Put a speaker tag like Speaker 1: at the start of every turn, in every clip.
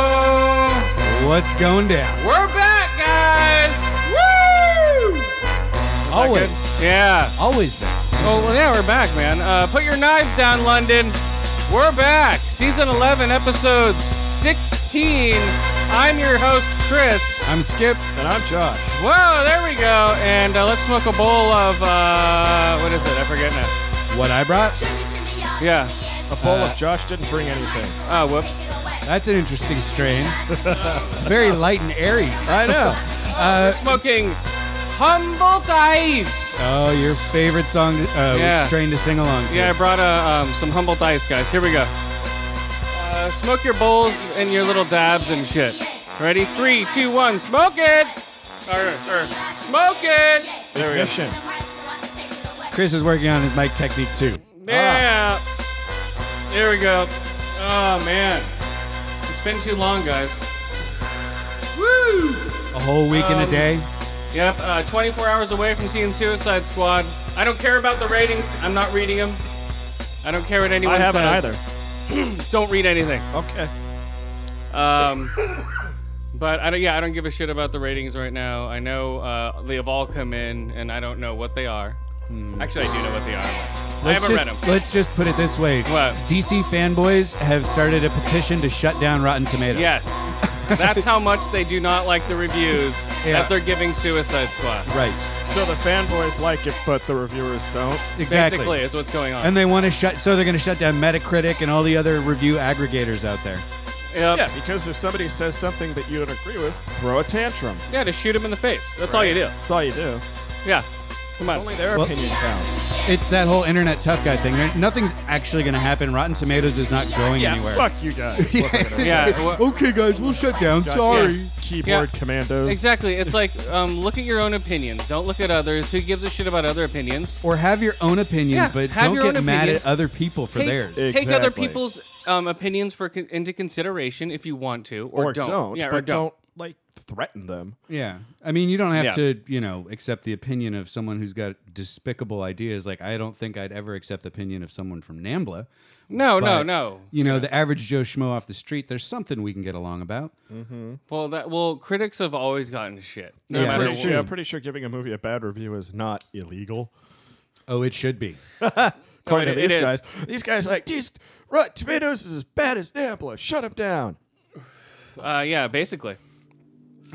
Speaker 1: Hello!
Speaker 2: What's going down?
Speaker 1: We're back, guys! Woo! Is that
Speaker 2: Always.
Speaker 1: good? Yeah.
Speaker 2: Always back.
Speaker 1: Oh, well, yeah, we're back, man. Uh, put your knives down, London. We're back. Season 11, episode 16. I'm your host, Chris.
Speaker 2: I'm Skip. And I'm Josh.
Speaker 1: Whoa, there we go. And uh, let's smoke a bowl of, uh, what is it? I forget now.
Speaker 2: What I brought?
Speaker 1: Yeah.
Speaker 3: A bowl
Speaker 2: Uh,
Speaker 3: of Josh didn't bring anything.
Speaker 1: Oh, whoops.
Speaker 2: That's an interesting strain. Very light and airy. I know. Uh,
Speaker 1: Smoking Humboldt Ice.
Speaker 2: oh, your favorite song, uh,
Speaker 1: Yeah.
Speaker 2: strain to sing along to.
Speaker 1: Yeah, I brought uh, um, some humble dice, guys. Here we go. Uh, smoke your bowls and your little dabs and shit. Ready? Three, two, one. Smoke it. Or, or smoke it. There we go.
Speaker 3: Ignition.
Speaker 2: Chris is working on his mic technique too.
Speaker 1: Yeah. There we go. Oh man, it's been too long, guys. Woo!
Speaker 2: Ah, A whole week and
Speaker 1: Um,
Speaker 2: a day.
Speaker 1: Yep. Uh, 24 hours away from seeing Suicide Squad. I don't care about the ratings. I'm not reading them. I don't care what anyone
Speaker 3: I
Speaker 1: says.
Speaker 3: haven't either.
Speaker 1: Don't read anything.
Speaker 3: Okay.
Speaker 1: Um, but I don't, yeah, I don't give a shit about the ratings right now. I know uh, they have all come in, and I don't know what they are. Actually, I do know what they are. I haven't
Speaker 2: just,
Speaker 1: read them.
Speaker 2: Hmm. Let's just put it this way.
Speaker 1: What?
Speaker 2: DC fanboys have started a petition to shut down Rotten Tomatoes.
Speaker 1: Yes, that's how much they do not like the reviews
Speaker 2: Yeah.
Speaker 1: that they're giving Suicide Squad.
Speaker 2: Right.
Speaker 3: So the fanboys like it, but the reviewers don't.
Speaker 2: Exactly.
Speaker 1: Basically, it's what's going on.
Speaker 2: And they want to shut, so they're going to shut down Metacritic and all the other review aggregators out there.
Speaker 1: Yep.
Speaker 3: Yeah, because if somebody says something that you don't agree with, throw a tantrum.
Speaker 1: yeah, to shoot him in the face. That's all you do.
Speaker 3: That's all you do.
Speaker 1: Yeah, come on.
Speaker 3: Only their
Speaker 2: Well-
Speaker 3: opinion counts.
Speaker 2: It's that whole internet tough guy thing. There- Nothing's actually going to happen. Rotten Tomatoes is not going
Speaker 3: Yeah,
Speaker 2: anywhere.
Speaker 3: fuck you guys. What am I gonna say?
Speaker 1: yeah. wha-
Speaker 2: Okay, guys, we'll shut down.
Speaker 3: Sorry,
Speaker 1: Yeah.
Speaker 3: keyboard
Speaker 1: Yeah.
Speaker 3: commandos.
Speaker 1: Exactly. It's like um, look at your own opinions. Don't look at others. Who gives a shit about other opinions?
Speaker 2: Or have your own opinion,
Speaker 1: Yeah,
Speaker 2: but
Speaker 1: have
Speaker 2: don't
Speaker 1: your
Speaker 2: get
Speaker 1: own
Speaker 2: mad
Speaker 1: opinion.
Speaker 2: at other people for theirs.
Speaker 1: take other
Speaker 3: Exactly.
Speaker 1: people's um, opinions for con- into consideration if you want to, or,
Speaker 3: Or don't.
Speaker 1: Yeah,
Speaker 3: but
Speaker 1: or don't.
Speaker 3: like threaten them.
Speaker 2: yeah. I mean, you don't have
Speaker 1: Yeah.
Speaker 2: to, you know, accept the opinion of someone who's got despicable ideas. Like, I don't think I'd ever accept the opinion of someone from Nambla.
Speaker 1: No, no,
Speaker 2: But,
Speaker 1: no.
Speaker 2: You know, the average Joe Schmo off the street, there's something we can get along about.
Speaker 1: Well, that well, critics have always gotten shit. No
Speaker 2: Yeah,
Speaker 1: matter
Speaker 3: Pretty
Speaker 2: that's
Speaker 1: what.
Speaker 3: sure,
Speaker 2: true.
Speaker 3: I'm pretty sure giving a movie a bad review is not illegal.
Speaker 2: Oh, it should be.
Speaker 3: According
Speaker 1: it-
Speaker 3: to
Speaker 1: it
Speaker 3: these
Speaker 1: is.
Speaker 3: guys, these guys are like these Rotten Tomatoes is as bad as Nambla. Shut them down.
Speaker 1: Uh, yeah, basically,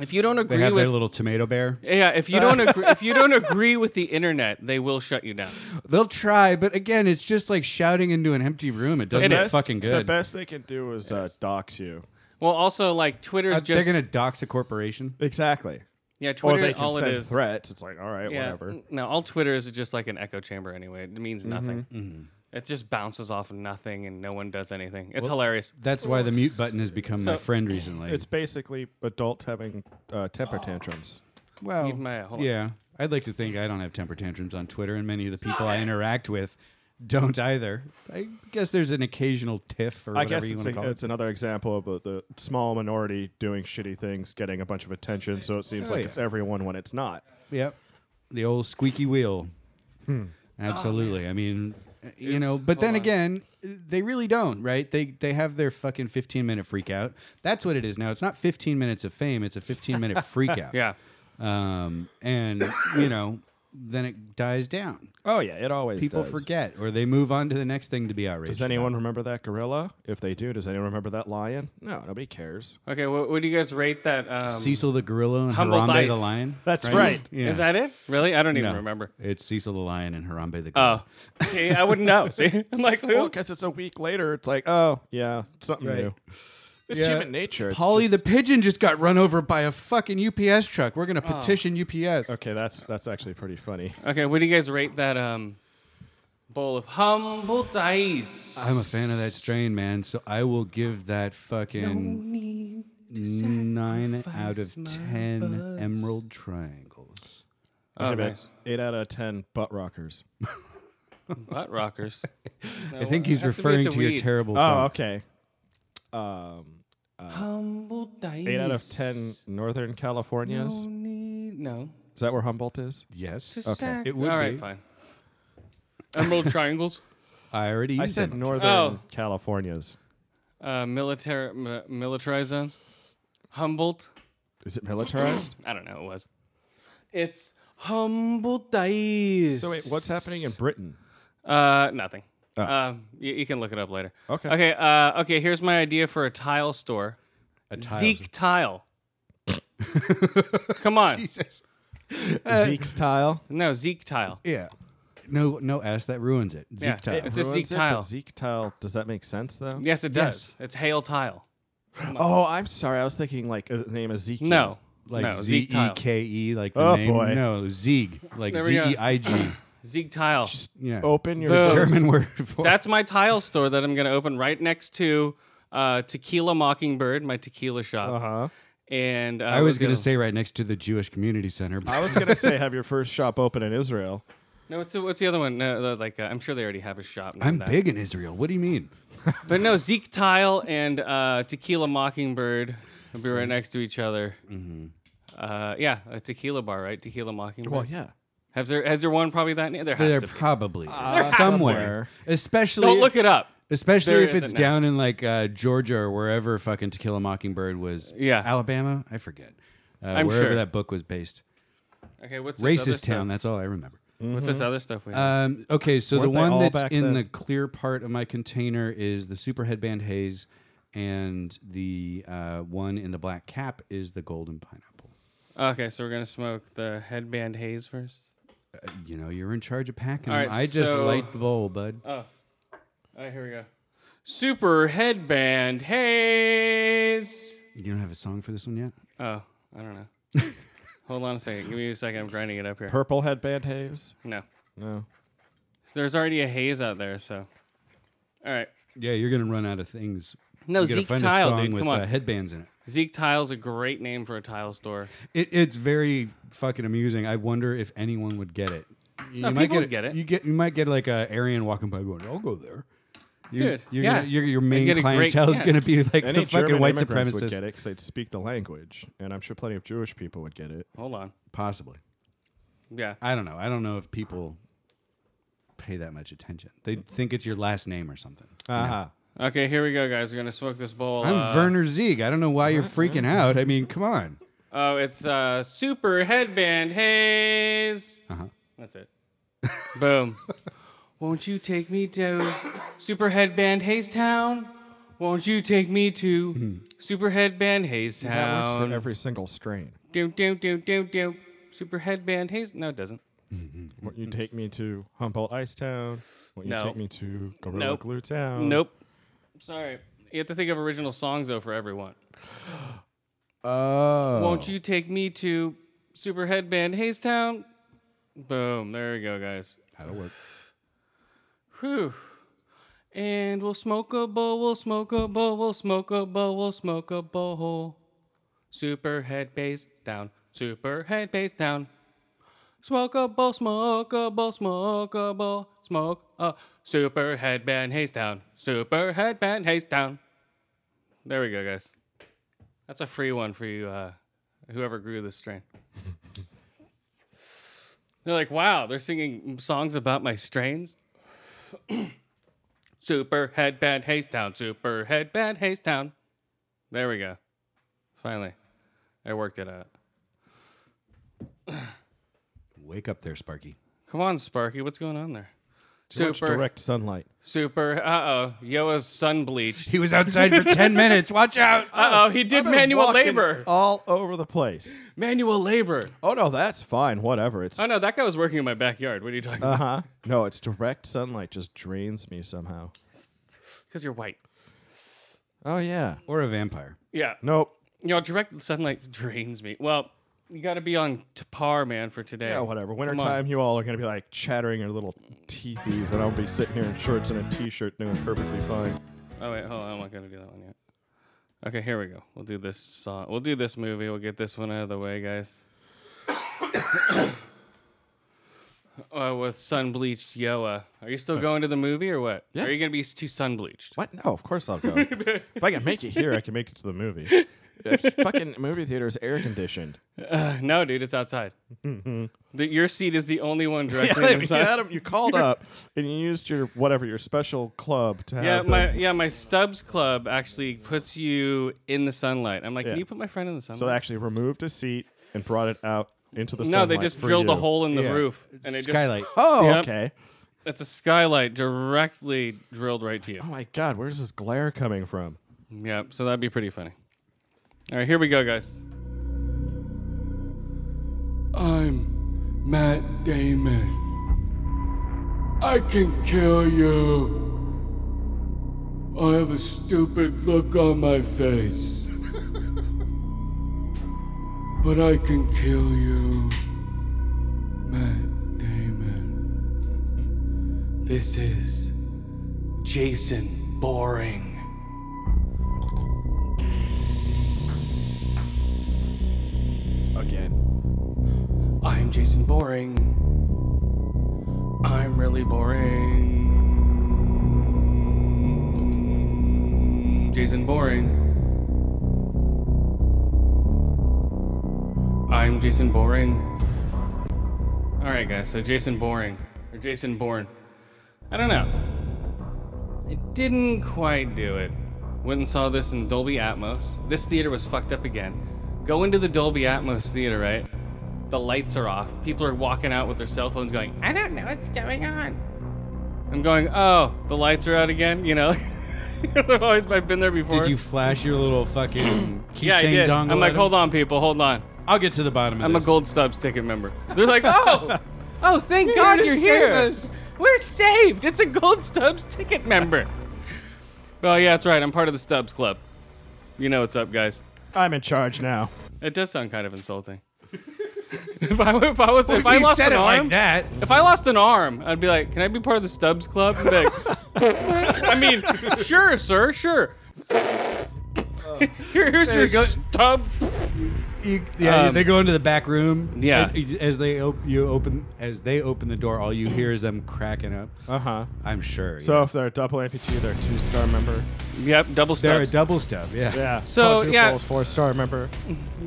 Speaker 1: if you don't
Speaker 2: They
Speaker 1: agree
Speaker 2: have
Speaker 1: with
Speaker 2: their little tomato bear.
Speaker 1: yeah, if you don't agree, if you don't agree with the internet, they will shut you down.
Speaker 2: They'll try, but again, it's just like shouting into an empty room. It doesn't
Speaker 1: It
Speaker 2: look
Speaker 1: is.
Speaker 2: fucking
Speaker 3: The
Speaker 2: good.
Speaker 3: best they can do is uh, dox you.
Speaker 1: Well, also like Twitter's
Speaker 2: Uh, they're
Speaker 1: just
Speaker 2: gonna dox a corporation.
Speaker 3: Exactly.
Speaker 1: yeah,
Speaker 3: Or
Speaker 1: Twitter
Speaker 3: Oh, they can
Speaker 1: all
Speaker 3: send
Speaker 1: it is
Speaker 3: threats. It's like, all right,
Speaker 1: yeah,
Speaker 3: whatever.
Speaker 2: Mm.
Speaker 1: n- No, all Twitter is just like an echo chamber anyway. It means
Speaker 2: Mm-hmm.
Speaker 1: nothing. It just bounces off of nothing, and no one does anything. It's hilarious.
Speaker 2: That's why the mute button has become my
Speaker 1: So-
Speaker 2: friend recently.
Speaker 3: It's basically adults having uh, temper
Speaker 2: Oh.
Speaker 3: tantrums.
Speaker 2: well,
Speaker 1: Need my- hold on.
Speaker 2: yeah. I'd like to think I don't have temper tantrums on Twitter, and many of the people I interact with don't either. I guess there's an occasional tiff or
Speaker 3: I
Speaker 2: whatever
Speaker 3: guess
Speaker 2: you
Speaker 3: it's,
Speaker 2: want to
Speaker 3: a,
Speaker 2: call
Speaker 3: it's
Speaker 2: it.
Speaker 3: another example of uh, the small minority doing shitty things, getting a bunch of attention, so it seems
Speaker 2: Oh,
Speaker 3: like
Speaker 2: yeah.
Speaker 3: it's everyone when it's not.
Speaker 2: Yep, the old squeaky wheel.
Speaker 3: Hmm.
Speaker 1: Oh,
Speaker 2: Absolutely. I mean, uh, you know, but then again, they really don't, right? They they have their fucking 15 minute freak out. That's what it is now. It's not 15 minutes of fame. It's a 15 minute freak out.
Speaker 1: Yeah.
Speaker 2: um, and you know then it dies down
Speaker 3: Oh yeah, it always
Speaker 2: people
Speaker 3: does.
Speaker 2: forget or they move on to the next thing to be outraged
Speaker 3: Does anyone remember that gorilla? If they do, does anyone remember that lion? No, nobody cares.
Speaker 1: Okay, what, what do you guys rate that? Um,
Speaker 2: about. cecil the gorilla and
Speaker 1: Humble
Speaker 2: harambe
Speaker 1: Dice.
Speaker 2: the lion
Speaker 3: That's right.
Speaker 2: Yeah.
Speaker 1: Is that it? Really? I don't even
Speaker 2: No.
Speaker 1: remember.
Speaker 2: it's cecil the lion and harambe the
Speaker 1: Oh,
Speaker 2: gorilla
Speaker 1: see, I wouldn't know. See, I'm like, who?
Speaker 3: Well, because it's a week later, it's like, oh yeah, something
Speaker 2: Right.
Speaker 3: new. It's
Speaker 2: Yeah.
Speaker 3: human nature. It's
Speaker 2: polly
Speaker 3: just-
Speaker 2: the pigeon just got run over by a fucking ups truck we're gonna petition ups
Speaker 3: Okay, that's that's actually pretty funny.
Speaker 1: Okay, what do you guys rate that? Um, bowl of humble dice.
Speaker 2: I'm a fan of that strain, man. So I will give that fucking nine out of ten emerald triangles.
Speaker 1: Oh,
Speaker 3: Wait a minute.
Speaker 1: nice.
Speaker 3: Eight out of ten butt rockers.
Speaker 1: butt rockers. Oh,
Speaker 2: I think he's referring to, your terrible.
Speaker 3: Oh,
Speaker 2: song.
Speaker 3: okay. Um,
Speaker 1: humble dice.
Speaker 3: eight out of ten Northern Californias.
Speaker 1: No.
Speaker 3: Is that where Humboldt is?
Speaker 2: yes.
Speaker 1: Okay.
Speaker 2: It would
Speaker 1: All right,
Speaker 2: be.
Speaker 1: fine. Emerald triangles.
Speaker 2: I already.
Speaker 3: I
Speaker 2: used
Speaker 3: said
Speaker 2: them.
Speaker 3: Northern
Speaker 1: Oh.
Speaker 3: Californias.
Speaker 1: Uh, military, m- militarized zones. Humboldt.
Speaker 3: Is it militarized?
Speaker 1: I don't know. It was. It's humble dice.
Speaker 3: so wait, what's happening in Britain?
Speaker 1: Uh, nothing.
Speaker 3: Oh.
Speaker 1: Um, you, you can look it up later.
Speaker 3: Okay.
Speaker 1: Okay. Uh, okay. Here's my idea for a tile store.
Speaker 2: A tile.
Speaker 1: Zeke Tile. Come on.
Speaker 2: Jesus. Uh,
Speaker 3: Zeke's tile.
Speaker 1: No, Zeke Tile.
Speaker 2: Yeah. No, no S. That ruins it. Zeke
Speaker 1: Yeah.
Speaker 2: tile.
Speaker 1: It's a
Speaker 3: Ruins
Speaker 1: Zeke
Speaker 3: it, but
Speaker 1: tile.
Speaker 3: Zeke tile. Does that make sense though?
Speaker 1: Yes, it does. It's Hail Tile.
Speaker 3: Oh, I'm sorry. I was thinking like uh, the name of Zeke.
Speaker 1: No.
Speaker 2: like
Speaker 1: no,
Speaker 2: Z
Speaker 1: Zeke
Speaker 2: E
Speaker 1: Tile.
Speaker 2: K E, like the
Speaker 3: Oh,
Speaker 2: name.
Speaker 3: boy.
Speaker 2: No, Zieg, like
Speaker 1: There
Speaker 2: Z
Speaker 1: we go.
Speaker 2: E I G.
Speaker 1: Zeke Tile.
Speaker 2: Yeah,
Speaker 3: Open your
Speaker 1: Boom.
Speaker 3: doors.
Speaker 2: German word for
Speaker 1: That's my tile store that I'm going to open right next to uh, Tequila Mockingbird, my tequila shop.
Speaker 3: Uh-huh.
Speaker 1: And uh,
Speaker 2: I was
Speaker 1: we're
Speaker 2: gonna say right next to the Jewish community center.
Speaker 3: I was gonna say have your first shop open in Israel.
Speaker 1: No, what's the, what's the other one? No, the- like uh, I'm sure they already have a shop. named
Speaker 2: I'm
Speaker 1: that.
Speaker 2: big in Israel. What do you mean?
Speaker 1: But no, Zeke Tile and uh, Tequila Mockingbird will be right next to each other.
Speaker 2: Mm-hmm.
Speaker 1: Uh, yeah, a tequila bar, right? Tequila Mockingbird.
Speaker 3: Well, yeah.
Speaker 1: Has there has there one probably that near? There has
Speaker 2: There
Speaker 1: to be. Uh,
Speaker 2: probably is.
Speaker 3: There has to be.
Speaker 2: somewhere, especially
Speaker 1: Don't
Speaker 2: if-
Speaker 1: look it up.
Speaker 2: especially
Speaker 1: there
Speaker 2: if
Speaker 1: isn't
Speaker 2: it's
Speaker 1: now.
Speaker 2: down in like uh, Georgia or wherever fucking To Kill a Mockingbird was.
Speaker 1: Yeah.
Speaker 2: Alabama, I forget. Uh,
Speaker 1: I'm
Speaker 2: wherever
Speaker 1: sure.
Speaker 2: that book was based,
Speaker 1: Okay, what's this other
Speaker 2: racist town. Mm-hmm.
Speaker 1: Stuff?
Speaker 2: That's all I remember.
Speaker 1: What's this other stuff we have?
Speaker 2: Um, okay, so
Speaker 3: Weren't
Speaker 2: the
Speaker 3: they
Speaker 2: one
Speaker 3: all
Speaker 2: that's
Speaker 3: back
Speaker 2: in
Speaker 3: then?
Speaker 2: the clear part of my container is the super headband haze, and the uh, one in the black cap is the golden pineapple.
Speaker 1: Okay, so we're gonna smoke the headband haze first.
Speaker 2: You know, you're in charge of packing.
Speaker 1: All
Speaker 2: them.
Speaker 1: right,
Speaker 2: I just
Speaker 1: so-
Speaker 2: light the bowl, bud.
Speaker 1: All right, here we go. Super headband haze.
Speaker 2: you don't have a song for this one yet.
Speaker 1: Oh, I don't know. Hold on a second. Give me a second. I'm grinding it up here.
Speaker 3: Purple headband haze.
Speaker 1: No,
Speaker 3: No.
Speaker 1: there's already a haze out there. So, all right.
Speaker 2: Yeah, you're gonna run out of things.
Speaker 1: No,
Speaker 2: you gotta
Speaker 1: Zeke
Speaker 2: find a
Speaker 1: Tile,
Speaker 2: song
Speaker 1: dude.
Speaker 2: with
Speaker 1: Come on.
Speaker 2: Uh, headbands in it.
Speaker 1: Zeke Tile's a great name for a tile store.
Speaker 2: it. It's very fucking amusing. I wonder if anyone would get it. You
Speaker 1: No, people would get it.
Speaker 2: You get you might get like a Aryan walking by going, "I'll go there." You,
Speaker 1: Dude,
Speaker 2: you're
Speaker 1: yeah.
Speaker 2: gonna, your your
Speaker 1: I'd
Speaker 2: main
Speaker 1: get a great-
Speaker 2: clientele is
Speaker 1: yeah.
Speaker 2: going to be like
Speaker 3: Any
Speaker 2: the fucking
Speaker 3: German
Speaker 2: white
Speaker 3: immigrants
Speaker 2: supremacists,
Speaker 3: would get it because they'd speak the language, and I'm sure plenty of Jewish people would get it.
Speaker 1: Hold on.
Speaker 2: possibly.
Speaker 1: Yeah.
Speaker 2: I don't know. I don't know if people pay that much attention. They think it's your last name or something.
Speaker 3: Uh-huh.
Speaker 1: Okay, here we go, guys. We're gonna smoke this bowl.
Speaker 2: I'm
Speaker 1: uh,
Speaker 2: Werner Zieg. I don't know why you're freaking out. I mean, come on.
Speaker 1: Oh, it's uh, super headband haze.
Speaker 2: Uh-huh.
Speaker 1: That's it. Boom. Won't you take me to super headband haze town? Won't you take me to super headband haze
Speaker 3: Hmm. That works
Speaker 1: town?
Speaker 3: for every single strain.
Speaker 1: do do do do do. Super headband haze. No, it doesn't.
Speaker 3: Won't you take me to Humboldt Ice Town? Won't you
Speaker 1: No.
Speaker 3: take me to Gorilla
Speaker 1: Nope.
Speaker 3: Glue Town?
Speaker 1: Nope. Sorry. You have to think of original songs though for everyone.
Speaker 3: Oh.
Speaker 1: Won't you take me to Super Headband Hazestown? Boom. There we go, guys.
Speaker 2: That'll work.
Speaker 1: Whew. And we'll smoke a bowl, we'll smoke a bowl, we'll smoke a bowl, we'll smoke a bowl. Super head base down, super head base down. Smoke a bowl, smoke a bowl, smoke a bowl, smoke a super headband haze down, super headband haze down. There we go, guys. That's a free one for you, uh, whoever grew this strain. They're like, wow, they're singing songs about my strains. Super headband Hazestown. Super headband Hazestown. There we go. Finally, I worked it out.
Speaker 2: Wake up there, Sparky.
Speaker 1: Come on, Sparky. What's going on there?
Speaker 3: Too much
Speaker 1: super,
Speaker 3: direct sunlight.
Speaker 1: super. Uh oh. Yoa's sun bleached.
Speaker 2: He was outside for 10 minutes. Watch out.
Speaker 1: Uh oh. He did manual
Speaker 3: Walking
Speaker 1: labor.
Speaker 3: All over the place.
Speaker 1: Manual labor.
Speaker 3: Oh, no, that's fine. Whatever. It's.
Speaker 1: Oh no, that guy was working in my backyard. What are you talking about?
Speaker 3: Uh huh. No, it's direct sunlight just drains me somehow.
Speaker 1: Because you're white.
Speaker 3: Oh, yeah.
Speaker 2: Or a vampire.
Speaker 1: Yeah.
Speaker 3: Nope.
Speaker 1: You know, direct sunlight drains me. Well, You got to be on t- par, man, for today.
Speaker 3: Yeah, Oh, whatever.
Speaker 1: Come on.
Speaker 3: Wintertime, you all are going to be like chattering your little teethies, and I'll be sitting here in shorts and a t shirt doing perfectly fine.
Speaker 1: Oh wait, hold on. I'm not gonna do that one yet. Okay, here we go. We'll do this song. We'll do this movie. We'll get this one out of the way, guys. uh, with sun bleached Yoa. Are you still going to the movie or what?
Speaker 3: Yeah.
Speaker 1: Are you gonna be s- too sun bleached?
Speaker 3: What? No, of course I'll go. if I can make it here, I can make it to the movie. The fucking movie theater is air conditioned.
Speaker 1: Uh, no, dude, it's outside. The- your seat is the only one
Speaker 3: Yeah,
Speaker 1: directly
Speaker 3: I mean, you,
Speaker 1: inside.
Speaker 3: had 'em- you called up and you used your whatever your special club to have.
Speaker 1: Yeah, my
Speaker 3: them-
Speaker 1: yeah my Stubbs Club actually puts you in the sunlight. I'm like,
Speaker 3: Yeah.
Speaker 1: can you put my friend in the sunlight?
Speaker 3: So they actually removed a seat and brought it out into the
Speaker 1: no, they
Speaker 3: sunlight
Speaker 1: just
Speaker 3: for
Speaker 1: drilled a
Speaker 3: you.
Speaker 1: hole in the
Speaker 2: Yeah.
Speaker 1: roof and it just
Speaker 2: Skylight.
Speaker 3: Oh,
Speaker 1: Yep.
Speaker 3: okay.
Speaker 1: It's a skylight directly drilled right to you.
Speaker 3: Oh my god, where's this glare coming from?
Speaker 1: Yeah, so that'd be pretty funny. All right, here we go, guys.
Speaker 4: I'm Matt Damon. I can kill you. I have a stupid look on my face. but I can kill you, Matt Damon. This is Jason Boring.
Speaker 3: Again.
Speaker 4: I'm Jason Boring. I'm really boring.
Speaker 1: Jason Boring. I'm Jason Boring. All right, guys, so Jason Boring, or Jason Bourne. I don't know. It didn't quite do it. Went and saw this in Dolby Atmos. This theater was fucked up again. Go into the Dolby Atmos theater, right? The lights are off. People are walking out with their cell phones going, I don't know what's going on. I'm going, oh, the lights are out again, you know? Because I've always I've been there before.
Speaker 2: Did you flash your little fucking keychain
Speaker 1: yeah, I did.
Speaker 2: dongle?
Speaker 1: I'm like,
Speaker 2: at
Speaker 1: hold
Speaker 2: him?
Speaker 1: on, people, hold on.
Speaker 2: I'll get to the bottom of
Speaker 1: I'm a
Speaker 2: this.
Speaker 1: Gold Stubbs ticket member. They're like, oh, oh, thank God
Speaker 2: to
Speaker 1: you're
Speaker 2: save
Speaker 1: here.
Speaker 2: us.
Speaker 1: We're saved. It's a Gold Stubbs ticket member. well, yeah, that's right. I'm part of the Stubbs Club. You know what's up, guys.
Speaker 3: I'm in charge now.
Speaker 1: It does sound kind of insulting. if I if I was if I
Speaker 2: If you
Speaker 1: lost
Speaker 2: said
Speaker 1: an
Speaker 2: it
Speaker 1: arm,
Speaker 2: like that,
Speaker 1: if I lost an arm, I'd be like, can I be part of the Stubbs Club? And be like, I mean, sure, sir, sure. Here, here's your
Speaker 2: Oh. go.
Speaker 1: stub.
Speaker 2: you, yeah,
Speaker 1: Um,
Speaker 2: they go into the back room.
Speaker 1: Yeah.
Speaker 2: and as they op- you open as they open the door, all you hear is them cracking up.
Speaker 3: Uh huh.
Speaker 2: I'm sure.
Speaker 3: So
Speaker 2: yeah.
Speaker 3: if they're a double amputee, they're a two star member.
Speaker 1: Yep, double
Speaker 2: they're
Speaker 1: stubs.
Speaker 2: a double step. Yeah.
Speaker 3: Yeah.
Speaker 1: So,
Speaker 3: Quadruple
Speaker 1: yeah.
Speaker 3: is four star member.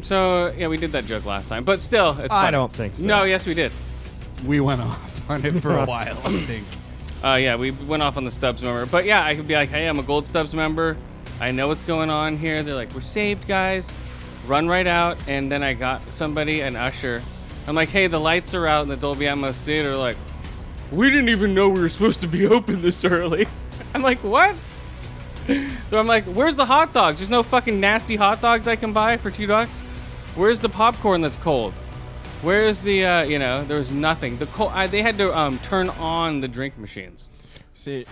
Speaker 1: so yeah, we did that joke last time, but still, it's.
Speaker 3: I
Speaker 1: fine.
Speaker 3: don't think so.
Speaker 1: No, yes, we did.
Speaker 2: We went off on it for a while. I think.
Speaker 1: Uh, yeah, we went off on the Stubbs member, but yeah, I could be like, hey, I'm a Gold Stubbs member. I know what's going on here. They're like, we're saved, guys. Run right out, and then I got somebody, an usher. I'm like, hey, the lights are out in the Dolby Atmos theater. Like, we didn't even know we were supposed to be open this early. I'm like, what? So I'm like, where's the hot dogs? There's no fucking nasty hot dogs I can buy for two bucks. Where's the popcorn that's cold? Where's the uh, you know? There was nothing. The cold. I, they had to um, turn on the drink machines.
Speaker 3: See,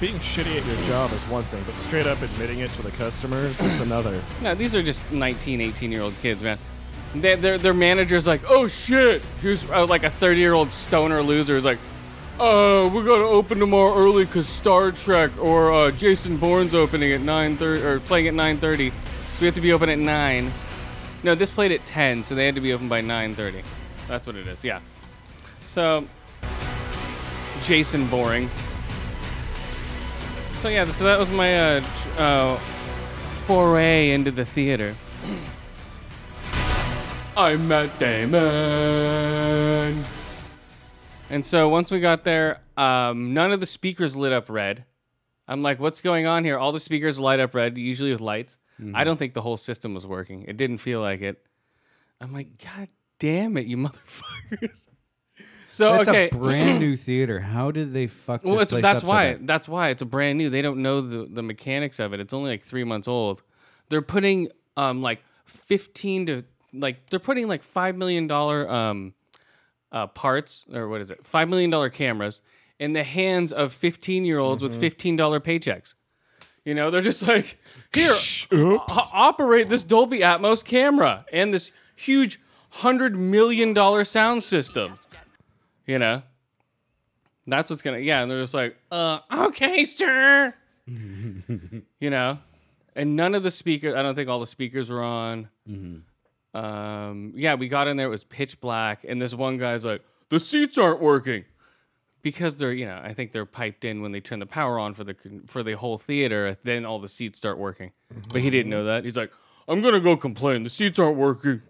Speaker 3: being shitty at your job is one thing, but straight up admitting it to the customers is another.
Speaker 1: No, these are just 19, 18 year old kids, man. They, their, their manager's like, oh shit. Here's uh, like a 30 year old stoner loser is like, uh, we're gonna open tomorrow early because Star Trek or uh, Jason Bourne's opening at 9:30 or playing at 9:30, so we have to be open at nine. No, this played at 10, so they had to be open by 9:30. That's what it is. Yeah. So, Jason Boring. So yeah, so that was my uh, tr- uh, foray into the theater.
Speaker 4: I'm Matt Damon.
Speaker 1: And so once we got there, um, none of the speakers lit up red. I'm like, what's going on here? All the speakers light up red, usually with lights.
Speaker 2: Mm-hmm.
Speaker 1: I don't think the whole system was working. It didn't feel like it. I'm like, God damn it, you motherfuckers. So
Speaker 2: That's
Speaker 1: okay,
Speaker 2: a brand new theater. How did they fuck?
Speaker 1: well,
Speaker 2: this
Speaker 1: it's,
Speaker 2: place up
Speaker 1: that's
Speaker 2: so
Speaker 1: why.
Speaker 2: bad?
Speaker 1: That's why it's a brand new. They don't know the, the mechanics of it. It's only like three months old. They're putting um like fifteen to like they're putting like five million dollar um uh, parts or what is it five million dollar cameras in the hands of fifteen year olds
Speaker 2: Mm-hmm.
Speaker 1: with fifteen dollar paychecks. You know, they're just like here uh,
Speaker 3: Oops.
Speaker 1: o- operate this Dolby Atmos camera and this huge hundred million dollar sound system. You know, that's what's gonna. Yeah, and they're just like, uh, okay, sir. you know, and none of the speakers. I don't think all the speakers were on. Um, yeah, we got in there. It was pitch black, and this one guy's like, the seats aren't working because they're you know I think they're piped in when they turn the power on for the for the whole theater. Then all the seats start working. But he didn't know that. He's like, I'm gonna go complain. The seats aren't working.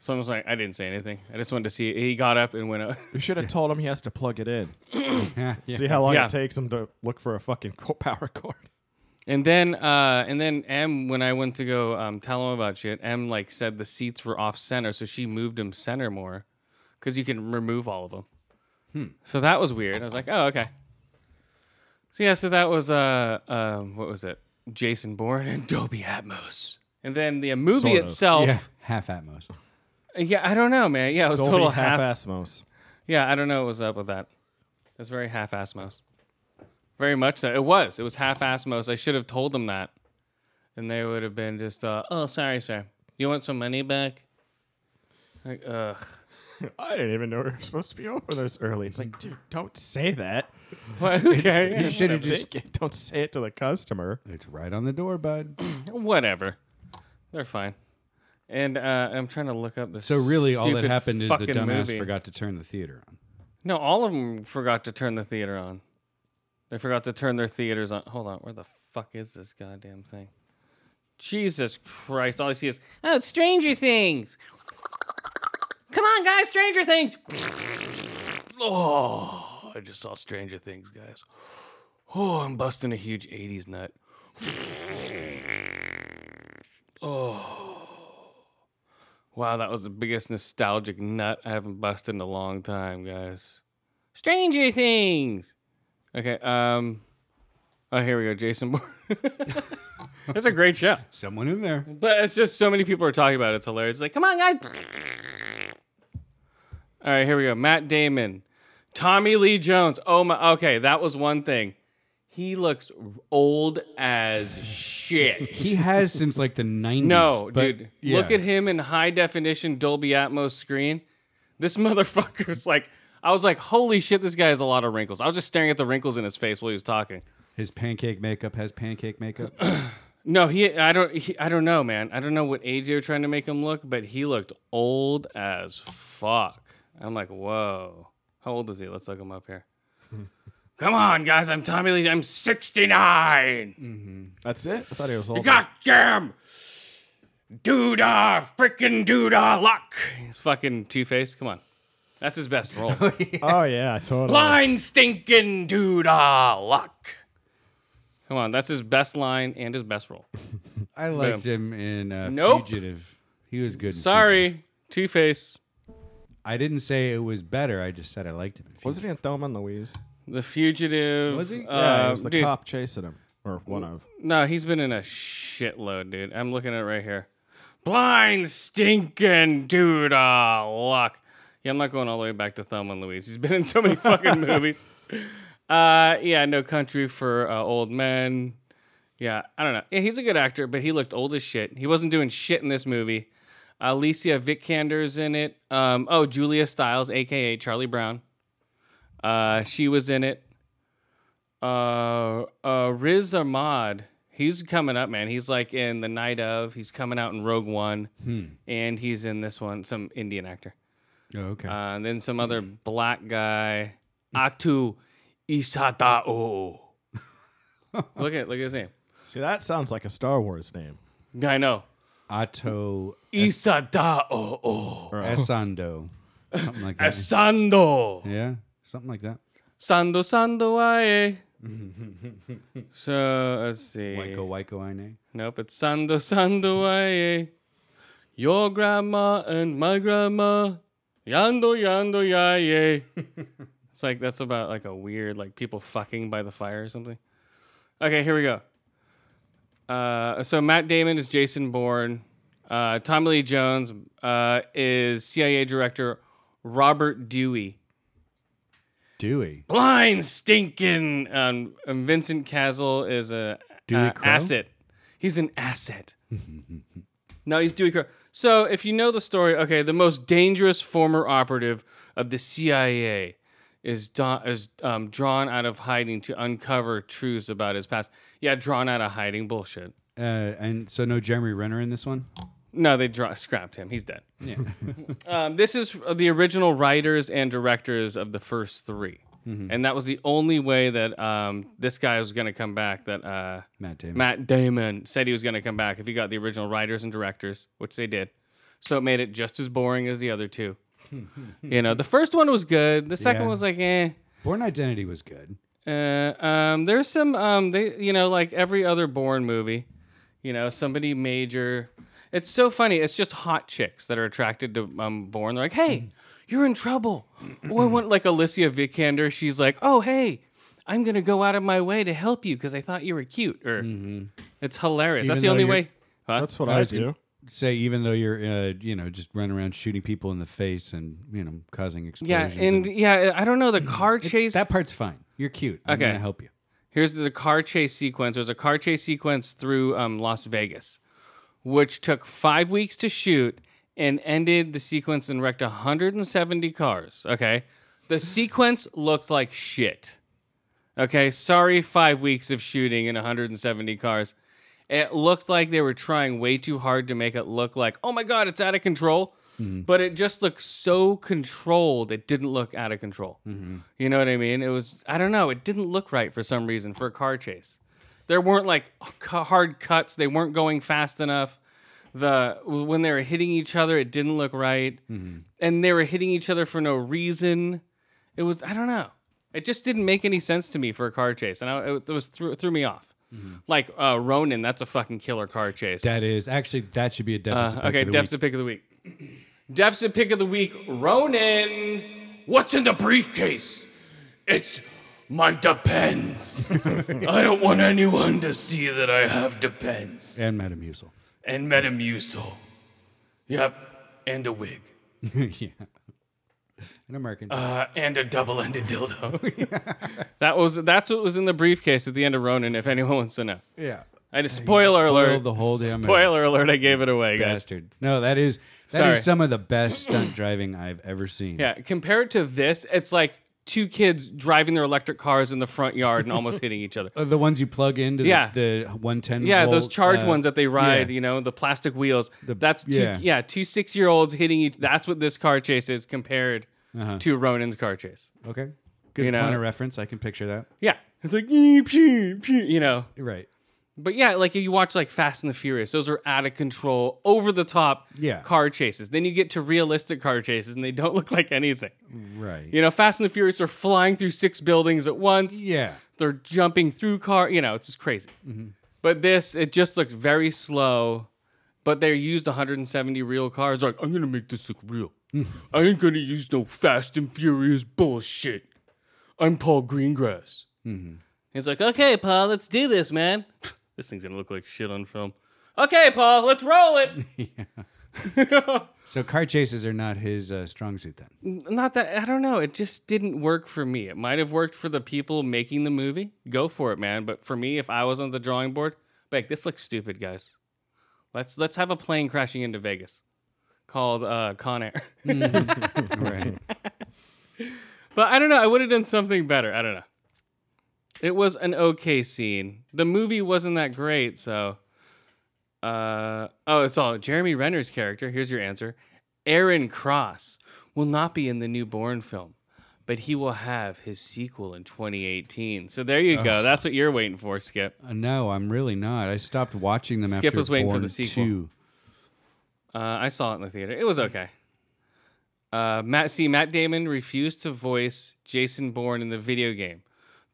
Speaker 1: So I was like, I didn't say anything. I just wanted to see. He got up and went up.
Speaker 3: You should have told him he has to plug it in.
Speaker 2: Yeah, yeah.
Speaker 3: See how long
Speaker 1: Yeah.
Speaker 3: it takes him to look for a fucking co- power cord.
Speaker 1: And then, uh, and then M, when I went to go um, tell him about shit, M like said the seats were off center, so she moved him center more, because you can remove all of them.
Speaker 3: Hmm.
Speaker 1: So that was weird. I was like, oh okay. So yeah, so that was uh, um, what was it? Jason Bourne and Dolby Atmos. And then the movie
Speaker 3: Sort of.
Speaker 1: itself, yeah.
Speaker 2: half at most.
Speaker 1: I don't know, man. Yeah, it was total half.
Speaker 3: half-asmos.
Speaker 1: Yeah, I don't know what was up with that. That's very half asmos. Very much so. It was. It was half asmos. I should have told them that. And they would have been just, uh, oh, sorry, sir. You want some money back? Like, ugh.
Speaker 3: I didn't even know we were supposed to be over this early. It's like, dude, don't say that.
Speaker 1: Well, okay.
Speaker 2: You should have just.
Speaker 3: Think it. Don't say it to the customer.
Speaker 2: It's right on the door, bud.
Speaker 1: Whatever. They're fine. And uh, I'm trying to look up this.
Speaker 2: So really, all that
Speaker 1: stupid
Speaker 2: happened is the
Speaker 1: fucking
Speaker 2: dumbass
Speaker 1: movie.
Speaker 2: forgot to turn the theater on.
Speaker 1: No, all of them forgot to turn the theater on. They forgot to turn their theaters on. Hold on, where the fuck is this goddamn thing? Jesus Christ! All I see is oh, it's Stranger Things. Come on, guys, Stranger Things. Oh, I just saw Stranger Things, guys. Oh, I'm busting a huge '80s nut. Wow, that was the biggest nostalgic nut I haven't busted in a long time, guys. Stranger Things. Okay, um Oh, here we go, Jason Bourne. That's a great show.
Speaker 2: Someone in there.
Speaker 1: But it's just so many people are talking about it. It's hilarious. It's like, come on, guys. All right, here we go. Matt Damon, Tommy Lee Jones. Oh my. Okay, that was one thing. He looks old as shit.
Speaker 2: He has since like the 90s.
Speaker 1: No,
Speaker 2: but-
Speaker 1: dude.
Speaker 2: yeah.
Speaker 1: Look at him in high definition Dolby Atmos screen. This motherfucker's like, I was like, holy shit, this guy has a lot of wrinkles. I was just staring at the wrinkles in his face while he was talking.
Speaker 2: His pancake makeup has pancake makeup.
Speaker 1: No, he, I don't, he, I don't know, man. I don't know what age they were trying to make him look, but he looked old as fuck. I'm like, whoa. How old is he? Let's look him up here. Come on, guys. I'm Tommy Lee. I'm 69.
Speaker 3: That's it. I thought he was old.
Speaker 1: Goddamn! uh, Doodah, freaking doodah uh, luck. He's fucking Two Face. Come on. That's his best role.
Speaker 3: oh yeah, totally.
Speaker 1: line stinking doodah uh, luck. Come on, that's his best line and his best role.
Speaker 2: I liked him in uh,
Speaker 1: Nope.
Speaker 2: Fugitive. He was good. in Fugitive.
Speaker 1: Sorry, Two Face.
Speaker 2: I didn't say it was better. I just said I liked him. in Fugitive.
Speaker 3: Wasn't he in Thelma and Louise?
Speaker 1: The Fugitive.
Speaker 2: Was he?
Speaker 1: Uh,
Speaker 3: yeah, it was the
Speaker 1: dude,
Speaker 3: cop chasing him, or one of.
Speaker 1: No, he's been in a shitload, dude. I'm looking at it right here. Blind stinking dude, ah, luck. Yeah, I'm not going all the way back to Thelma and Louise. He's been in so many fucking movies. Uh, yeah, No Country for uh, Old Men. Yeah, I don't know. Yeah, he's a good actor, but he looked old as shit. He wasn't doing shit in this movie. Alicia Vikander's in it. Um, oh, Julia Stiles, aka Charlie Brown. Uh, she was in it. Uh, uh, Riz Ahmad, he's coming up, man. He's like in The Night of. He's coming out in Rogue One, and he's in this one, some Indian actor,
Speaker 2: Oh, okay.
Speaker 1: uh, and then some other black guy, Atu Isatao. look at look at his name.
Speaker 3: See, that sounds like a Star Wars name.
Speaker 1: I know
Speaker 2: Otto
Speaker 1: Isadao
Speaker 2: Esando. Something like that.
Speaker 1: Sando
Speaker 2: yeah. Something like that.
Speaker 1: Sando Sando Aye. so let's see.
Speaker 2: Waiko Waiko Aine.
Speaker 1: Nope, it's Sando Sando Aye. Your grandma and my grandma. Yando Yando Yaye. it's like that's about like a weird like people fucking by the fire or something. Okay, here we go. Uh, so Matt Damon is Jason Bourne. Uh, Tommy Lee Jones uh, is CIA director Robert Dewey.
Speaker 2: Dewey.
Speaker 1: Blind stinking. Um, and Vincent Castle is a
Speaker 2: Dewey
Speaker 1: uh,
Speaker 2: Crowe?
Speaker 1: asset. He's an asset. no, he's Dewey Crow. So, if you know the story, okay, the most dangerous former operative of the CIA is da- is um, drawn out of hiding to uncover truths about his past. Yeah, drawn out of hiding, bullshit.
Speaker 2: Uh, and so no Jeremy Renner in this one.
Speaker 1: No, they dra- scrapped him. He's dead. Yeah. um, this is the original writers and directors of the first 3 and that was the only way that um, this guy was going to come back. That uh,
Speaker 2: Matt Damon.
Speaker 1: Matt Damon said he was going to come back if he got the original writers and directors, which they did. So it made it just as boring as the other two. you know, the first one was good. The second
Speaker 2: Yeah.
Speaker 1: one was like, eh.
Speaker 2: Born Identity was good.
Speaker 1: Uh, um, there's some um, they you know like every other born movie, you know somebody major. It's so funny. It's just hot chicks that are attracted to um born. They're like, hey, you're in trouble. Or I want like Alicia Vikander. She's like, oh hey, I'm gonna go out of my way to help you because I thought you were cute. Or it's hilarious.
Speaker 2: Mm-hmm. Even
Speaker 1: That's the only
Speaker 2: though you're-
Speaker 1: way. Huh?
Speaker 3: That's what I,
Speaker 2: was
Speaker 3: do.
Speaker 2: gonna Say even though you're uh, you know just running around shooting people in the face and you know causing
Speaker 1: yeah,
Speaker 2: explosions.
Speaker 1: and yeah, I don't know the car
Speaker 2: It's-
Speaker 1: chase.
Speaker 2: that part's fine. You're cute. I'm
Speaker 1: Okay.
Speaker 2: gonna help you.
Speaker 1: Here's the car chase sequence. There's a car chase sequence through um, Las Vegas, which took five weeks to shoot and ended the sequence and wrecked 170 cars. Okay. The sequence looked like shit. Okay. Sorry, five weeks of shooting and 170 cars. It looked like they were trying way too hard to make it look like, oh my God, it's out of control. But it just looked so controlled. It didn't look out of control. You know what I mean? It was, I don't know, it didn't look right for some reason for a car chase. There weren't like cu- hard cuts, they weren't going fast enough. The when they were hitting each other, it didn't look right,
Speaker 2: Mm-hmm.
Speaker 1: and they were hitting each other for no reason. It was I don't know. It just didn't make any sense to me for a car chase, and I, it was threw, threw me off.
Speaker 2: Mm-hmm.
Speaker 1: Like uh, Ronin, that's a fucking killer car chase.
Speaker 2: That is actually that should be a deficit. pick
Speaker 1: Uh, okay,
Speaker 2: of the
Speaker 1: deficit pick of the week. deficit pick of the week, Ronan. What's in the briefcase?
Speaker 4: It's my depends. I don't want anyone to see that I have depends.
Speaker 2: week. and Metamucil.
Speaker 4: And Metamucil. Yep, and a wig.
Speaker 2: yeah, an American.
Speaker 4: Uh, and a double ended dildo.
Speaker 1: That was that's what was in the briefcase at the end of Ronin. If anyone wants to know,
Speaker 2: yeah,
Speaker 1: I just spoiler
Speaker 2: spoiled
Speaker 1: alert.
Speaker 2: the whole damn movie.
Speaker 1: spoiler alert. I gave it away, guys.
Speaker 2: bastard. No, that is that is
Speaker 1: Sorry.
Speaker 2: some of the best stunt driving I've ever seen.
Speaker 1: Yeah, compare it to this. It's like two kids driving their electric cars in the front yard and almost hitting each other.
Speaker 2: Uh, The ones you plug into the,
Speaker 1: Yeah.
Speaker 2: the 110.
Speaker 1: Yeah, those
Speaker 2: volt,
Speaker 1: charge
Speaker 2: uh,
Speaker 1: ones that they ride,
Speaker 2: yeah.
Speaker 1: you know, the plastic wheels. that's two, yeah.
Speaker 2: yeah.
Speaker 1: two six year olds hitting each. That's what this car chase is compared
Speaker 2: Uh-huh.
Speaker 1: to Ronin's car chase.
Speaker 2: Okay, good
Speaker 1: You know.
Speaker 2: point of reference. I can picture that.
Speaker 1: Yeah, it's like "Ee, pew, pew," you know,
Speaker 2: Right.
Speaker 1: but yeah, like if you watch like Fast and the Furious, those are out of control, over the top
Speaker 2: Yeah.
Speaker 1: car chases. Then you get to realistic car chases, and they don't look like anything.
Speaker 2: Right.
Speaker 1: You know, Fast and the Furious are flying through six buildings at once.
Speaker 2: Yeah.
Speaker 1: they're jumping through car you know it's just crazy
Speaker 2: Mm-hmm.
Speaker 1: but this it just looked very slow but they used 170 real cars like i'm gonna make this look real i ain't gonna use no fast and furious bullshit i'm paul greengrass he's like okay paul let's do this man this thing's gonna look like shit on film okay paul let's roll it
Speaker 2: So car chases are not his uh, strong suit then.
Speaker 1: not that I don't know. It just didn't work for me. It might have worked for the people making the movie. Go for it, man. But for me, if I was on the drawing board, like this looks stupid, guys. Let's let's have a plane crashing into Vegas called uh, Con Air.
Speaker 2: Right.
Speaker 1: but I don't know. I would have done something better. I don't know. It was an okay scene. The movie wasn't that great, so. Uh, oh, it's all Jeremy Renner's character. Here's your answer. Aaron Cross will not be in the newborn film, but he will have his sequel in 2018. So there you go. That's what you're waiting for, Skip.
Speaker 2: Uh, no, I'm really not. I stopped watching them
Speaker 1: Skip
Speaker 2: after
Speaker 1: was waiting for
Speaker 2: Born
Speaker 1: the sequel.
Speaker 2: 2.
Speaker 1: Uh, I saw it in the theater. It
Speaker 2: Hmm.
Speaker 1: was okay. Uh, Matt, see, Matt Damon refused to voice Jason Bourne in the video game,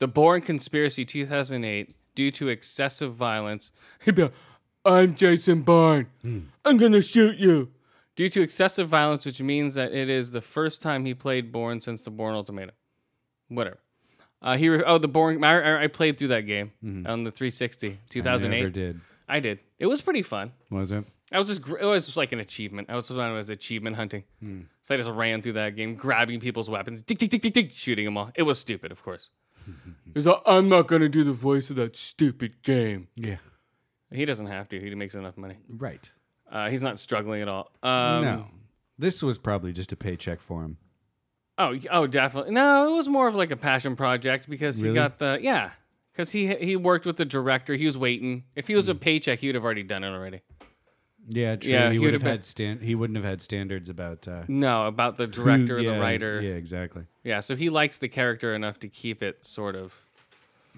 Speaker 1: The Bourne Conspiracy 2008, due to excessive violence. He'd be like, I'm Jason Bourne.
Speaker 4: Hmm.
Speaker 1: I'm gonna shoot you. Due to excessive violence, which means that it is the first time he played Bourne since the Bourne Ultimatum. Whatever. Uh, he re- oh the Bourne. I, I- I played through that game on the 360,
Speaker 2: Mm-hmm. Never
Speaker 1: 2008.
Speaker 2: did.
Speaker 1: I did. It was pretty fun.
Speaker 2: Was it?
Speaker 1: I was just gr- it was just like an achievement. I was when I was achievement hunting.
Speaker 2: Hmm.
Speaker 1: So I just ran through that game, grabbing people's weapons, tick tick tick tick tick, shooting them all. It was stupid, of course. He's like, I'm not gonna do the voice of that stupid game.
Speaker 2: Yeah.
Speaker 1: He doesn't have to. He makes enough money.
Speaker 2: Right.
Speaker 1: Uh, he's not struggling at all. Um,
Speaker 2: no, this was probably just a paycheck for him.
Speaker 1: Oh, y- oh, definitely. No, it was more of like a passion project because he
Speaker 2: Really?
Speaker 1: got the yeah. Because he he worked with the director. He was waiting. If he was
Speaker 2: Hmm.
Speaker 1: a paycheck, he would have already done it already.
Speaker 2: Yeah, true.
Speaker 1: Yeah,
Speaker 2: he,
Speaker 1: he
Speaker 2: would
Speaker 1: would've
Speaker 2: have
Speaker 1: been-
Speaker 2: had stand. He wouldn't have had standards about uh,
Speaker 1: No, about the director,
Speaker 2: who- yeah,
Speaker 1: the writer.
Speaker 2: Yeah,
Speaker 1: Yeah.
Speaker 2: exactly.
Speaker 1: So he likes the character enough to keep it sort of.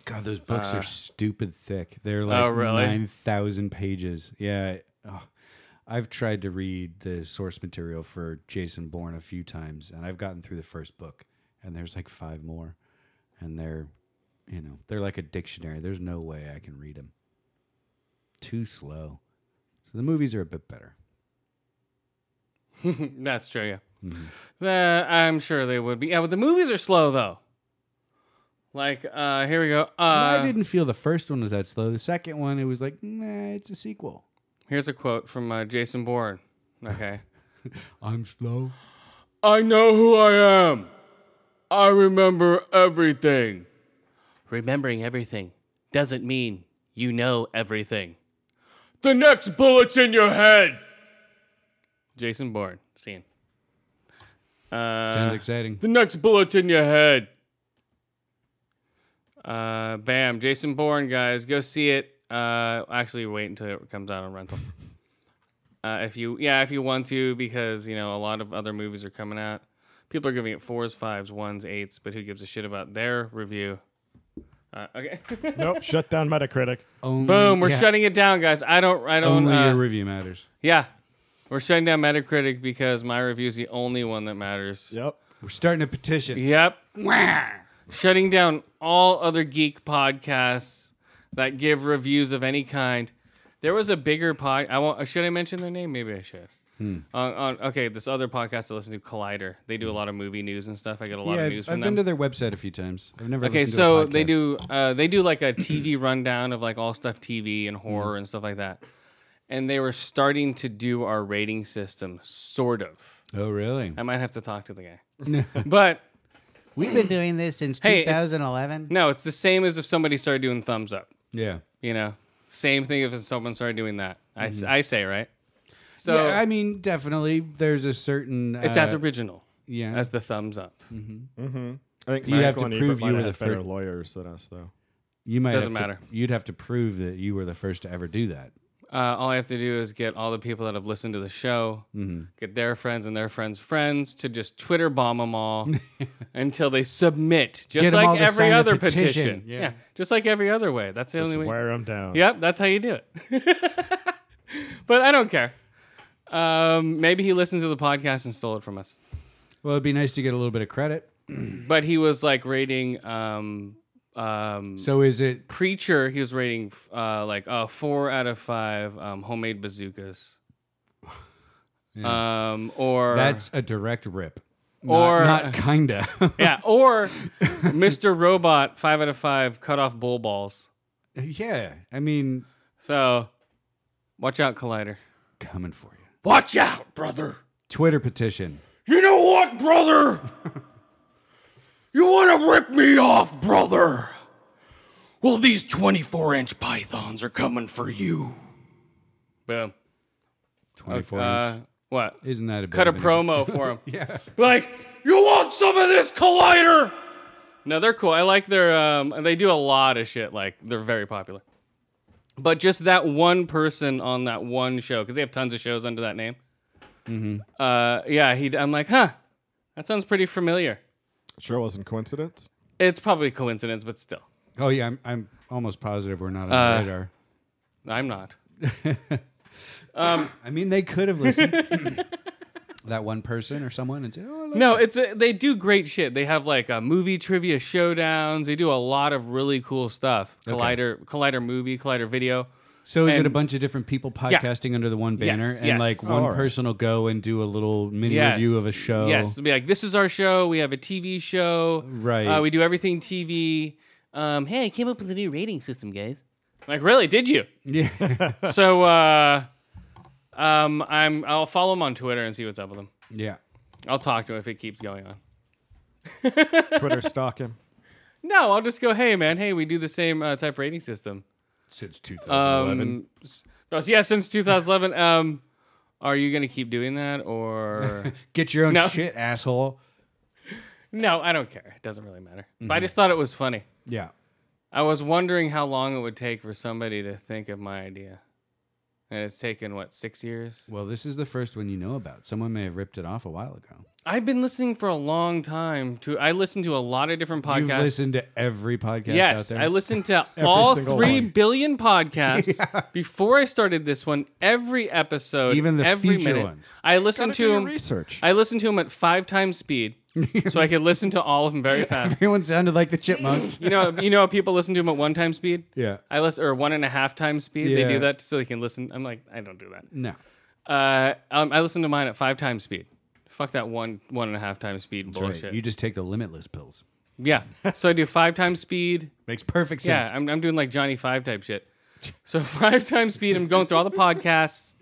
Speaker 2: God, those books are stupid thick. They're like
Speaker 1: Uh, Oh, really?
Speaker 2: nine thousand pages. Yeah, oh, I've tried to read the source material for Jason Bourne a few times, and I've gotten through the first book, and there's like five more, and they're, you know, they're like a dictionary. There's no way I can read them. Too slow. So the movies are a bit better.
Speaker 1: That's true. Yeah. The- I'm sure they would be. Yeah, but the movies are slow though. Like uh here we go. Uh,
Speaker 2: I didn't feel the first one was that slow. The second one, it was like, nah, it's a sequel.
Speaker 1: Here's a quote from uh, Jason Bourne. Okay.
Speaker 2: I'm slow.
Speaker 1: I know who I am. I remember everything. Remembering everything doesn't mean you know everything. The next bullet's in your head. Jason Bourne, scene.
Speaker 2: Sounds
Speaker 1: Uh,
Speaker 2: exciting.
Speaker 1: the next bullet's in your head. Uh, bam, Jason Bourne, guys, go see it. Uh, actually, wait until it comes out on rental. Uh, if you, yeah, if you want to, because you know a lot of other movies are coming out. People are giving it fours, fives, ones, eights, but who gives a shit about their review? Uh, okay,
Speaker 3: nope. Shut down Metacritic.
Speaker 2: Only-
Speaker 1: boom, we're
Speaker 2: yeah,
Speaker 1: shutting it down, guys. I don't, I don't.
Speaker 2: Only
Speaker 1: Uh,
Speaker 2: your review matters.
Speaker 1: yeah, we're shutting down Metacritic because my review is the only one that matters.
Speaker 3: Yep.
Speaker 2: We're starting a petition.
Speaker 1: Yep. Shutting down all other geek podcasts that give reviews of any kind. There was a bigger pod. I won't. uh, Should I mention their name? Maybe I should.
Speaker 2: Hmm.
Speaker 1: On, on, okay, this other podcast I listen to, Collider. They do a lot of movie news and stuff. I get a lot
Speaker 2: Yeah,
Speaker 1: of
Speaker 2: I've,
Speaker 1: news
Speaker 2: I've
Speaker 1: from
Speaker 2: been to
Speaker 1: them.
Speaker 2: their website a few times. I've never.
Speaker 1: okay,
Speaker 2: listened to a
Speaker 1: so they
Speaker 2: podcast. Hmm.
Speaker 1: do uh, they do like a TV rundown of like all stuff TV and horror and stuff like that. And they were starting to do our rating system, sort of.
Speaker 2: Oh, really?
Speaker 1: I might have to talk to the guy, but
Speaker 2: We've been doing this since
Speaker 1: Hey, it's-
Speaker 2: 2011.
Speaker 1: No, it's the same as if somebody started doing thumbs up.
Speaker 2: Yeah.
Speaker 1: You know, same thing if someone started doing that. I,
Speaker 2: Mm-hmm.
Speaker 1: s- I say right. So
Speaker 2: yeah, I mean, definitely, there's a certain. Uh, Mm-hmm.
Speaker 1: it's as original
Speaker 2: yeah.
Speaker 1: as the thumbs up.
Speaker 3: I think
Speaker 2: You have
Speaker 3: Siskel
Speaker 2: to prove
Speaker 3: and Ebert might
Speaker 2: you were the
Speaker 3: have had better
Speaker 2: first-
Speaker 3: lawyers than us, though.
Speaker 2: you might
Speaker 1: doesn't
Speaker 2: have to-
Speaker 1: matter.
Speaker 2: you'd have to prove that you were the first to ever do that.
Speaker 1: Uh, all I have to do is get all the people that have listened to the show,
Speaker 2: Mm-hmm.
Speaker 1: get their friends and their friends' friends to just Twitter bomb them all until they submit, just
Speaker 2: 'em all
Speaker 1: like
Speaker 2: to
Speaker 1: every
Speaker 2: sign a
Speaker 1: other petition.
Speaker 2: petition.
Speaker 1: Yeah.
Speaker 2: Yeah.
Speaker 1: just like every other way. That's the only way.
Speaker 3: Wear them down.
Speaker 1: Yep, that's how you do it. but I don't care. Um, maybe he listens to the podcast and stole it from us.
Speaker 2: Well, it'd be nice to get a little bit of credit.
Speaker 1: But he was like rating um um
Speaker 2: So is it?
Speaker 1: preacher. He was rating uh like uh four out of five um homemade bazookas. Um or
Speaker 2: That's a direct rip. Not-
Speaker 1: Or- uh,
Speaker 2: not kinda.
Speaker 1: yeah or Mr. Robot five out of five cut off bull balls.
Speaker 2: yeah, I mean,
Speaker 1: So watch out, Collider.
Speaker 2: coming for you.
Speaker 4: Watch out, brother.
Speaker 2: Twitter petition.
Speaker 4: You know what, brother? you want to rip me off, brother? Well, these 24 inch pythons are coming for you.
Speaker 1: Boom.
Speaker 2: 24
Speaker 1: Uh,
Speaker 2: inch.
Speaker 1: what?
Speaker 2: Isn't that a bit
Speaker 1: Cut a
Speaker 2: of an inch?
Speaker 1: promo for him.
Speaker 2: Yeah.
Speaker 4: Like, you want some of this collider?
Speaker 1: No, they're cool. I like their um they do a lot of shit like they're very popular. But just that one person on that one show cuz they have tons of shows under that name. Mm-hmm. Uh yeah, he I'm like, "Huh. That sounds pretty familiar."
Speaker 3: Sure wasn't coincidence.
Speaker 1: It's probably coincidence, but still.
Speaker 2: Oh yeah, I'm I'm almost positive we're not on
Speaker 1: Uh,
Speaker 2: the radar.
Speaker 1: I'm not.
Speaker 2: I mean, they could have listened. that one person or someone and said, "Oh, I like
Speaker 1: No,
Speaker 2: that."
Speaker 1: it's a, they do great shit. They have like uh movie trivia showdowns. They do a lot of really cool stuff. Collider Collider movie, Collider video.
Speaker 2: So is
Speaker 1: and-
Speaker 2: it a bunch of different people podcasting under the one banner,
Speaker 1: Yes,
Speaker 2: and
Speaker 1: yes.
Speaker 2: like
Speaker 1: Oh,
Speaker 2: one
Speaker 3: all right.
Speaker 2: person will go and do a little mini review of a show?
Speaker 1: Yes, it'll be like this is our show. We have a TV show.
Speaker 2: Right.
Speaker 1: Uh, we do everything TV. Um, hey, I came up with a new rating system, guys. Like, really? Did you?
Speaker 2: Yeah.
Speaker 1: so, uh, um, I'm I'll follow him on Twitter and see what's up with him.
Speaker 2: yeah.
Speaker 1: I'll talk to him if it keeps going on.
Speaker 3: Twitter stalking.
Speaker 1: No, I'll just go. Hey, man. Hey, we do the same uh, type rating system. oh,
Speaker 2: Since
Speaker 1: Um, s- no, so yeah, since 2011. Um, Are you gonna keep doing that or
Speaker 2: Get your own
Speaker 1: No.
Speaker 2: shit, asshole.
Speaker 1: no? I don't care. It doesn't really matter. But I
Speaker 2: Mm-hmm.
Speaker 1: just thought it was funny.
Speaker 2: Yeah.
Speaker 1: I was wondering how long it would take for somebody to think of my idea, and it's taken what six years.
Speaker 2: Well, this is the first one you know about. Someone may have ripped it off a while ago.
Speaker 1: I've been listening for a long time to. I listen to a lot of different podcasts.
Speaker 2: You've listened to every podcast out
Speaker 1: Yes,
Speaker 2: there.
Speaker 1: I listened to all
Speaker 3: single
Speaker 1: three
Speaker 3: one.
Speaker 1: billion podcasts before I started this one. Every episode,
Speaker 2: Even the
Speaker 1: every
Speaker 2: future
Speaker 1: minute,
Speaker 2: ones.
Speaker 1: I listened
Speaker 3: do
Speaker 1: to
Speaker 3: your
Speaker 1: them.
Speaker 3: research.
Speaker 1: I listened to them at five times speed, so I could listen to all of them very fast.
Speaker 2: Everyone sounded like the chipmunks.
Speaker 1: You know, you know how people listen to them at one time speed.
Speaker 2: yeah.
Speaker 1: I listen or one and a half times speed. They
Speaker 2: Yeah.
Speaker 1: do that so they can listen. I'm like, I don't do that.
Speaker 2: No.
Speaker 1: Uh, um, I listen to mine at five times speed. Fuck that one one and a half times speed bullshit.
Speaker 2: Right. You just take the limitless pills.
Speaker 1: yeah, so I do five times speed.
Speaker 2: Makes perfect
Speaker 1: Yeah,
Speaker 2: sense.
Speaker 1: I'm, I'm doing like Johnny Five type shit. So five times speed. I'm going through all the podcasts.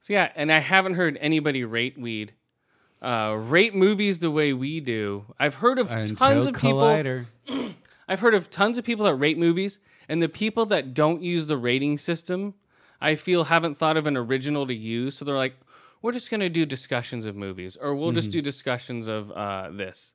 Speaker 1: So yeah, and I haven't heard anybody rate weed, uh, rate movies the way we do. I've heard of
Speaker 2: Until
Speaker 1: tons of people.
Speaker 2: Collider.
Speaker 1: I've heard of tons of people that rate movies, and the people that don't use the rating system, I feel haven't thought of an original to use. So they're like, we're just gonna do discussions of movies, or we'll just do discussions of uh, this.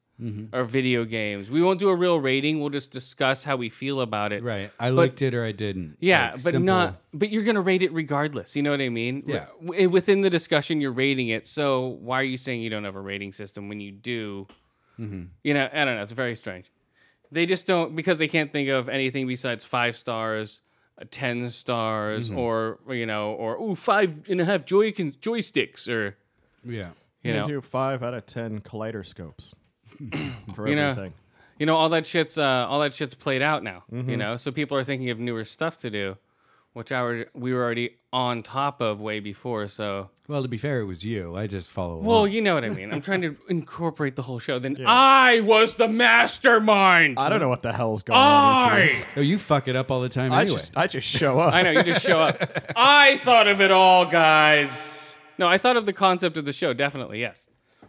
Speaker 1: Or video games. We won't do a real rating. We'll just discuss how we feel about it.
Speaker 2: Right. I liked it or I didn't.
Speaker 1: Yeah,
Speaker 2: Like,
Speaker 1: but
Speaker 2: simple.
Speaker 1: not. But you're gonna rate it regardless. You know what I mean?
Speaker 2: Yeah.
Speaker 1: W- within the discussion, you're rating it. So why are you saying you don't have a rating system when you do?
Speaker 2: Mm-hmm.
Speaker 1: You know, I don't know. It's very strange. They just don't because they can't think of anything besides five stars, uh, ten stars,
Speaker 2: Mm-hmm.
Speaker 1: or you know, or ooh, five and a half joy con- joysticks, or
Speaker 2: Yeah.
Speaker 1: you know,
Speaker 3: do five out of ten kaleidoscopes for
Speaker 1: You know,
Speaker 3: everything.
Speaker 1: you know all that shit's uh, all that shit's played out now
Speaker 2: Mm-hmm.
Speaker 1: you know so people are thinking of newer stuff to do which I were, we were already on top of way before so
Speaker 2: Well, to be fair, it was you. I just follow along.
Speaker 1: well you know what i mean i'm trying to incorporate the whole show then i was the mastermind
Speaker 3: I don't know what the hell's going on. with you.
Speaker 1: i
Speaker 2: Oh, you fuck it up all the time
Speaker 3: I
Speaker 2: anyway.
Speaker 3: just I just show up.
Speaker 1: i know you just show up i thought of it all guys no i thought of the concept of the show definitely yes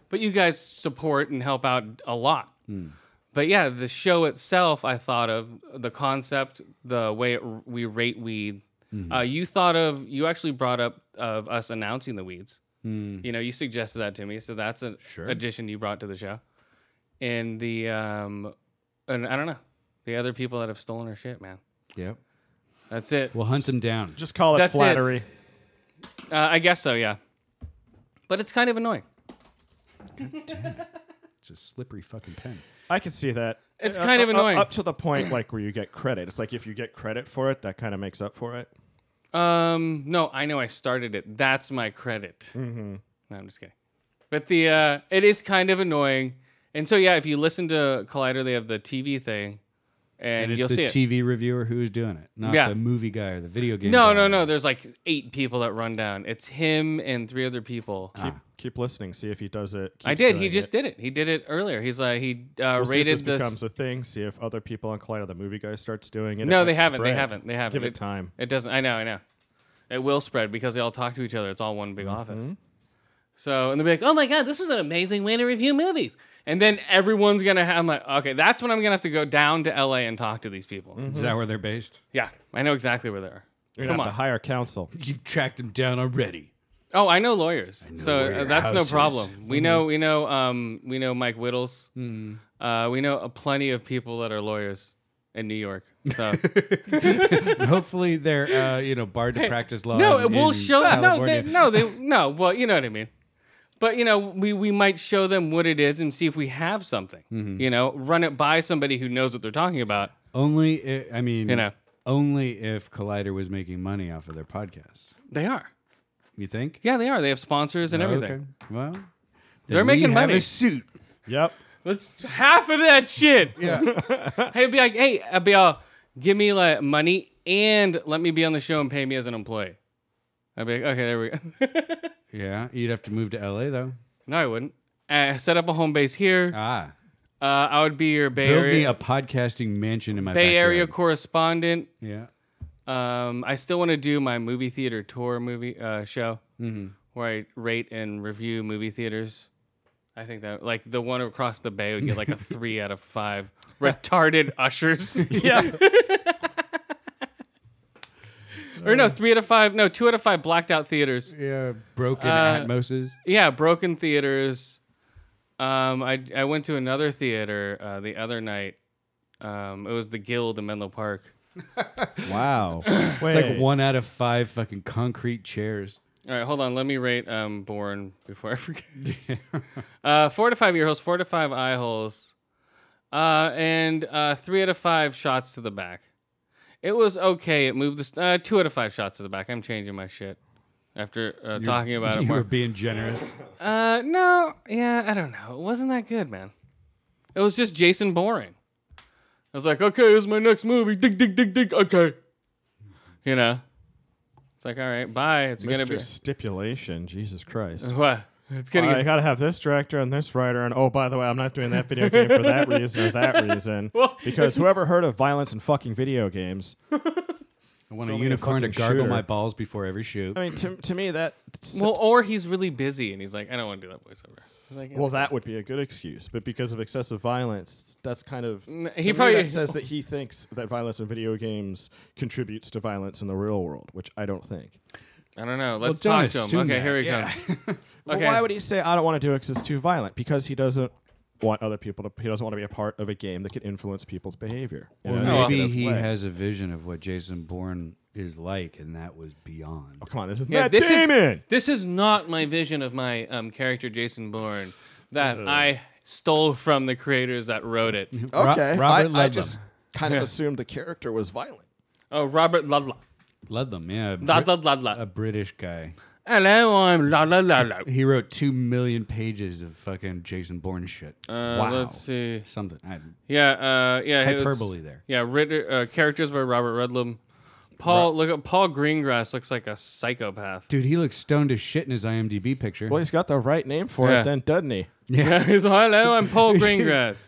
Speaker 1: but you guys support and help out a lot But yeah, the show itself, I thought of the concept, the way it, we rate weed. Uh, you thought of you actually brought up of us announcing the weeds. You know, you suggested that to me, so that's an addition you brought to the show. And the um, and I don't know the other people that have stolen our shit, man.
Speaker 2: Yep.
Speaker 1: That's it.
Speaker 2: We'll hunt them down.
Speaker 3: just call it
Speaker 1: That's it.
Speaker 3: flattery.
Speaker 1: Uh, I guess so, yeah. But it's kind of annoying.
Speaker 2: It's a slippery fucking pen.
Speaker 3: I can see that.
Speaker 1: It's
Speaker 3: Uh,
Speaker 1: kind of
Speaker 3: up-
Speaker 1: annoying.
Speaker 3: Up to the point like where you get credit. It's like if you get credit for it, that kind of makes up for it.
Speaker 1: Um, no, I know I started it. That's my credit.
Speaker 3: Mm-hmm.
Speaker 1: No, I'm just kidding. But the uh, it is kind of annoying. And so yeah, if you listen to Collider, they have the TV thing, and,
Speaker 2: And it's
Speaker 1: you'll
Speaker 2: the
Speaker 1: see it.
Speaker 2: TV reviewer who is doing it, not
Speaker 1: Yeah.
Speaker 2: the movie guy or the video game.
Speaker 1: No,
Speaker 2: guy.
Speaker 1: no, no. There's like eight people that run down. It's him and three other people.
Speaker 3: Keep keep listening, see if he does it.
Speaker 1: I
Speaker 3: keeps
Speaker 1: did. He
Speaker 3: doing
Speaker 1: just
Speaker 3: it.
Speaker 1: did it. He did it earlier. He's like he uh,
Speaker 3: We'll see if
Speaker 1: rated
Speaker 3: this
Speaker 1: the.
Speaker 3: becomes a thing. See if other people on Collider, the movie guy, starts doing it. It
Speaker 1: no, they
Speaker 3: might
Speaker 1: haven't. They
Speaker 3: spread.
Speaker 1: haven't. They haven't.
Speaker 3: Give it time.
Speaker 1: It doesn't. I know. I know. It will spread because they all talk to each other. It's all one big
Speaker 3: Mm-hmm.
Speaker 1: office. So and they'll be like, "Oh my god, this is an amazing way to review movies." And then everyone's gonna. Ha- I'm like, okay, that's when I'm gonna have to go down to LA and talk to these people.
Speaker 2: Is that where they're based?
Speaker 1: Yeah, I know exactly where they are.
Speaker 3: Mm-hmm. You're
Speaker 1: Come
Speaker 3: gonna have
Speaker 1: on.
Speaker 3: to hire counsel.
Speaker 2: You've tracked them down already.
Speaker 1: Oh, I know lawyers, so
Speaker 2: where
Speaker 1: uh,
Speaker 2: your
Speaker 1: that's no
Speaker 2: house is.
Speaker 1: problem.
Speaker 3: Mm-hmm.
Speaker 1: We know, we know, um, we know Mike Whittles. Uh, we know uh, plenty of people that are lawyers in New York. So
Speaker 2: Hopefully, they're uh, you know barred to practice law.
Speaker 1: No,
Speaker 2: in-
Speaker 1: it will
Speaker 2: in
Speaker 1: show. No,
Speaker 2: California.
Speaker 1: they, no, they, no. Well, you know what I mean. But you know, we we might show them what it is and see if we have something.
Speaker 2: Mm-hmm.
Speaker 1: You know, run it by somebody who knows what they're talking about.
Speaker 2: Only, i I mean,
Speaker 1: You know.
Speaker 2: only if Collider was making money off of their podcasts.
Speaker 1: They are.
Speaker 2: You think?
Speaker 1: Yeah, they are. They have sponsors and everything.
Speaker 2: Oh, Okay. Well, then
Speaker 1: They're
Speaker 2: we
Speaker 1: making
Speaker 2: have
Speaker 1: money.
Speaker 2: A suit.
Speaker 3: Yep.
Speaker 1: Let's half of that shit.
Speaker 2: Yeah.
Speaker 1: Hey, be like, hey, I'll be all, give me like money and let me be on the show and pay me as an employee. I'd be like, okay, there we go.
Speaker 2: yeah. You'd have to move to LA though.
Speaker 1: no, I wouldn't. Uh, set up a home base here.
Speaker 2: Ah.
Speaker 1: Uh, I would be your Bay
Speaker 2: Build me
Speaker 1: Area
Speaker 2: a podcasting mansion in my
Speaker 1: Bay Area
Speaker 2: backyard.
Speaker 1: correspondent.
Speaker 2: Yeah.
Speaker 1: Um, I still want to do my movie theater tour movie uh, show where I rate and review movie theaters. I think that like the one across the bay would get like a three out of five. Retarded ushers.
Speaker 3: Yeah.
Speaker 1: Or no, three out of five. No, two out of five blacked out theaters.
Speaker 2: Yeah, broken
Speaker 3: Uh,
Speaker 2: atmoses.
Speaker 1: Yeah, broken theaters. Um, I I went to another theater uh, the other night. Um, it was the Guild in Menlo Park.
Speaker 2: Wow, it's like one out of five fucking concrete chairs.
Speaker 1: All right, hold on. Let me rate um, Born before I forget. uh, four to five ear holes, four to five eye holes, uh, and uh, three out of five shots to the back. It was okay. It moved the st- uh, two out of five shots to the back. I'm changing my shit after uh, talking about it
Speaker 2: You were
Speaker 1: more.
Speaker 2: being generous.
Speaker 1: Uh, no, yeah, I don't know. It wasn't that good, man. It was just Jason Boring. I was like, okay, this is my next movie. Dig, dig, dig, dig. Okay, you know, it's like, all right, bye. It's gonna be
Speaker 3: Mr. Stipulation, Jesus Christ.
Speaker 1: what? It's gonna
Speaker 3: I
Speaker 1: get
Speaker 3: gotta have this director and this writer, and oh, by the way, I'm not doing that video game for that reason or that reason.
Speaker 1: Well,
Speaker 3: because whoever heard of violence in fucking video games?
Speaker 2: I want a
Speaker 3: only a
Speaker 2: unicorn to
Speaker 3: fucking
Speaker 2: gargle
Speaker 3: shooter.
Speaker 2: my balls before every shoot.
Speaker 3: I mean, to, to me, that
Speaker 1: well, or he's really busy and he's like, I don't want to do that voiceover. He's like,
Speaker 3: well, that would be a good excuse, but because of excessive violence, that's kind of
Speaker 1: N-
Speaker 3: to
Speaker 1: he
Speaker 3: me,
Speaker 1: probably-
Speaker 3: that says that he thinks that violence in video games contributes to violence in the real world, which I don't think.
Speaker 1: I don't know. Let's
Speaker 2: don't
Speaker 1: talk to him.
Speaker 2: assume
Speaker 1: Okay,
Speaker 2: that.
Speaker 1: here he comes.
Speaker 3: Well,
Speaker 1: okay,
Speaker 3: why would he say I don't want to do it because it's too violent? Because he doesn't want other people to. He doesn't want to be a part of a game that could influence people's behavior. in
Speaker 2: Or
Speaker 3: a
Speaker 1: No,
Speaker 2: maybe
Speaker 3: negative
Speaker 2: he
Speaker 3: way.
Speaker 2: has a vision of what Jason Bourne is like, and that was beyond.
Speaker 3: Oh, come on, this is
Speaker 1: Yeah,
Speaker 3: Matt
Speaker 1: this
Speaker 3: Damon.
Speaker 1: is this is not my vision of my um, character Jason Bourne that
Speaker 3: Uh.
Speaker 1: I stole from the creators that wrote it.
Speaker 3: Mm-hmm.
Speaker 2: Ro- Robert
Speaker 3: I, I
Speaker 2: Ludlum.
Speaker 3: just kind of assumed the character was violent.
Speaker 1: Oh, Robert Ludlum.
Speaker 2: Ludlum, yeah, a, Brit-
Speaker 1: Ludlum,
Speaker 2: a
Speaker 3: Uh,
Speaker 1: Ludlum.
Speaker 2: British guy.
Speaker 1: Hello, I'm Ludlum, Ludlum.
Speaker 2: He wrote two million pages of fucking Jason Bourne shit.
Speaker 1: Uh,
Speaker 3: Wow.
Speaker 1: Let's see.
Speaker 2: Something. I,
Speaker 1: Yeah, uh, yeah. it was-
Speaker 2: Hyperbole there.
Speaker 1: Yeah, written, uh, characters by Robert Ludlum. Paul, look at Paul Greengrass looks like a psychopath.
Speaker 2: dude, he looks stoned as shit in his IMDb picture.
Speaker 3: Well, he's got the right name for
Speaker 1: Yeah.
Speaker 3: it, then doesn't he?
Speaker 1: Yeah, he's hello, I'm Paul Greengrass.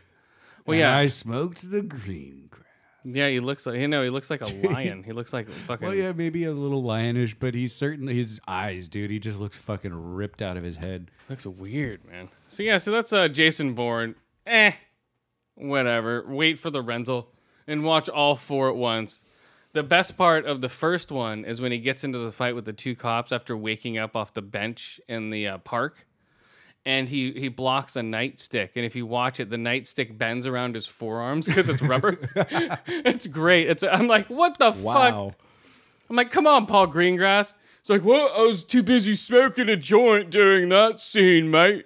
Speaker 1: Well,
Speaker 2: And
Speaker 1: yeah,
Speaker 2: I smoked the green grass.
Speaker 1: Yeah, he looks like you know he looks like a lion. He looks like fucking.
Speaker 2: Well, yeah, maybe a little lionish, but he's certainly his eyes, dude. He just looks fucking ripped out of his head.
Speaker 1: looks weird, man. So yeah, so that's uh, Jason Bourne. Eh, whatever. Wait for the rental and watch all four at once. The best part of the first one is when he gets into the fight with the two cops after waking up off the bench in the uh, park, and he he blocks a nightstick. And if you watch it, the nightstick bends around his forearms because it's rubber. it's great. It's I'm like, what the fuck? I'm like, come on, Paul Greengrass. It's like, well, I was too busy smoking a joint during that scene, mate.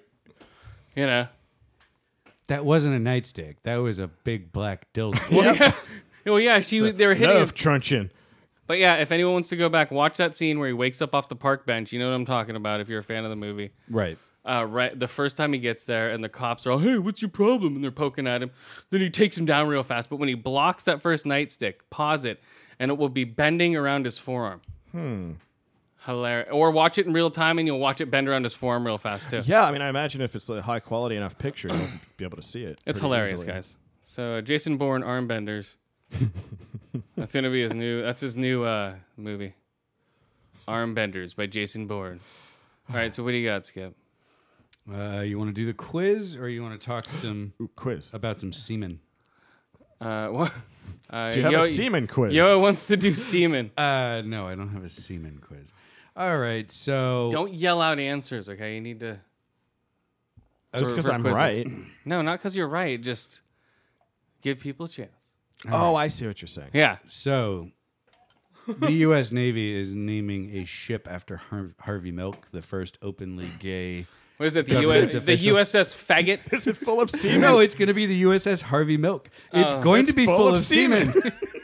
Speaker 1: You know,
Speaker 2: That wasn't a nightstick. That was a big black dildo.
Speaker 1: well, yeah, she they were hitting him.
Speaker 3: Nerve truncheon.
Speaker 1: But yeah, if anyone wants to go back, watch that scene where he wakes up off the park bench. You know what I'm talking about if you're a fan of the movie.
Speaker 2: right.
Speaker 1: Uh, right, the first time he gets there, and the cops are all, "Hey, what's your problem?" and they're poking at him. Then he takes him down real fast. But when he blocks that first nightstick, pause it, and it will be bending around his forearm. Hmm. Hilarious. Or watch it in real time, and you'll watch it bend around his forearm real fast too.
Speaker 3: Yeah, I mean, I imagine if it's a high quality enough picture, you'll be able to see it.
Speaker 1: It's
Speaker 3: pretty
Speaker 1: hilarious,
Speaker 3: easily.
Speaker 1: guys. So uh, Jason Bourne armbenders. that's gonna be his new. That's his new uh, movie. Armbenders by Jason Bourne. All right, so what do you got, Skip?
Speaker 2: Uh, you want to do the quiz, or you want to talk some
Speaker 3: Ooh, quiz.
Speaker 2: about some semen?
Speaker 1: Uh, what? Uh,
Speaker 3: Do you have
Speaker 1: Yo-
Speaker 3: a semen quiz?
Speaker 1: Yo wants to do semen.
Speaker 2: Uh, no, I don't have a semen quiz. All right, so
Speaker 1: Don't yell out answers, okay? You need to.
Speaker 3: Just
Speaker 1: for-
Speaker 3: because
Speaker 1: for
Speaker 3: I'm
Speaker 1: quizzes.
Speaker 3: right.
Speaker 1: No, not because you're right. Just give people a chance.
Speaker 3: Oh, I see what you're saying.
Speaker 1: Yeah.
Speaker 2: So, the U.S. Navy is naming a ship after Har- Harvey Milk, the first openly gay.
Speaker 1: What is it? The,
Speaker 2: That's
Speaker 1: US,
Speaker 2: it, it's
Speaker 1: the
Speaker 2: official.
Speaker 1: USS Faggot?
Speaker 3: Is it full of semen?
Speaker 2: No, it's going to be the USS Harvey Milk. It's going to be full, of, semen.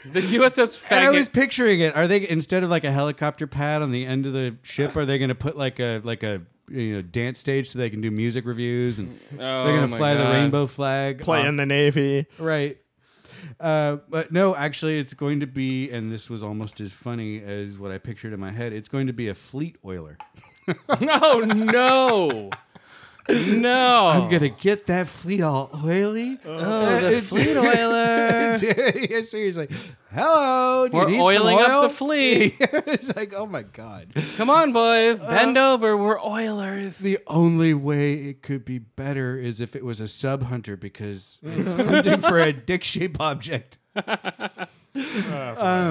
Speaker 1: The USS
Speaker 2: and I was
Speaker 1: Faggot.
Speaker 2: picturing it. Are they instead of like a helicopter pad on the end of the ship? Are they going to put like a like a you know dance stage so they can do music reviews and
Speaker 1: Oh,
Speaker 2: they're going to
Speaker 1: my
Speaker 2: fly the
Speaker 1: God.
Speaker 2: rainbow flag?
Speaker 3: Play
Speaker 2: off-
Speaker 3: in the Navy.
Speaker 2: Right. Uh, but no, actually, it's going to be, and this was almost as funny as what I pictured in my head. It's going to be a fleet oiler.
Speaker 1: No, no. No.
Speaker 2: I'm gonna get that fleet all oily. Uh,
Speaker 1: Oh, the fleet oiler.
Speaker 2: yeah, seriously. Hello. do you
Speaker 1: We're
Speaker 2: need some
Speaker 1: oiling up
Speaker 2: oil?
Speaker 1: the fleet. Uh,
Speaker 2: it's like, oh my god.
Speaker 1: Come on, boys. Bend over. We're oilers.
Speaker 2: The only way it could be better is if it was a sub hunter because it's hunting for a dick shape object.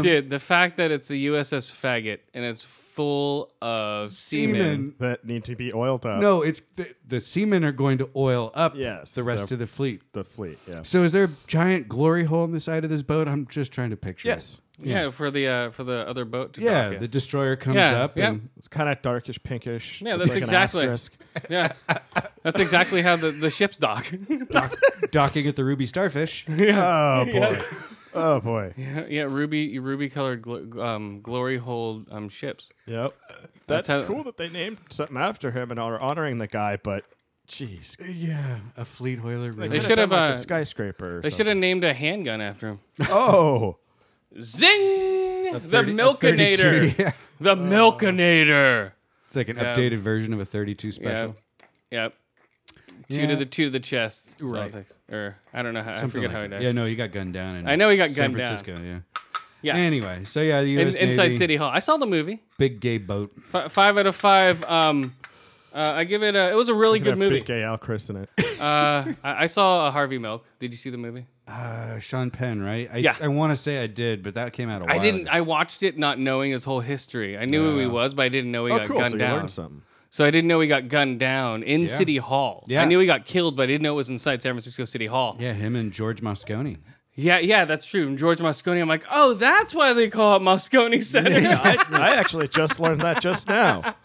Speaker 1: Dude, the fact that it's the USS Faggot and it's full of semen.
Speaker 2: Seamen.
Speaker 3: that need to be oiled up.
Speaker 2: No, it's the, the seamen are going to oil up
Speaker 3: Yes,
Speaker 2: the rest
Speaker 3: the-
Speaker 2: of the fleet.
Speaker 3: The fleet, yeah.
Speaker 2: So is there a giant glory hole in the side of this boat? I'm just trying to picture. it.
Speaker 3: Yes.
Speaker 1: Yeah, for the uh, for the other boat to
Speaker 2: Yeah,
Speaker 1: dock it.
Speaker 2: the destroyer comes
Speaker 1: Yeah,
Speaker 2: up
Speaker 1: yeah.
Speaker 2: and
Speaker 3: It's kind of darkish pinkish.
Speaker 1: Yeah,
Speaker 3: It's
Speaker 1: that's
Speaker 3: like an
Speaker 1: exactly-
Speaker 3: asterisk.
Speaker 1: yeah, that's exactly how the, the ships dock.
Speaker 2: docking at the ruby starfish.
Speaker 3: Oh boy. Oh boy.
Speaker 1: yeah, ruby ruby colored gl- um, glory hole um, ships.
Speaker 3: Yep. That's,
Speaker 1: how-
Speaker 3: cool that they named something after him and are honoring the guy, but jeez.
Speaker 2: yeah, a fleet hoiler. Really.
Speaker 1: They should have,
Speaker 3: like
Speaker 1: uh,
Speaker 3: a skyscraper. Or
Speaker 1: They should have named a handgun after him.
Speaker 3: something. Oh.
Speaker 1: Zing! the
Speaker 2: 30 a
Speaker 1: Milkinator.
Speaker 2: 32, yeah.
Speaker 1: The Milkinator.
Speaker 2: It's like an updated version of a 32 special.
Speaker 1: Yep. Yep. Two
Speaker 2: Yeah.
Speaker 1: to the two to the chest.
Speaker 2: Right.
Speaker 1: Celtics. Or I don't know how.
Speaker 2: Something
Speaker 1: I forget
Speaker 2: like
Speaker 1: how he
Speaker 2: that.
Speaker 1: died.
Speaker 2: Yeah, no, he got gunned down. In
Speaker 1: I know he got
Speaker 2: San
Speaker 1: gunned down.
Speaker 2: Francisco, down. Yeah.
Speaker 1: Yeah.
Speaker 2: Anyway, so yeah, the
Speaker 1: In,
Speaker 2: US
Speaker 1: inside
Speaker 2: Navy,
Speaker 1: City Hall. I saw the movie.
Speaker 2: big gay boat.
Speaker 1: F- five out of five. Um, uh, I give it. A, it was a really
Speaker 3: Could
Speaker 1: good
Speaker 3: have
Speaker 1: movie.
Speaker 3: Big gay Al Chris in it.
Speaker 1: Uh, I, I saw uh, Harvey Milk. Did you see the movie?
Speaker 2: Uh, Sean Penn, right? I,
Speaker 1: Yeah.
Speaker 2: I want to say I did, but that came out a while.
Speaker 1: I didn't.
Speaker 2: ago.
Speaker 1: I watched it not knowing his whole history. I knew who he was, but I didn't know he
Speaker 3: oh,
Speaker 1: got
Speaker 3: cool.
Speaker 1: gunned
Speaker 3: So you
Speaker 1: down.
Speaker 3: learned something.
Speaker 1: So I didn't know he got gunned down in City Hall.
Speaker 2: Yeah.
Speaker 1: I knew he got killed, but I didn't know it was inside San Francisco City Hall.
Speaker 2: yeah, him and George Moscone.
Speaker 1: Yeah, yeah, that's true. And George Moscone, I'm like, oh, that's why they call it Moscone Center. Yeah,
Speaker 3: I, I actually just learned that just now.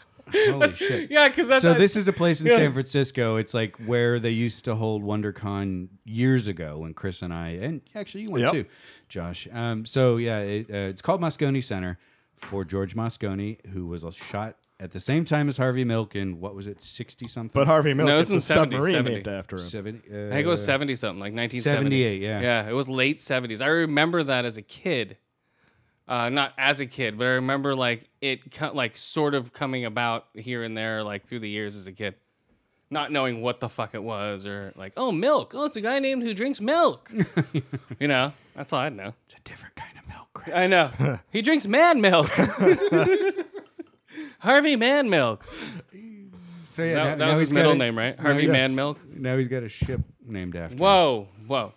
Speaker 2: Holy shit.
Speaker 1: because that's
Speaker 2: So
Speaker 1: that's-
Speaker 2: this is a place in
Speaker 1: Yeah.
Speaker 2: San Francisco. It's like where they used to hold WonderCon years ago when Chris and I and actually you went
Speaker 3: Yep.
Speaker 2: too, Josh. Um, so yeah, it, uh, it's called Moscone Center for George Moscone, who was shot at the same time as Harvey Milk in what was it, sixty something?
Speaker 3: But Harvey Milk
Speaker 1: No,
Speaker 3: gets
Speaker 1: it's in
Speaker 3: a
Speaker 1: 70,
Speaker 3: submarine
Speaker 1: 70.
Speaker 3: named after him.
Speaker 2: seventy. Uh,
Speaker 1: I think it was 70 something, like 1970.
Speaker 2: 78, yeah.
Speaker 1: Yeah, it was late 70s. I remember that as a kid. Uh, not as a kid, but I remember like it co- like sort of coming about here and there like through the years as a kid. Not knowing what the fuck it was or like, oh, milk. Oh, it's a guy named who drinks milk. you know, that's all I know.
Speaker 2: It's a different kind of milk. Chris.
Speaker 1: I know. he drinks man milk. Harvey Man Milk.
Speaker 2: So yeah, now,
Speaker 1: That, that
Speaker 2: now
Speaker 1: was
Speaker 2: he's
Speaker 1: his
Speaker 2: got
Speaker 1: middle
Speaker 2: a-
Speaker 1: name, right?
Speaker 2: now
Speaker 1: Harvey
Speaker 2: he's-
Speaker 1: Man Milk.
Speaker 2: Now he's got a ship named after. him.
Speaker 1: Whoa, whoa.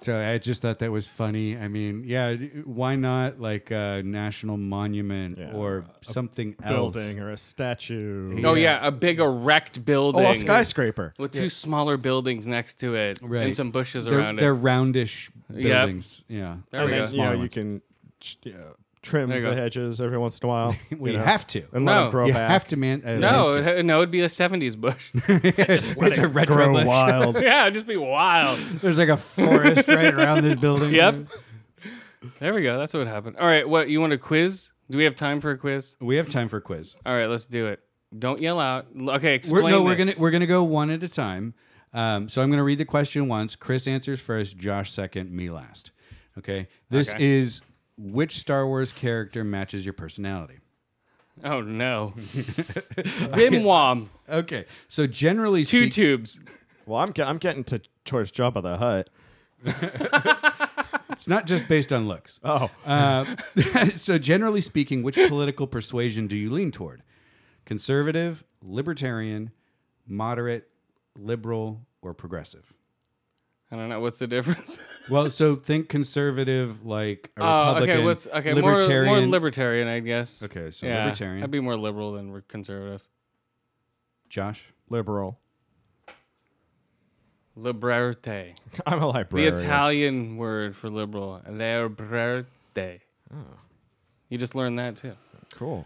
Speaker 2: So I just thought that was funny. I mean, yeah, why not like a national monument
Speaker 3: Yeah.
Speaker 2: or something else?
Speaker 3: Building or a statue.
Speaker 1: Oh yeah, a big erect building.
Speaker 3: Oh, a skyscraper.
Speaker 1: with two smaller buildings next to it
Speaker 2: Right.
Speaker 1: and some bushes
Speaker 2: They're,
Speaker 1: around
Speaker 2: they're
Speaker 1: it.
Speaker 2: roundish buildings. Yeah.
Speaker 1: There we go.
Speaker 3: and then, you know,
Speaker 2: Smaller
Speaker 3: you
Speaker 2: ones.
Speaker 3: can ch- yeah, trim
Speaker 1: There you
Speaker 3: the
Speaker 1: go.
Speaker 3: hedges every once in a while.
Speaker 2: Well, you
Speaker 3: know,
Speaker 2: have to.
Speaker 3: And let
Speaker 1: No.
Speaker 3: them grow
Speaker 2: You
Speaker 3: back.
Speaker 2: have to man. Uh,
Speaker 1: No,
Speaker 2: landscape.
Speaker 1: it, no, it'd be a '70s bush.
Speaker 2: it's a retro
Speaker 3: grow
Speaker 2: bush.
Speaker 3: wild.
Speaker 1: yeah, it'd just be wild.
Speaker 2: There's like a forest right around this building.
Speaker 1: Yep. There we go. That's what happened. All right, what you want a quiz? Do we have time for a quiz?
Speaker 2: We have time for a quiz.
Speaker 1: All right, let's do it. Don't yell out. L- Okay, explain.
Speaker 2: We're, no, we're gonna
Speaker 1: this.
Speaker 2: we're gonna go one at a time. Um, so I'm gonna read the question once. Chris answers first. Josh second. Me last. Okay. This
Speaker 1: Okay.
Speaker 2: is which Star Wars character matches your personality.
Speaker 1: Oh no. Bim Wom,
Speaker 2: Okay. So generally,
Speaker 1: two
Speaker 2: speak-
Speaker 1: tubes.
Speaker 3: well, I'm, ge- I'm getting to towards Jabba the Hut.
Speaker 2: it's not just based on looks.
Speaker 3: Oh,
Speaker 2: Uh, so generally speaking, which political persuasion do you lean toward? Conservative, libertarian, moderate, liberal, or progressive?
Speaker 1: I don't know what's the difference.
Speaker 2: Well, so think conservative, like a
Speaker 1: Oh,
Speaker 2: Republican.
Speaker 1: okay, what's okay?
Speaker 2: libertarian,
Speaker 1: More, more libertarian, I guess.
Speaker 2: Okay, so
Speaker 1: yeah,
Speaker 2: libertarian.
Speaker 1: I'd be more liberal than re- conservative.
Speaker 2: Josh.
Speaker 3: liberal.
Speaker 1: Liberté.
Speaker 3: I'm a
Speaker 1: The
Speaker 3: librarian.
Speaker 1: Italian word for liberal, liberté. You just learned that too.
Speaker 3: Cool.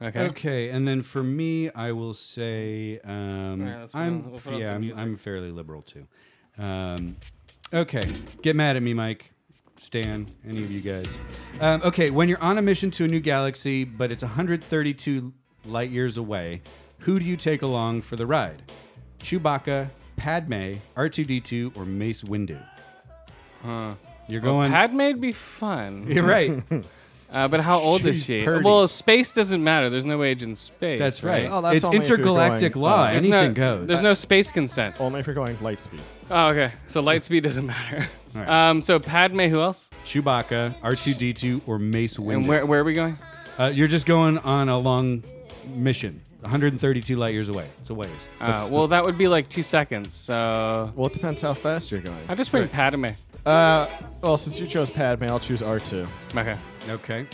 Speaker 1: Okay.
Speaker 2: Okay, and then for me, I will say um,
Speaker 1: right, let's put
Speaker 2: I'm
Speaker 1: on- we'll put on
Speaker 2: yeah
Speaker 1: some
Speaker 2: I'm,
Speaker 1: music.
Speaker 2: I'm fairly liberal too. Um, okay, get mad at me, Mike, Stan, any of you guys. Um, okay, when you're on a mission to a new galaxy, but it's 132 light years away, who do you take along for the ride? Chewbacca, Padme, R2D2, or Mace Windu? You're
Speaker 1: Oh,
Speaker 2: going.
Speaker 1: Padme'd be fun,
Speaker 2: you're right.
Speaker 1: uh, but how old is
Speaker 2: She's
Speaker 1: she?
Speaker 2: 30.
Speaker 1: Well, space doesn't matter. There's no age in space.
Speaker 2: That's right.
Speaker 3: Oh, that's
Speaker 2: it's
Speaker 3: only if you're
Speaker 2: intergalactic
Speaker 3: going-
Speaker 2: law.
Speaker 3: oh,
Speaker 1: There's
Speaker 2: Anything
Speaker 1: no,
Speaker 2: goes.
Speaker 1: There's no space consent.
Speaker 3: Only if you're going light speed.
Speaker 1: Oh, okay. So light speed doesn't matter.
Speaker 2: All right.
Speaker 1: Um, so Padme, who else?
Speaker 2: Chewbacca, R2D2, or Mace Windu.
Speaker 1: And where, where are we going?
Speaker 2: Uh, you're just going on a long mission, 132 light years away. It's a ways.
Speaker 1: Uh, well, that would be like two seconds. So
Speaker 3: Well, it depends how fast you're going.
Speaker 1: I just bring Padme.
Speaker 3: Uh, well, since you chose Padme, I'll choose R2.
Speaker 1: Okay,
Speaker 2: okay.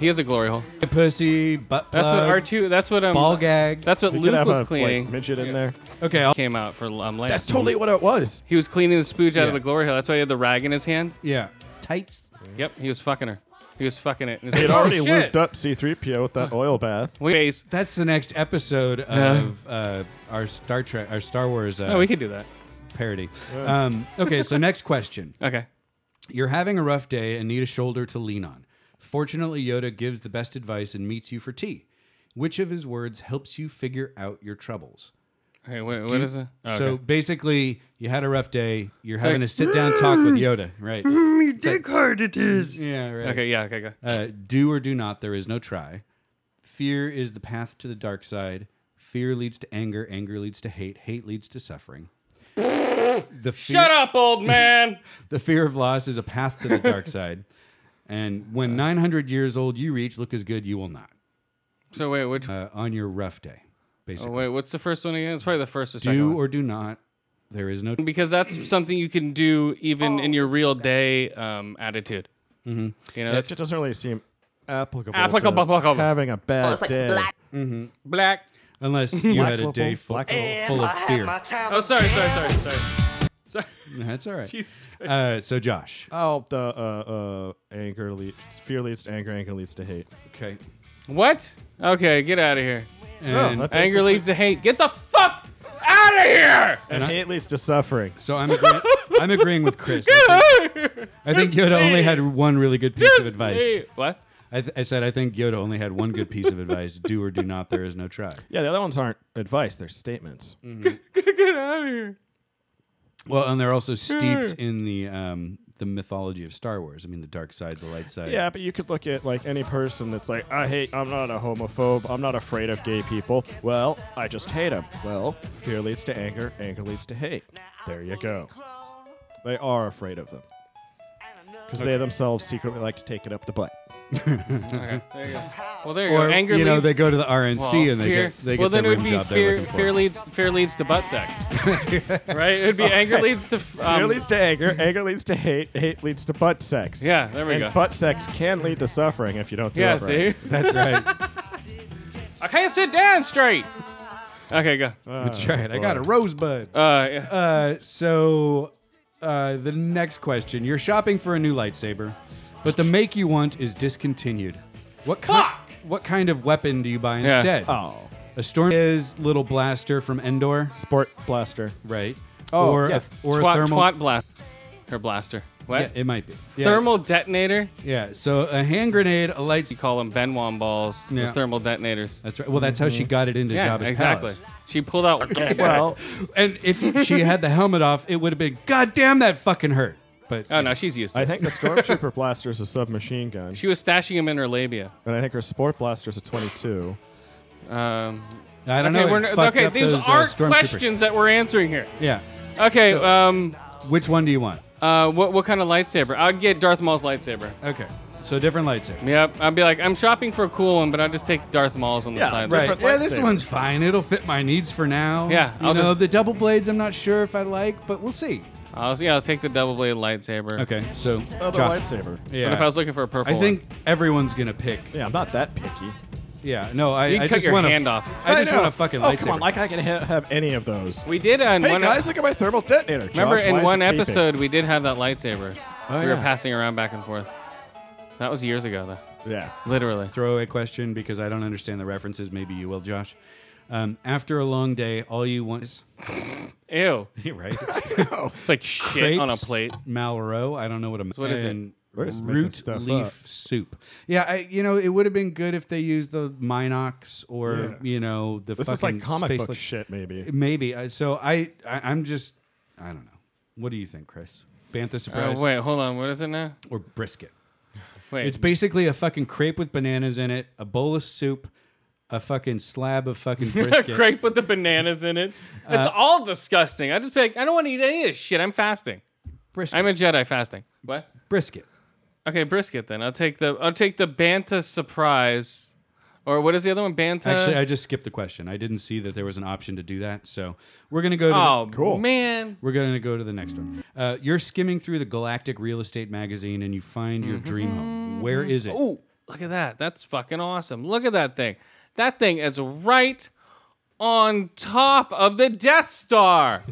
Speaker 1: he has a glory hole.
Speaker 2: Pussy butt.
Speaker 1: That's what
Speaker 2: plug,
Speaker 1: R two. That's what um.
Speaker 2: Uh, ball gag.
Speaker 1: That's what
Speaker 3: You could
Speaker 1: Luke
Speaker 3: have
Speaker 1: was
Speaker 3: a, like,
Speaker 1: cleaning.
Speaker 3: midget in there.
Speaker 2: okay. I'll,
Speaker 1: came out for um. Leia.
Speaker 3: That's totally what it was.
Speaker 1: He was cleaning the spooge
Speaker 2: Yeah.
Speaker 1: out of the glory hole. That's why he had the rag in his hand.
Speaker 2: yeah. Tights.
Speaker 1: Yep, he was fucking her. He was fucking it. And
Speaker 3: It
Speaker 1: it's like,
Speaker 3: already
Speaker 1: oh, shit.
Speaker 3: looped up C3PO with that oil bath.
Speaker 1: We face.
Speaker 2: That's the next episode of uh, our Star Trek, our Star Wars uh,
Speaker 1: No, we could do that.
Speaker 2: parody. Um, okay, so next question.
Speaker 1: Okay.
Speaker 2: You're having a rough day and need a shoulder to lean on. Fortunately, Yoda gives the best advice and meets you for tea. Which of his words helps you figure out your troubles?
Speaker 1: Okay. Wait, what is it? Oh,
Speaker 2: So
Speaker 1: okay.
Speaker 2: basically, you had a rough day. You're having
Speaker 1: like,
Speaker 2: a
Speaker 1: "Mm,
Speaker 2: sit down talk with Yoda, right?
Speaker 4: You dick hard it is.
Speaker 2: Yeah, right.
Speaker 1: Okay. Yeah. Okay. Go.
Speaker 2: Uh, do or do not, there is no try. Fear is the path to the dark side. Fear leads to anger. Anger leads to hate. Hate leads to suffering. The fear,
Speaker 1: Shut up, old man.
Speaker 2: The fear of loss is a path to the dark side. And when
Speaker 1: Uh.
Speaker 2: 900 years old you reach, look as good you will not.
Speaker 1: so wait, which?
Speaker 2: Uh, on your rough day,
Speaker 1: oh,
Speaker 2: basically.
Speaker 1: wait, what's the first one again? It's probably the first or second.
Speaker 2: do
Speaker 1: one.
Speaker 2: or do not, there is no.
Speaker 1: because that's something you can do even in your real day um, attitude. Mm-hmm. You know, that's
Speaker 3: It doesn't really seem applicable. to
Speaker 1: Applicable, applicable.
Speaker 3: Having a bad day.
Speaker 1: black.
Speaker 2: Unless you had a
Speaker 3: Black
Speaker 2: day
Speaker 3: Opal,
Speaker 2: full,
Speaker 3: Black Opal.
Speaker 2: full of fear.
Speaker 1: Oh, sorry, sorry, sorry, sorry. Sorry.
Speaker 2: That's all right.
Speaker 1: Jesus Christ.
Speaker 2: Uh, so, Josh.
Speaker 3: Oh, the uh, uh, anger leads. Fear leads to anger. Anger leads to hate.
Speaker 2: Okay. Oh,
Speaker 1: What? Okay, get out of here.
Speaker 2: And
Speaker 3: that's-
Speaker 1: Anger leads to hate. Get the fuck out of here.
Speaker 3: And, hate leads to suffering.
Speaker 2: so I'm, agree- I'm agreeing with Chris. I think, I think Yoda only had one really good piece of advice.
Speaker 1: What?
Speaker 2: I, th- I said, I think Yoda only had one good piece of advice. Do or do not, there is no try.
Speaker 3: Yeah, the other ones aren't advice. They're statements.
Speaker 1: Get out of here.
Speaker 2: Well, and they're also steeped in the um, the mythology of Star Wars. I mean, the dark side, the light side.
Speaker 3: Yeah, but you could look at like any person that's like, I hate. I'm not a homophobe. I'm not afraid of gay people. Well, I just hate them. Well, fear leads to anger. Anger leads to hate. There you go. They are afraid of them because they themselves secretly like to take it up the butt.
Speaker 1: Okay, there you go. Well, there you
Speaker 2: Mm-hmm. Or
Speaker 1: go. Anger
Speaker 2: you know,
Speaker 1: leads
Speaker 2: they go to the RNC
Speaker 1: well,
Speaker 2: and they
Speaker 1: fear-
Speaker 2: get they
Speaker 1: well,
Speaker 2: get
Speaker 1: then
Speaker 2: the
Speaker 1: it
Speaker 2: rim
Speaker 1: would be
Speaker 2: job they're
Speaker 1: fear.
Speaker 2: looking for.
Speaker 1: Fear leads. Fear leads to butt sex. right? It would be anger leads to. f- Um,
Speaker 3: Fear leads to anger. Anger leads to hate. Hate leads to butt sex.
Speaker 1: Yeah, there we
Speaker 3: and
Speaker 1: go.
Speaker 3: Butt sex can lead to suffering if you don't do
Speaker 1: yeah.
Speaker 3: it right.
Speaker 1: See.
Speaker 2: That's right.
Speaker 1: I can't sit down straight. Okay, go. Uh,
Speaker 2: That's right. I got a rosebud.
Speaker 1: yeah.
Speaker 2: Uh, so uh, the next question: You're shopping for a new lightsaber, but the make you want is discontinued. What
Speaker 1: Fuck!
Speaker 2: kind? What kind of weapon do you buy
Speaker 1: Yeah.
Speaker 2: instead?
Speaker 3: Oh,
Speaker 2: A storm is little blaster from Endor,
Speaker 3: sport blaster.
Speaker 2: right?
Speaker 3: Oh,
Speaker 2: or
Speaker 3: yeah.
Speaker 2: a, or
Speaker 1: twat,
Speaker 2: a thermal.
Speaker 1: twat blast. Her blaster. What?
Speaker 2: Yeah, it might be Yeah.
Speaker 1: Thermal detonator.
Speaker 2: Yeah. So a hand grenade, a light.
Speaker 1: You call them Benwam balls.
Speaker 2: Yeah.
Speaker 1: The thermal detonators.
Speaker 2: That's right. Well, that's how she
Speaker 3: Mm-hmm.
Speaker 2: got it into
Speaker 1: yeah,
Speaker 2: Jabba's
Speaker 1: exactly.
Speaker 2: palace.
Speaker 1: She pulled out.
Speaker 3: Well,
Speaker 2: And if she had the helmet off, it would have been God damn that fucking hurt. But
Speaker 1: oh no, she's used to.
Speaker 3: I
Speaker 1: it.
Speaker 3: think the stormtrooper blaster is a submachine gun,
Speaker 1: She was stashing him in her labia.
Speaker 3: and I think her sport blaster is a 22.
Speaker 1: Um,
Speaker 2: I don't
Speaker 1: okay,
Speaker 2: know.
Speaker 1: we're
Speaker 2: it
Speaker 1: n-
Speaker 2: fucked
Speaker 1: okay.
Speaker 2: up
Speaker 1: These
Speaker 2: those, uh,
Speaker 1: aren't
Speaker 2: stormtroopers.
Speaker 1: questions that we're answering here.
Speaker 2: Yeah.
Speaker 1: Okay. um.
Speaker 2: Which one do you want?
Speaker 1: Uh. What What kind of lightsaber? I'd get Darth Maul's lightsaber.
Speaker 2: Okay. So different lightsaber.
Speaker 1: Yep. I'd be like, I'm shopping for a cool one, but I'll just take Darth Maul's on the
Speaker 3: Yeah,
Speaker 1: side.
Speaker 3: right.
Speaker 2: Right.
Speaker 3: Different
Speaker 2: Yeah, this
Speaker 3: lightsaber.
Speaker 2: one's fine. It'll fit my needs for now.
Speaker 1: Yeah,
Speaker 2: You
Speaker 1: I'll
Speaker 2: know,
Speaker 1: just-
Speaker 2: the double blades, I'm not sure if I like, but we'll see.
Speaker 1: I'll, yeah, I'll take the double bladed lightsaber.
Speaker 2: Okay. So,
Speaker 3: Other
Speaker 2: Josh.
Speaker 3: lightsaber.
Speaker 2: Yeah.
Speaker 1: What if I was looking for a purple?
Speaker 2: I
Speaker 1: one?
Speaker 2: think everyone's going to pick.
Speaker 3: Yeah, I'm not that picky.
Speaker 2: Yeah. No, I,
Speaker 1: You
Speaker 2: I
Speaker 1: cut
Speaker 2: just
Speaker 1: your
Speaker 2: want
Speaker 1: hand off.
Speaker 2: I just want a fucking
Speaker 3: oh,
Speaker 2: lightsaber.
Speaker 3: come on, like I can ha- have any of those.
Speaker 1: we did on
Speaker 3: Hey
Speaker 1: one.
Speaker 3: guys, look at my thermal detonator.
Speaker 1: remember
Speaker 3: Josh, why
Speaker 1: in
Speaker 3: is
Speaker 1: one
Speaker 3: it beeping?
Speaker 1: episode we did have that lightsaber.
Speaker 3: Oh,
Speaker 1: we were
Speaker 3: yeah.
Speaker 1: passing around back and forth. That was years ago though.
Speaker 3: Yeah.
Speaker 1: Literally.
Speaker 2: throwaway question because I don't understand the references. Maybe you will, Josh. Um, after a long day, all you want is
Speaker 1: Ew.
Speaker 2: You're right.
Speaker 1: It's like shit on a
Speaker 2: Crepes
Speaker 1: plate.
Speaker 2: Malraux. I don't know what a
Speaker 1: what is it?
Speaker 2: and
Speaker 3: We're just making
Speaker 2: root
Speaker 3: stuff
Speaker 2: leaf
Speaker 3: up.
Speaker 2: soup. Yeah, I, you know it would have been good if they used the Minox or
Speaker 3: Yeah.
Speaker 2: you know the
Speaker 3: This
Speaker 2: fucking
Speaker 3: is like comic
Speaker 2: space
Speaker 3: book
Speaker 2: like-
Speaker 3: shit, maybe.
Speaker 2: Maybe. I- So I, I I'm just I don't know. What do you think, Chris? Bantha
Speaker 1: Oh
Speaker 2: surprise
Speaker 1: wait, hold on. What is it now?
Speaker 2: or brisket?
Speaker 1: Wait.
Speaker 2: It's basically a fucking crepe with bananas in it, a bowl of soup, a fucking slab of fucking
Speaker 1: a
Speaker 2: brisket. Uh,
Speaker 1: crepe with the bananas in it. It's all disgusting. I just be like, I don't want to eat any of this shit. I'm fasting.
Speaker 2: brisket.
Speaker 1: I'm a Jedi fasting. What?
Speaker 2: brisket.
Speaker 1: Okay, brisket then. I'll take the I'll take the Banta surprise Or what is the other one? Banta.
Speaker 2: Actually, I just skipped the question. I didn't see that there was an option to do that. So we're gonna go to the-
Speaker 1: oh man.
Speaker 2: We're going to go to the next one. Uh, you're skimming through the Galactic Real Estate magazine and you find your dream home. Where is it?
Speaker 1: Oh, look at that. That's fucking awesome. Look at that thing. That thing is right on top of the Death Star.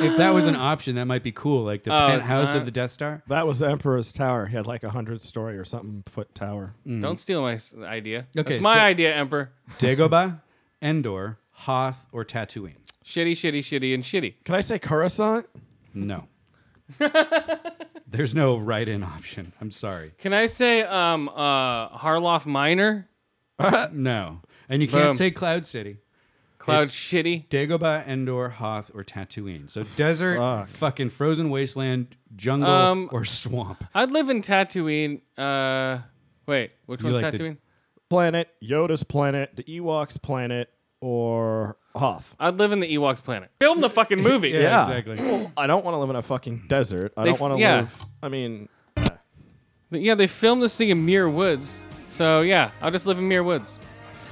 Speaker 2: If that was an option, that might be cool. Like the
Speaker 1: Oh, it's
Speaker 2: penthouse
Speaker 1: not?
Speaker 2: of the Death Star.
Speaker 3: That was the Emperor's Tower. He had like a hundred story or something foot tower.
Speaker 1: Don't steal my s- idea.
Speaker 2: Hmm. Okay,
Speaker 1: That's my
Speaker 2: so-
Speaker 1: idea, Emperor.
Speaker 2: Dagobah, Endor, Hoth, or Tatooine?
Speaker 1: Shitty, shitty, shitty, and shitty.
Speaker 3: Can I say Coruscant?
Speaker 2: No. There's no right in option. I'm sorry.
Speaker 1: Can I say um uh Harloff Minor?
Speaker 2: Uh, No. And you can't
Speaker 1: Boom.
Speaker 2: say Cloud City.
Speaker 1: Cloud
Speaker 2: It's-
Speaker 1: shitty.
Speaker 2: Dagobah, Endor, Hoth, or Tatooine. So desert,
Speaker 3: Fuck.
Speaker 2: fucking frozen wasteland, jungle,
Speaker 1: Um,
Speaker 2: or swamp.
Speaker 1: I'd live in Tatooine. Uh wait, which
Speaker 2: You
Speaker 1: one's
Speaker 2: like the-
Speaker 1: Tatooine?
Speaker 3: Planet, Yoda's planet, the Ewoks planet, or Hoth.
Speaker 1: I'd live in the Ewoks planet. Film the fucking movie.
Speaker 3: Yeah.
Speaker 2: exactly.
Speaker 3: I don't want to live in a fucking desert. I
Speaker 1: They
Speaker 3: don't want
Speaker 1: f-
Speaker 3: to
Speaker 1: yeah.
Speaker 3: live. I mean,
Speaker 1: Yeah, they filmed this thing in Muir Woods. So yeah, I'll just live in Muir Woods.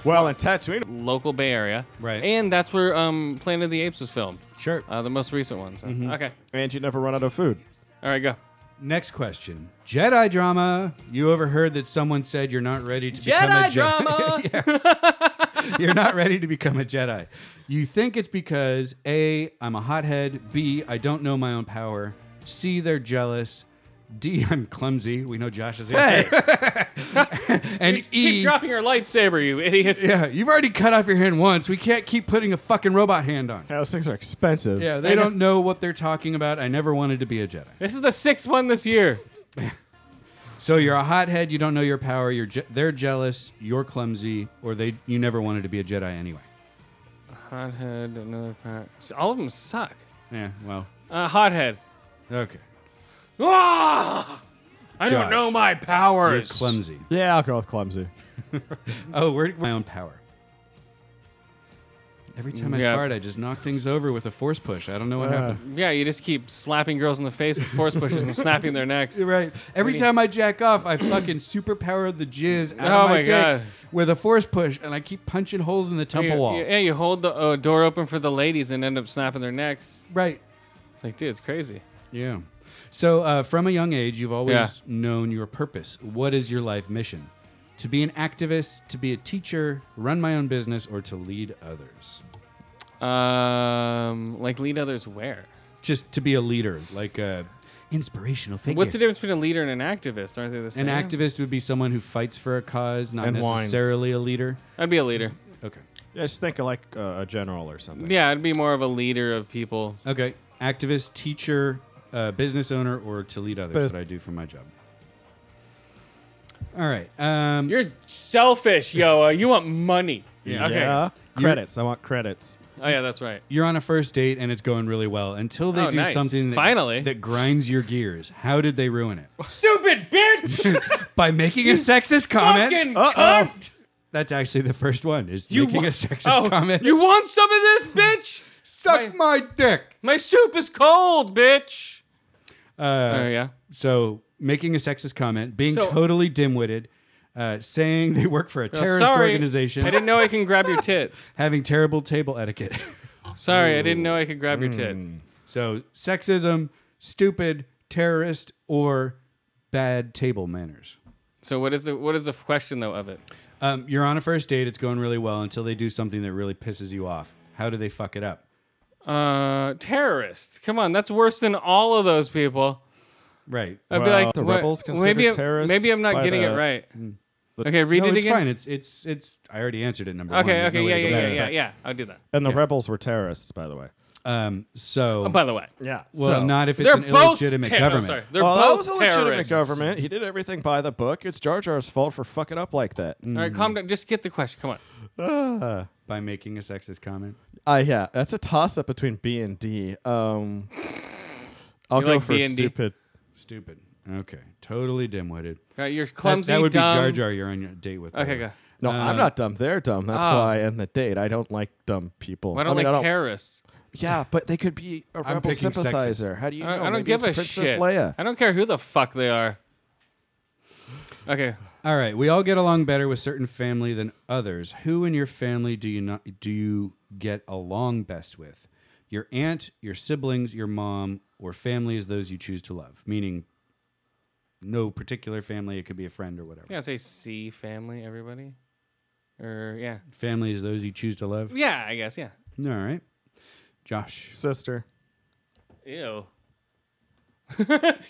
Speaker 3: well, in Tatooine,
Speaker 1: local Bay Area.
Speaker 2: Right.
Speaker 1: And that's where um, Planet of the Apes was filmed,
Speaker 2: Sure.
Speaker 1: uh, the most recent one. So.
Speaker 2: Mm-hmm.
Speaker 1: Okay.
Speaker 3: and you never run out of food.
Speaker 1: All right, go.
Speaker 2: Next question. Jedi drama. You overheard that someone said you're not ready to become a
Speaker 1: Jedi
Speaker 2: Jedi.
Speaker 1: drama!
Speaker 2: you're not ready to become a Jedi. You think it's because A, I'm a hothead, B, I don't know my own power, C, they're jealous, D, I'm clumsy. We know Josh is answer. and
Speaker 1: Keep
Speaker 2: E,
Speaker 1: dropping your lightsaber, you idiot.
Speaker 2: yeah, you've already cut off your hand once. We can't keep putting a fucking robot hand on.
Speaker 3: Yeah, those things are expensive.
Speaker 2: Yeah, they don't know what they're talking about. I never wanted to be a Jedi.
Speaker 1: This is the sixth one this year.
Speaker 2: So you're a hothead. You don't know your power. You're je- they're jealous. You're clumsy, or they you never wanted to be a Jedi anyway.
Speaker 1: Hothead, another part. All of them suck.
Speaker 2: Yeah. Well.
Speaker 1: Uh, hothead.
Speaker 2: Okay.
Speaker 1: Ah! I
Speaker 2: Josh.
Speaker 1: don't know my
Speaker 2: You're
Speaker 1: powers.
Speaker 2: clumsy.
Speaker 3: Yeah, I'll go with clumsy.
Speaker 2: Oh, we're my own power. Every time I
Speaker 1: Yeah. Uh,
Speaker 2: fart, I just knock things over with a force push. I don't know what happened.
Speaker 1: Yeah, you just keep slapping girls in the face with force pushes and snapping their necks.
Speaker 2: Right. Every time I jack off, I fucking superpower the jizz out
Speaker 1: Oh
Speaker 2: of my,
Speaker 1: my
Speaker 2: dick
Speaker 1: God.
Speaker 2: with a force push, and I keep punching holes in the temple
Speaker 1: You- you-
Speaker 2: wall.
Speaker 1: Yeah, you hold the uh, door open for the ladies and end up snapping their necks.
Speaker 2: Right.
Speaker 1: It's like, dude, it's crazy.
Speaker 2: Yeah. So, uh, from a young age, you've always
Speaker 1: Yeah.
Speaker 2: known your purpose. What is your life mission? To be an activist, to be a teacher, run my own business, or to lead others?
Speaker 1: Um, like lead others where?
Speaker 2: Just to be a leader, like a inspirational figure.
Speaker 1: What's the difference between a leader and an activist? Aren't they the
Speaker 2: An
Speaker 1: same?
Speaker 2: activist would be someone who fights for a cause, not
Speaker 3: And whines.
Speaker 2: necessarily a leader.
Speaker 1: I'd be a leader.
Speaker 2: Okay.
Speaker 3: Yeah, just think of like uh, a general or something.
Speaker 1: Yeah, I'd be more of a leader of people.
Speaker 2: Okay. Activist, teacher, uh, business owner, or to lead others.
Speaker 3: Bus-
Speaker 2: what I do for my job. All right. Um,
Speaker 1: You're selfish, yo. uh, You want money.
Speaker 2: Yeah.
Speaker 1: Okay.
Speaker 3: Yeah.
Speaker 2: You're-
Speaker 3: Credits. I want credits.
Speaker 1: Oh yeah, that's right.
Speaker 2: you're on a first date and it's going really well until they
Speaker 1: Oh,
Speaker 2: do
Speaker 1: nice.
Speaker 2: something that,
Speaker 1: Finally.
Speaker 2: that grinds your gears. How did they ruin it?
Speaker 1: Stupid bitch.
Speaker 2: By making a sexist comment.
Speaker 1: Fucking
Speaker 3: Uh-oh.
Speaker 1: cunt.
Speaker 2: That's actually the first one is making
Speaker 1: wa-
Speaker 2: a sexist
Speaker 1: Oh,
Speaker 2: comment.
Speaker 1: You want some of this, bitch?
Speaker 2: suck my, dick.
Speaker 1: My soup is cold, bitch.
Speaker 2: Uh,
Speaker 1: Oh yeah.
Speaker 2: So making a sexist comment, being
Speaker 1: So-
Speaker 2: totally dim-witted, uh, saying they work for a
Speaker 1: Oh,
Speaker 2: terrorist
Speaker 1: sorry.
Speaker 2: organization,
Speaker 1: I didn't know I can grab your tit.
Speaker 2: having terrible table etiquette.
Speaker 1: Sorry, I didn't know I could grab your tit.
Speaker 2: Hmm. so sexism, stupid, terrorist, or bad table manners.
Speaker 1: So what is the what is the question though of it?
Speaker 2: Um, you're on a first date. It's going really well until they do something that really pisses you off. How do they fuck it up?
Speaker 1: Uh, terrorist. Come on, that's worse than all of those people.
Speaker 2: Right.
Speaker 1: I'd be
Speaker 3: Well,
Speaker 1: like,
Speaker 3: the
Speaker 1: what-
Speaker 3: rebels
Speaker 1: well,
Speaker 3: considered
Speaker 1: maybe I'm-
Speaker 3: terrorists
Speaker 1: Maybe I'm not
Speaker 3: by
Speaker 1: getting it
Speaker 3: the-
Speaker 1: right.
Speaker 3: the-
Speaker 1: okay, read
Speaker 2: Hmm. no,
Speaker 1: it
Speaker 2: it's
Speaker 1: again.
Speaker 2: fine. It's it's it's. I already answered it. Number one.
Speaker 1: Okay,
Speaker 2: There's no
Speaker 1: okay,
Speaker 2: way
Speaker 1: yeah,
Speaker 2: to go
Speaker 1: yeah,
Speaker 2: back.
Speaker 1: yeah,
Speaker 3: it.
Speaker 1: yeah, yeah. I'll do that.
Speaker 3: And the rebels were terrorists, by the way.
Speaker 2: Um. So.
Speaker 1: By the way,
Speaker 3: Yeah.
Speaker 2: well, not if it's
Speaker 1: they're
Speaker 2: an
Speaker 1: both
Speaker 2: illegitimate
Speaker 1: ter-
Speaker 2: government. Oh,
Speaker 1: I'm sorry, e, they're
Speaker 3: well, that
Speaker 1: both
Speaker 3: was a legitimate
Speaker 1: terrorists.
Speaker 3: government. He did everything by the book. It's Jar Jar's fault for fucking up like that.
Speaker 1: All right,
Speaker 2: Hmm.
Speaker 1: calm down. Just get the question. Come on.
Speaker 3: Ah.
Speaker 2: By making a sexist comment.
Speaker 3: Uh, yeah, that's a toss up between B and D. Um, I'll
Speaker 1: You
Speaker 3: go
Speaker 1: like
Speaker 3: for
Speaker 1: B and D?
Speaker 3: stupid.
Speaker 2: Stupid. Okay. Totally dim-witted.
Speaker 1: All right, you're
Speaker 2: That-
Speaker 1: clumsy.
Speaker 2: that, would
Speaker 1: dumb.
Speaker 2: be Jar Jar you're on your date with. by
Speaker 1: Okay,
Speaker 2: the way.
Speaker 1: go.
Speaker 3: No, I'm not dumb. They're dumb. That's
Speaker 1: Um, Oh.
Speaker 3: why I end the date. I don't like dumb people.
Speaker 1: Well, I don't
Speaker 3: mean,
Speaker 1: like terrorists.
Speaker 3: Yeah, but they could be a rebel
Speaker 2: picking sexist.
Speaker 3: sympathizer. How do you
Speaker 1: I
Speaker 3: know?
Speaker 1: don't, I don't
Speaker 3: Maybe
Speaker 1: give
Speaker 3: it's
Speaker 1: a
Speaker 3: Princess
Speaker 1: shit.
Speaker 3: Leia.
Speaker 1: I don't care who the fuck they are. Okay.
Speaker 2: All right, we all get along better with certain family than others. Who in your family do you not do you get along best with? Your aunt, your siblings, your mom, or family is those you choose to love. Meaning no particular family, it could be a friend or whatever.
Speaker 1: Yeah, I'd say C family, everybody. Or yeah.
Speaker 2: Family is those you choose to love.
Speaker 1: Yeah, I guess, yeah.
Speaker 2: All right. Josh.
Speaker 3: Sister.
Speaker 1: Ew.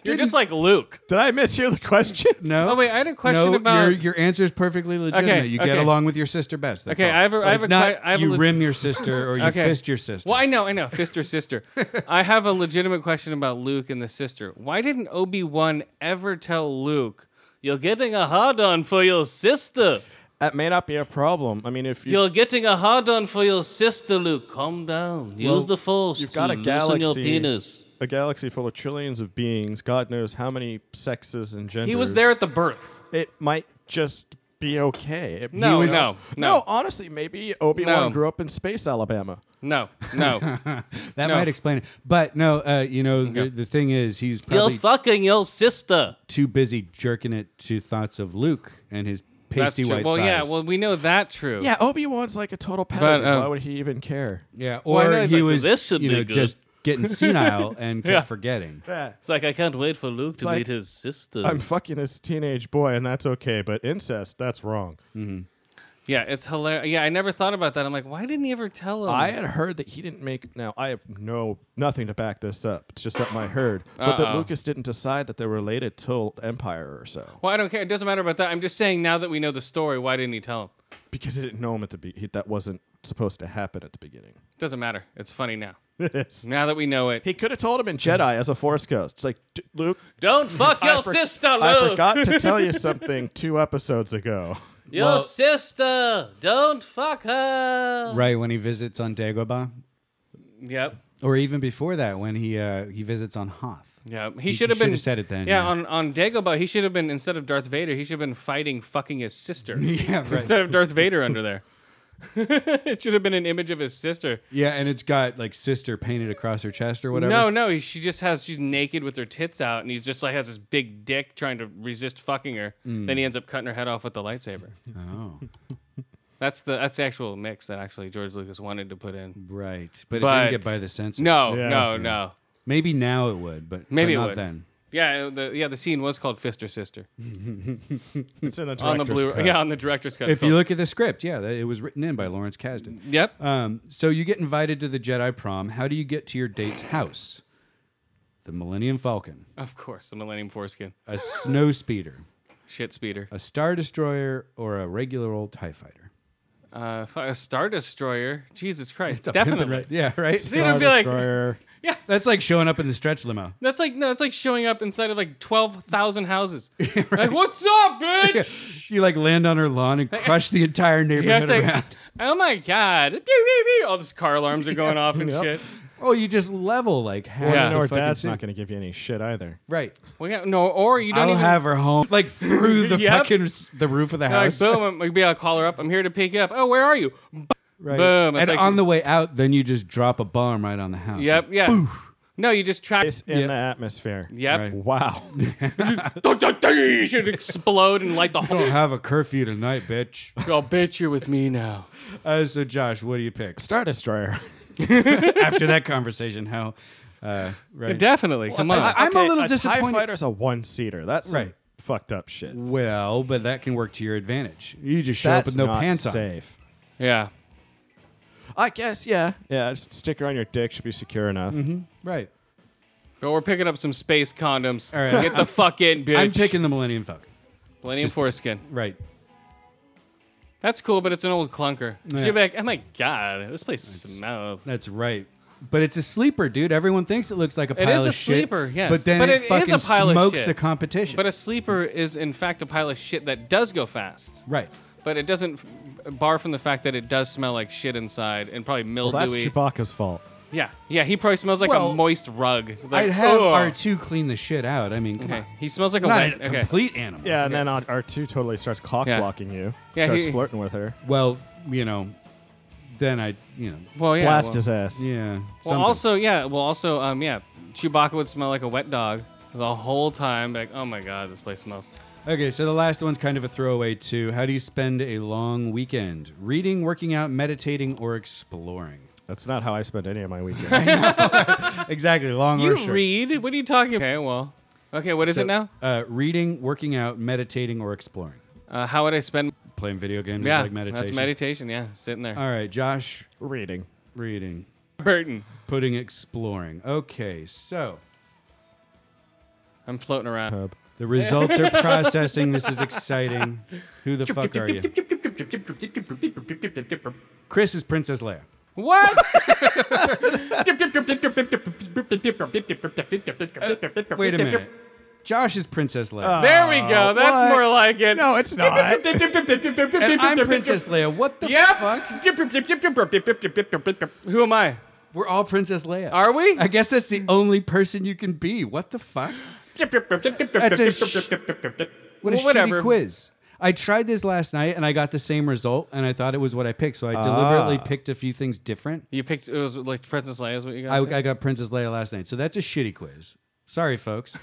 Speaker 1: You're just like Luke.
Speaker 3: Did I mishear the question?
Speaker 2: No.
Speaker 1: Oh wait, I had a question
Speaker 2: no,
Speaker 1: about
Speaker 2: your your answer is perfectly legitimate.
Speaker 1: Okay,
Speaker 2: you get
Speaker 1: okay.
Speaker 2: along with your sister best. That's
Speaker 1: Okay,
Speaker 2: all.
Speaker 1: I have a-
Speaker 2: But
Speaker 1: I have
Speaker 2: it's
Speaker 1: a
Speaker 2: not
Speaker 1: que- I have a
Speaker 2: you
Speaker 1: leg-
Speaker 2: rim your sister or you
Speaker 1: Okay.
Speaker 2: fist your sister.
Speaker 1: Well, I know, I know. Fister sister. I have a legitimate question about Luke and the sister. Why didn't Obi Wan ever tell Luke, You're getting a hard on for your sister?
Speaker 3: That may not be a problem. I mean, if you,
Speaker 1: You're getting a hard on for your sister, Luke. Calm down. Use
Speaker 3: Well,
Speaker 1: the force.
Speaker 3: you've got
Speaker 1: to
Speaker 3: a
Speaker 1: loosen your
Speaker 3: galaxy.
Speaker 1: penis.
Speaker 3: a galaxy full of trillions of beings, God knows how many sexes and genders.
Speaker 1: He was there at the birth.
Speaker 3: It might just be okay. It-
Speaker 1: No,
Speaker 2: was-
Speaker 1: no,
Speaker 3: no,
Speaker 1: no,
Speaker 3: honestly, maybe Obi Wan
Speaker 1: No.
Speaker 3: grew up in space, Alabama.
Speaker 1: no, no.
Speaker 2: That
Speaker 1: No.
Speaker 2: might explain it. But no, uh, you know, the, the thing is, he's
Speaker 1: You're
Speaker 2: probably
Speaker 1: fucking your sister.
Speaker 2: too busy jerking it to thoughts of Luke and his pasty
Speaker 1: true.
Speaker 2: white
Speaker 1: Well, yeah.
Speaker 2: thighs.
Speaker 1: Well, we know that true.
Speaker 3: Yeah, Obi Wan's like a total pedophile.
Speaker 1: uh,
Speaker 3: Why would he even care?
Speaker 2: yeah.
Speaker 1: well, I
Speaker 2: Or
Speaker 1: know he's
Speaker 2: he
Speaker 1: like,
Speaker 2: was,
Speaker 1: "This should
Speaker 2: you
Speaker 1: be
Speaker 2: know,
Speaker 1: good."
Speaker 2: just getting senile and kept forgetting.
Speaker 1: It's like I can't wait for Luke to
Speaker 3: like-
Speaker 1: meet his sister.
Speaker 3: I'm fucking this teenage boy, and that's okay. But incest, that's wrong.
Speaker 1: yeah, it's hilarious. Yeah, I never thought about that. I'm like, why didn't he ever tell him?
Speaker 3: I had heard that he didn't make. Now I have no nothing to back this up. It's just something I heard, but that
Speaker 1: Uh-oh.
Speaker 3: Lucas didn't decide that they're related till Empire or so,
Speaker 1: well, I don't care. It doesn't matter about that. I'm just saying now that we know the story, why didn't he tell him?
Speaker 3: because he didn't know him at the be- he, that wasn't supposed to happen at the beginning.
Speaker 1: doesn't matter. It's funny now.
Speaker 3: It is.
Speaker 1: Now that we know it,
Speaker 3: He could have told him in Jedi as a Force ghost. It's like "D- Luke,
Speaker 1: don't fuck
Speaker 3: I
Speaker 1: your
Speaker 3: for-
Speaker 1: sister, Luke.
Speaker 3: I forgot to tell you something two episodes ago.
Speaker 1: Your
Speaker 2: Well-
Speaker 1: sister, don't fuck her.
Speaker 2: Right when he visits on Dagobah,
Speaker 1: Yep.
Speaker 2: or even before that when he uh, he visits on Hoth.
Speaker 1: Yeah, he,
Speaker 2: He-
Speaker 1: should
Speaker 2: he
Speaker 1: have been
Speaker 2: should've said it then,
Speaker 1: Yeah,
Speaker 2: yeah.
Speaker 1: on on Dagobah, he should have been instead of Darth Vader, he should have been fighting fucking his sister
Speaker 2: Yeah, right.
Speaker 1: instead of Darth Vader under there. it should have been an image of his sister.
Speaker 2: yeah, and it's got like sister painted across her chest or whatever.
Speaker 1: No, no, he, she just has she's naked with her tits out, and he's just like has this big dick trying to resist fucking her.
Speaker 2: Mm.
Speaker 1: Then he ends up cutting her head off with the lightsaber.
Speaker 2: Oh,
Speaker 1: That's the that's the actual mix that actually George Lucas wanted to put in.
Speaker 2: right. But, it
Speaker 1: But-
Speaker 2: didn't get by the censors.
Speaker 1: No,
Speaker 3: Yeah.
Speaker 1: no, no.
Speaker 2: Maybe now it would, but
Speaker 1: Maybe
Speaker 2: but
Speaker 1: it
Speaker 2: not
Speaker 1: would.
Speaker 2: then.
Speaker 1: Yeah, the yeah the scene was called Fister Sister
Speaker 3: It's in the
Speaker 1: on the
Speaker 3: director's
Speaker 1: blue
Speaker 3: cut.
Speaker 1: yeah on the director's cut.
Speaker 2: If you look at the script, yeah, that- it was written in by Lawrence Kasdan.
Speaker 1: yep.
Speaker 2: Um, so you get invited to the Jedi prom. How do you get to your date's house? The Millennium Falcon,
Speaker 1: Of course, the Millennium Foreskin.
Speaker 2: a snow speeder,
Speaker 1: Shit speeder.
Speaker 2: a star destroyer, or a regular old Tie fighter.
Speaker 1: Uh, fu- a Star Destroyer. Jesus Christ.
Speaker 2: It's a pimpin',
Speaker 1: Definitely.
Speaker 2: right? Yeah, right.
Speaker 1: They don't be like,
Speaker 2: That's like showing up in the stretch limo.
Speaker 1: that's like, no, that's like showing up inside of like 12,000 houses. Like, what's up, bitch?
Speaker 2: You like land on her lawn and crush the entire
Speaker 1: Yeah,
Speaker 2: neighborhood
Speaker 1: it's like,
Speaker 2: around.
Speaker 1: oh my God. Pew, pew, pew. All these car alarms are going off and
Speaker 3: Yep.
Speaker 1: shit.
Speaker 2: Oh, you just level like half.
Speaker 1: Yeah.
Speaker 2: Yeah,
Speaker 3: You know,
Speaker 2: the
Speaker 3: her
Speaker 2: fucking
Speaker 3: dad's
Speaker 2: city.
Speaker 3: not going to give you any shit either.
Speaker 2: right.
Speaker 1: Well, yeah, no, or you don't
Speaker 2: I'll
Speaker 1: even.
Speaker 2: have her home like through the
Speaker 1: Yep.
Speaker 2: fucking s- the roof of the
Speaker 1: like,
Speaker 2: house.
Speaker 1: boom, I'm- maybe I'll call her up. I'm here to pick you up. Oh, where are you?
Speaker 2: Right.
Speaker 1: Boom. It's
Speaker 2: And
Speaker 1: like-
Speaker 2: on the way out, then you just drop a bomb right on the house.
Speaker 1: Yep, yeah. No, you just track.
Speaker 3: It's in the atmosphere.
Speaker 1: Yep.
Speaker 2: Right.
Speaker 3: Wow.
Speaker 1: You should explode and light the whole.
Speaker 2: have a curfew tonight, bitch.
Speaker 1: I'll bet you're with me now.
Speaker 2: Uh, so, Josh, what do you pick?
Speaker 3: Star Destroyer.
Speaker 2: After that conversation, how? Uh, right.
Speaker 1: Definitely. Come on.
Speaker 2: I- I'm a
Speaker 3: Okay,
Speaker 2: little
Speaker 3: TIE
Speaker 2: disappointed.
Speaker 3: Fighter's a one seater. That's some
Speaker 2: Right.
Speaker 3: fucked up shit.
Speaker 2: Well, but that can work to your advantage. You just show up with
Speaker 3: That's
Speaker 2: no
Speaker 3: not
Speaker 2: pants on.
Speaker 3: safe.
Speaker 1: yeah.
Speaker 3: I guess, yeah. Yeah, just sticker on your dick should be secure enough.
Speaker 2: Mm-hmm. Right.
Speaker 1: But we're picking up some space condoms.
Speaker 2: All right.
Speaker 1: Get the fuck in, bitch.
Speaker 2: I'm picking the Millennium Falcon.
Speaker 1: Millennium
Speaker 2: just-
Speaker 1: Foreskin.
Speaker 2: Right.
Speaker 1: That's cool, but it's an old clunker. So
Speaker 2: Yeah.
Speaker 1: you're like, oh my god, this place smells.
Speaker 2: That's right. But it's a sleeper, dude. Everyone thinks it looks like a
Speaker 1: It
Speaker 2: pile
Speaker 1: is a
Speaker 2: of shit,
Speaker 1: sleeper, yes.
Speaker 2: But then
Speaker 1: But
Speaker 2: it,
Speaker 1: it is
Speaker 2: fucking
Speaker 1: a pile of
Speaker 2: smokes
Speaker 1: shit.
Speaker 2: the competition.
Speaker 1: But a sleeper is, in fact, a pile of shit that does go fast.
Speaker 2: right.
Speaker 1: But it doesn't, bar from the fact that it does smell like shit inside and probably
Speaker 3: Well, that's
Speaker 1: mildewy.
Speaker 3: Chewbacca's fault.
Speaker 1: yeah, yeah, he probably smells like a
Speaker 2: Well,
Speaker 1: moist rug. It's like,
Speaker 2: I'd have
Speaker 1: "Ugh."
Speaker 2: R2 clean the shit out. I mean, come
Speaker 1: Okay,
Speaker 2: on.
Speaker 1: he smells like a
Speaker 2: Not
Speaker 1: wet.
Speaker 2: a
Speaker 1: Okay.
Speaker 2: complete animal.
Speaker 3: Yeah, and then on- R2 totally starts cock blocking you.
Speaker 1: Yeah,
Speaker 3: starts
Speaker 1: he-
Speaker 3: flirting with her.
Speaker 2: Well, you know, then I, you know,
Speaker 1: Well, yeah.
Speaker 3: Blast
Speaker 1: well,
Speaker 3: his ass.
Speaker 2: yeah.
Speaker 1: Well,
Speaker 2: something.
Speaker 1: also, yeah. Well, also, um, yeah. Chewbacca would smell like a wet dog the whole time. Like, oh my god, this place smells.
Speaker 2: Okay, so the last one's kind of a throwaway too. How do you spend a long weekend? Reading, working out, meditating, or exploring?
Speaker 3: That's not how I spend any of my weekends.
Speaker 2: Exactly, long
Speaker 1: You
Speaker 2: or short.
Speaker 1: read? What are you talking? Okay, well, okay. What is
Speaker 2: So,
Speaker 1: it now?
Speaker 2: Uh, reading, working out, meditating, or exploring.
Speaker 1: Uh, how would I spend?
Speaker 2: Playing video games
Speaker 1: Yeah,
Speaker 2: is like meditation.
Speaker 1: that's meditation. Yeah, sitting there.
Speaker 2: All right, Josh,
Speaker 3: Reading.
Speaker 2: reading,
Speaker 1: Burton,
Speaker 2: putting exploring. Okay, so
Speaker 1: I'm floating around.
Speaker 3: Hub.
Speaker 2: the results are processing. This is exciting. Who the fuck are you? Chris is Princess Leia.
Speaker 1: What?
Speaker 2: Wait a minute. Josh is Princess Leia.
Speaker 1: there we
Speaker 2: Oh,
Speaker 1: go. That's
Speaker 3: what?
Speaker 1: more like it.
Speaker 3: No, it's not.
Speaker 2: and I'm Princess Leia. What the
Speaker 1: Yep.
Speaker 2: fuck?
Speaker 1: Who am I?
Speaker 2: We're all Princess Leia.
Speaker 1: Are we?
Speaker 2: I guess that's the only person you can be. What the fuck? That's a sh- what a
Speaker 1: Well, whatever.
Speaker 2: shitty quiz. I tried this last night and I got the same result and I thought it was what I picked, so I deliberately
Speaker 1: Ah.
Speaker 2: picked a few things different.
Speaker 1: You picked. It was like Princess Leia. Is what you
Speaker 2: I,
Speaker 1: got. to?
Speaker 2: I got Princess Leia last night, so that's a shitty quiz. Sorry, folks.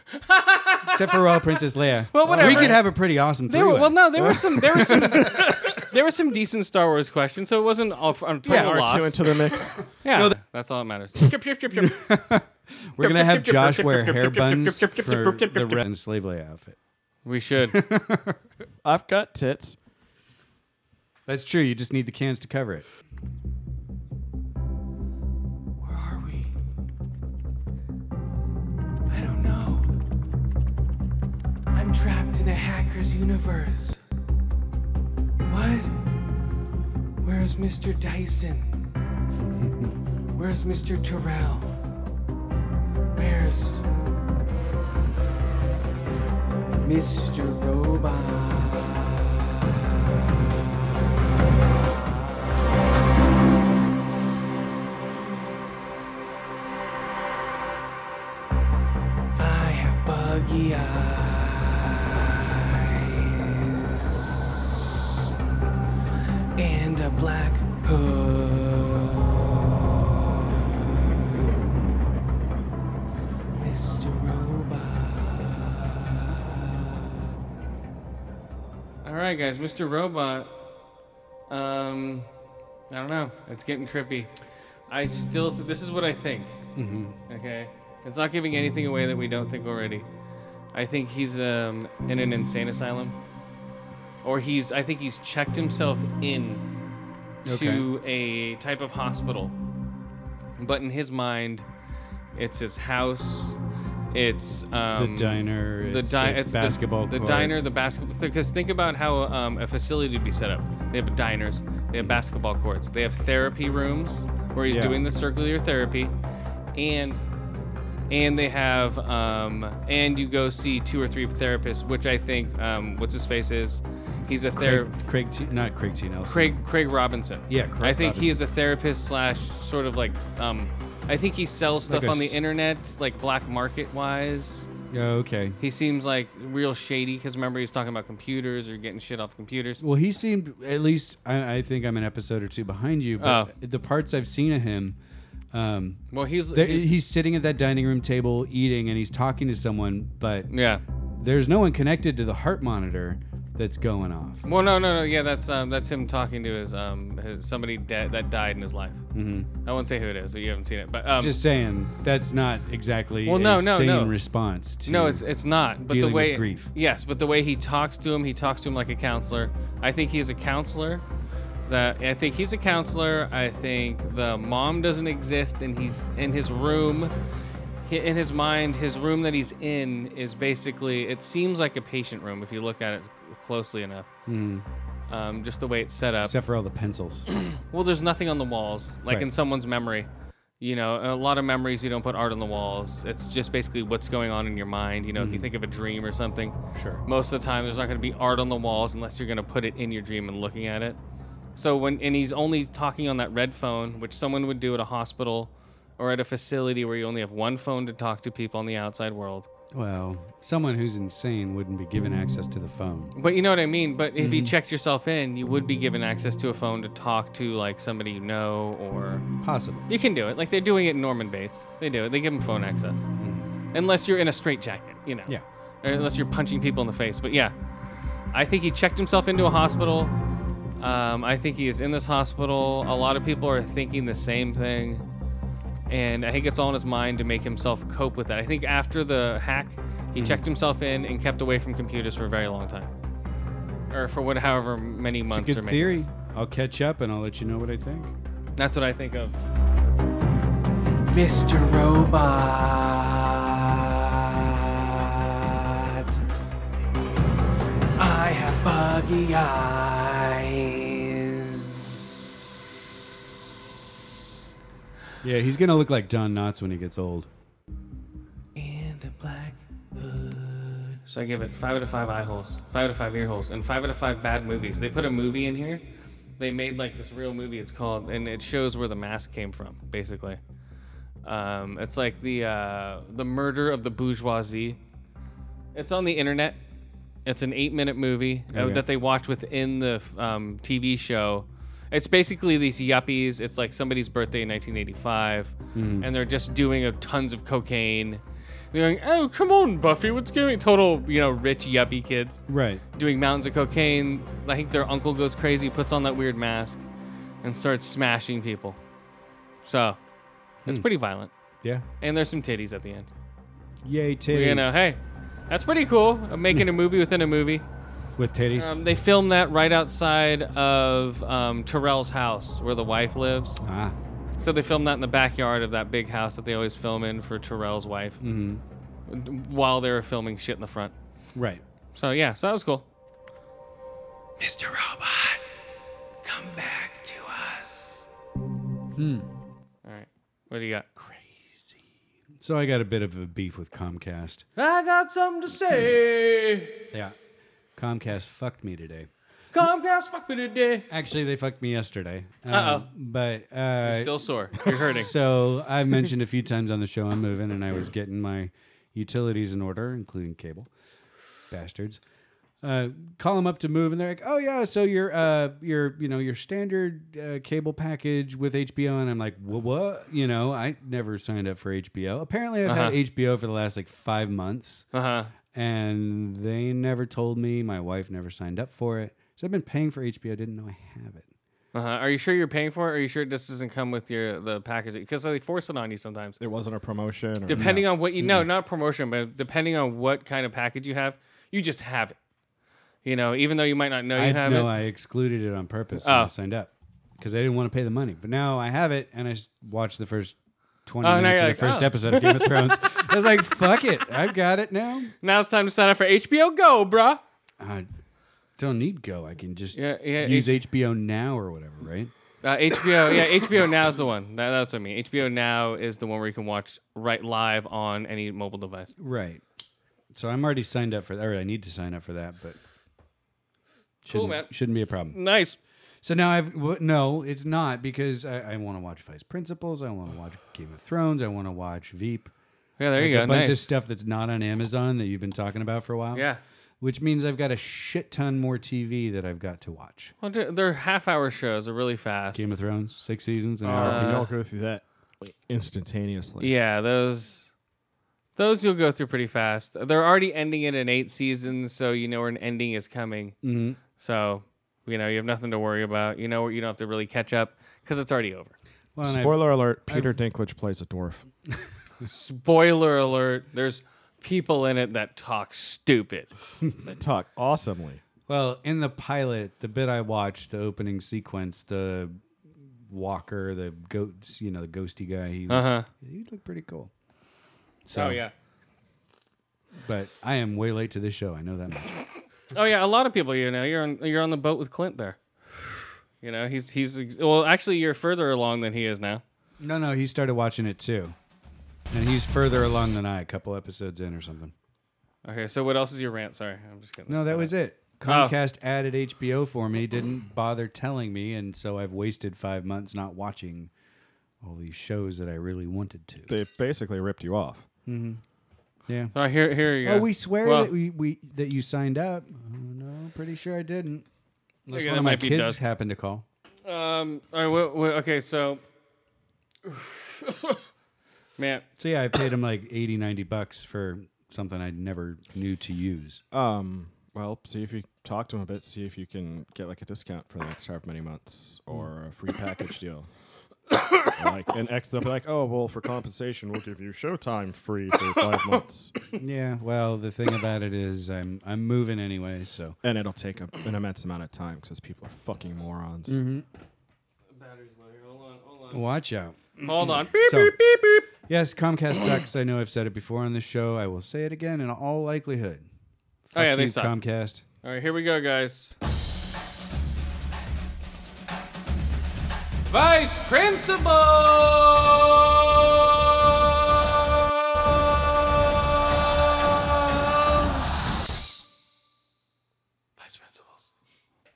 Speaker 2: Except for we're all Princess Leia.
Speaker 1: Well,
Speaker 2: We
Speaker 1: whatever.
Speaker 2: could have a pretty awesome
Speaker 1: There were,
Speaker 2: three-way.
Speaker 1: well, no, there were some, there were some, there were some decent Star Wars questions, so it wasn't all f- a total
Speaker 2: Yeah,
Speaker 1: loss.
Speaker 3: R2 into the mix.
Speaker 1: yeah,
Speaker 2: No, th-
Speaker 1: that's all that matters.
Speaker 2: We're gonna have Josh wear hair buns for the red and slave Leia outfit.
Speaker 1: we should.
Speaker 3: I've got tits.
Speaker 2: That's true. You just need the cans to cover it.
Speaker 4: Where are we? I don't know. I'm trapped in a hacker's universe. What? Where's Mr. Dyson? Where's Mr. Terrell? Where's Mr. Robot? I have buggy eyes and a black hood. Mr. Robot.
Speaker 1: all right, guys, Mr. Robot. Um, I don't know. It's getting trippy. I still. Th- this is what I think. Mm-hmm. Okay, it's not giving anything away that we don't think already. I think he's um in an insane asylum, or he's. I think he's checked himself in. to a type of hospital. But in his mind, it's his house. It's um,
Speaker 2: diner, it's
Speaker 1: di-
Speaker 2: the basketball
Speaker 1: the,
Speaker 2: court.
Speaker 1: diner, the basketball. Because think about how um, a facility would be set up. They have diners. They have basketball courts. They have therapy rooms where he's
Speaker 3: Yeah.
Speaker 1: doing the circular therapy, and and they have um, and you go see two or three therapists, which I think um, what's his face is. He's a
Speaker 2: Craig,
Speaker 1: therapist.
Speaker 2: Craig T, not Craig T. Nelson.
Speaker 1: Craig Craig Robinson.
Speaker 2: Yeah, Craig
Speaker 1: I think he is a therapist slash sort of like um, I think he sells
Speaker 2: Like
Speaker 1: stuff
Speaker 2: a
Speaker 1: on the
Speaker 2: s-
Speaker 1: internet like black market wise.
Speaker 2: Oh, okay.
Speaker 1: He seems like real shady because remember he was talking about computers or getting shit off computers.
Speaker 2: Well, he seemed at least. I, I think I'm an episode or two behind you, but
Speaker 1: Oh.
Speaker 2: the parts I've seen of him, um,
Speaker 1: Well, he's,
Speaker 2: there,
Speaker 1: he's-
Speaker 2: he's, sitting at that dining room table eating, and he's talking to someone, but
Speaker 1: yeah.
Speaker 2: there's no one connected to the heart monitor that's going off.
Speaker 1: Well, no, no, no. Yeah, that's um, that's him talking to his um, his, somebody dead that died in his life. Mm-hmm. I won't say who it is, but you haven't seen it. But um,
Speaker 2: Just saying, that's not exactly
Speaker 1: Well, no,
Speaker 2: a
Speaker 1: no,
Speaker 2: sane
Speaker 1: no.
Speaker 2: response. To,
Speaker 1: No, it's it's not. But the
Speaker 2: dealing with
Speaker 1: way
Speaker 2: grief.
Speaker 1: Yes, but the way he talks to him, he talks to him like a counselor. I think he's a counselor. That I think he's a counselor. I think the mom doesn't exist, and he's in his room. He, in his mind, his room that he's in is basically. It seems like a patient room if you look at it closely enough.
Speaker 2: Hmm.
Speaker 1: Um, just the way it's set up.
Speaker 2: except for all the pencils.
Speaker 1: Well, there's nothing on the walls, like in
Speaker 2: Right.
Speaker 1: someone's memory. You know, a lot of memories you don't put art on the walls. It's just basically what's going on in your mind. You know, if you think of a dream or something,
Speaker 2: Mm. Sure.
Speaker 1: Most of the time, there's not going to be art on the walls unless you're going to put it in your dream and looking at it. So when and he's only talking on that red phone, which someone would do at a hospital or at a facility where you only have one phone to talk to people in the outside world.
Speaker 2: well, someone who's insane wouldn't be given access to the phone.
Speaker 1: But you know what I mean. But if you
Speaker 2: Mm-hmm.
Speaker 1: checked yourself in, you would be given access to a phone to talk to like somebody you know or.
Speaker 2: Possible.
Speaker 1: You can do it. Like they're doing it in Norman Bates. They do it. They give him phone access. Unless you're in a straitjacket, you know.
Speaker 2: Mm-hmm. Yeah.
Speaker 1: Or unless you're punching people in the face. But yeah. I think he checked himself into a hospital. Um, I think he is in this hospital. A lot of people are thinking the same thing. And I think it's all in his mind to make himself cope with that. I think after the hack, he
Speaker 2: Mm-hmm.
Speaker 1: checked himself in and kept away from computers for a very long time. Or for what, however many months or
Speaker 2: Good
Speaker 1: maybe
Speaker 2: theory.
Speaker 1: less.
Speaker 2: I'll catch up and I'll let you know what I think.
Speaker 1: That's what I think of.
Speaker 4: Mr. Robot. I have buggy eyes.
Speaker 2: Yeah, he's gonna look like Don Knotts when he gets old.
Speaker 4: And a black hood.
Speaker 1: So I give it five out of five eye holes, five out of five ear holes, and five out of five bad movies. They put a movie in here. They made like this real movie. It's called, and it shows where the mask came from, basically. Um, it's like the uh, the murder of the bourgeoisie. It's on the internet. It's an eight minute movie uh,
Speaker 2: Okay.
Speaker 1: that they watch within the um, TV show. It's basically these yuppies. It's like somebody's birthday in 1985, and they're just doing a, tons of cocaine. They're going, "Oh, come on, Buffy, what's going?" Total, you know, rich yuppie kids
Speaker 2: Right.
Speaker 1: doing mountains of cocaine. I think their uncle goes crazy, puts on that weird mask, and starts smashing people. So it's pretty violent.
Speaker 2: Yeah.
Speaker 1: And there's some titties at the end.
Speaker 2: Yay, titties.
Speaker 1: You know, hey, that's pretty cool. I'm making a movie within a movie.
Speaker 2: With titties.
Speaker 1: Um, they filmed that right outside of um, Terrell's house where the wife lives.
Speaker 2: ah.
Speaker 1: So they filmed that in the backyard of that big house that they always film in for Terrell's wife mm-hmm. while they were filming shit in the front.
Speaker 2: Right.
Speaker 1: So yeah, so that was cool.
Speaker 4: Mr. Robot, come back to us.
Speaker 1: All right, what do you got?
Speaker 2: So I got a bit of a beef with Comcast.
Speaker 1: I got something to say.
Speaker 2: Yeah. Comcast fucked me today.
Speaker 1: Comcast, fuck me today.
Speaker 2: Actually, they fucked me yesterday. Um,
Speaker 1: Uh-oh.
Speaker 2: But uh,
Speaker 1: Still sore. You're hurting.
Speaker 2: so I've mentioned a few times on the show I'm moving, and I was getting my utilities in order, including cable. Bastards. Uh, call them up to move, and they're like, "Oh yeah, so your uh, your you know your standard uh, cable package with HBO," and I'm like, "Wha- "What? You know, I never signed up for HBO. Apparently, I've had HBO for the last like five months."
Speaker 1: Uh huh.
Speaker 2: and they never told me. My wife never signed up for it. So I've been paying for HBO. Didn't know I have it.
Speaker 1: Uh huh. Are you sure you're paying for it? Or are you sure this doesn't come with your the package? Because they force it on you sometimes.
Speaker 2: Mm-hmm.
Speaker 3: There wasn't a promotion. Or
Speaker 1: Depending on what you know, not promotion, but depending on what kind of package you have, you just have it. You know, even though you might not know you
Speaker 2: I
Speaker 1: have
Speaker 2: know
Speaker 1: it.
Speaker 2: I excluded it on purpose when I
Speaker 1: Oh.
Speaker 2: signed up because I didn't want to pay the money. But now I have it, and I s- watched the first twenty
Speaker 1: Oh, now
Speaker 2: minutes of
Speaker 1: you're
Speaker 2: the
Speaker 1: like,
Speaker 2: first
Speaker 1: oh.
Speaker 2: episode of Game of Thrones. I was like, "Fuck it, I've got it now."
Speaker 1: now it's time to sign up for HBO Go, bruh.
Speaker 2: I don't need Go. I can just
Speaker 1: Yeah, yeah,
Speaker 2: use HBO now or whatever, right?
Speaker 1: Uh, HBO, yeah, HBO Now is the one. That, that's what I mean. HBO Now is the one where you can watch right live on any mobile device.
Speaker 2: Right. So I'm already signed up for that. Or I need to sign up for that, but shouldn't-
Speaker 1: man.
Speaker 2: Shouldn't be a problem.
Speaker 1: Nice.
Speaker 2: So now I've w- no, it's not because I, I want to watch Vice Principals. I want to watch Game of Thrones. I want to watch Veep.
Speaker 1: Yeah, there you
Speaker 2: Like
Speaker 1: go.
Speaker 2: A bunch
Speaker 1: nice.
Speaker 2: of stuff that's not on Amazon that you've been talking about for a while.
Speaker 1: Yeah.
Speaker 2: Which means I've got a shit ton more TV that I've got to watch.
Speaker 1: Well, they're- they're half-hour shows are really fast.
Speaker 2: Game of Thrones, six seasons, an hour.
Speaker 3: Uh,
Speaker 2: apiece.
Speaker 3: you all go through that like, instantaneously.
Speaker 1: yeah, those those you'll go through pretty fast. They're already ending it in eight seasons, so you know where an ending is coming. Mm-hmm. So you know you have nothing to worry about. You know you don't have to really catch up because it's already over.
Speaker 2: Well, and I've-
Speaker 3: Spoiler alert: Peter Dinklage plays a dwarf.
Speaker 1: Spoiler alert: There's people in it that talk stupid.
Speaker 3: They talk awesomely.
Speaker 2: well, in the pilot, the bit I watched, the opening sequence, the Walker, the goat, you know, the ghosty guy, he, was,
Speaker 1: Uh huh.
Speaker 2: he looked pretty cool. So,
Speaker 1: Oh yeah.
Speaker 2: But I am way late to this show. I know that much.
Speaker 1: Oh yeah. A lot of people. You know, you're on you're on the boat with Clint there. You know, he's he's ex- well. Actually, you're further along than he is now.
Speaker 2: No, no, he started watching it too. And he's further along than I, a couple episodes in or something.
Speaker 1: Okay. So what else is your rant? Sorry, I'm just getting.
Speaker 2: No,
Speaker 1: this
Speaker 2: that
Speaker 1: set
Speaker 2: was
Speaker 1: up.
Speaker 2: it. Comcast added HBO for me, didn't bother telling me, and so I've wasted five months not watching all these shows that I really wanted to.
Speaker 3: They basically ripped you off.
Speaker 2: Yeah.
Speaker 1: All right, here, here you go.
Speaker 2: Oh, we swear
Speaker 1: Well,
Speaker 2: that we, we that you signed up. Oh, no, pretty sure I didn't. Unless
Speaker 1: Okay,
Speaker 2: one
Speaker 1: that
Speaker 2: of my
Speaker 1: might be
Speaker 2: kids
Speaker 1: dust.
Speaker 2: happened to call.
Speaker 1: Um. All right. Wait, wait, okay. So, man,
Speaker 2: So yeah, I paid him like 80, 90 bucks for something I never knew to use.
Speaker 3: Um, Well, see if you talk to him a bit. See if you can get like a discount for the next however many months or a free package deal. like and X, they'll be like, "Oh, well, for compensation, we'll give you Showtime free for five months."
Speaker 2: Yeah. Well, the thing about it is, I'm I'm moving anyway, so
Speaker 3: And it'll take a, an immense amount of time because people are fucking morons.
Speaker 1: Mm-hmm. Battery's low here. Hold on, hold on.
Speaker 2: watch out.
Speaker 1: Mm-hmm. Hold on. Beep,
Speaker 2: So-
Speaker 1: beep, beep, beep.
Speaker 2: Yes, Comcast sucks. I know I've said it before on this show. I will say it again in all likelihood.
Speaker 1: Oh, yeah,
Speaker 2: Fuck
Speaker 1: they
Speaker 2: you,
Speaker 1: suck.
Speaker 2: Comcast.
Speaker 1: All right, here we go, guys. Vice Principal! Vice Principals.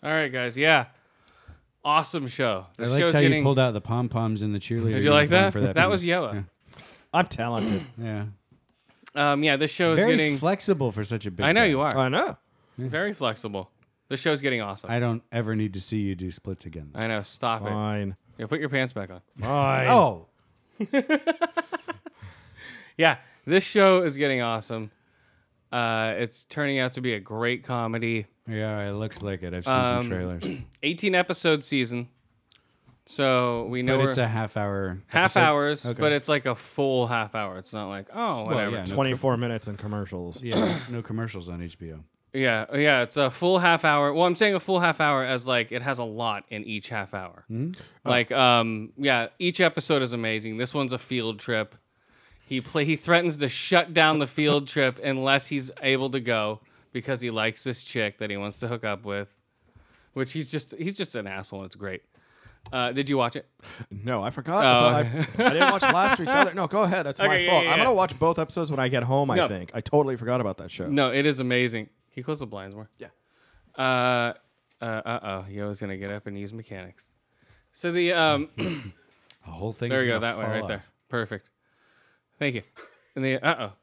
Speaker 1: All right, guys. Yeah. Awesome show.
Speaker 2: I
Speaker 1: This
Speaker 2: liked
Speaker 1: show's
Speaker 2: how
Speaker 1: getting.
Speaker 2: you pulled out the pom poms and the cheerleader.
Speaker 1: Did you
Speaker 2: uniform
Speaker 1: like that?
Speaker 2: For
Speaker 1: that
Speaker 2: that
Speaker 1: was
Speaker 2: piece.
Speaker 1: Yoa.
Speaker 3: I'm talented.
Speaker 2: Yeah.
Speaker 1: Um, yeah, this show is
Speaker 2: Very
Speaker 1: getting.
Speaker 2: flexible for such a big.
Speaker 1: I know
Speaker 2: guy.
Speaker 1: you are.
Speaker 3: I know.
Speaker 1: Very flexible. This show's getting awesome. I,
Speaker 2: I don't ever need to see you do splits again.
Speaker 1: know. Stop it.
Speaker 3: Fine.
Speaker 1: Yeah, put your pants back on.
Speaker 3: Fine.
Speaker 2: Oh,
Speaker 1: Yeah, this show is getting awesome. Uh, it's turning out to be a great comedy.
Speaker 2: yeah. It looks like it. I've seen
Speaker 1: Um,
Speaker 2: some trailers,
Speaker 1: 18 episode season. So we know
Speaker 2: but it's
Speaker 1: we're
Speaker 2: a half hour.
Speaker 1: half
Speaker 2: episode.
Speaker 1: hours,
Speaker 2: Okay.
Speaker 1: but it's like a full half hour. It's not like, oh,
Speaker 2: Well,
Speaker 1: whatever.
Speaker 2: yeah, no,
Speaker 3: 24 minutes in commercials.
Speaker 2: yeah, no commercials on HBO.
Speaker 1: yeah. uh, yeah, it's a full half hour. Well, I'm saying a full half hour as like it has a lot in each half hour. Like um yeah, each episode is amazing. This one's a field trip. He play he threatens to shut down the field trip unless he's able to go because he likes this chick that he wants to hook up with. Which he's just he's just an asshole and it's great. Uh, did you watch it?
Speaker 3: No, I forgot. I, thought I, I didn't watch last week's either. No, go ahead. That's my
Speaker 1: Oh. Okay, yeah,
Speaker 3: fault.
Speaker 1: yeah,
Speaker 3: I'm
Speaker 1: yeah.
Speaker 3: going to watch both episodes when I get home,
Speaker 1: No.
Speaker 3: I think. I totally forgot about that show.
Speaker 1: No, it is amazing. Can you close the blinds more?
Speaker 3: Yeah.
Speaker 1: Uh uh oh, Yo's gonna get up and use mechanics. So the um
Speaker 2: The whole thing.
Speaker 1: There you go, that way, right there. Perfect. Thank you. And the uh oh,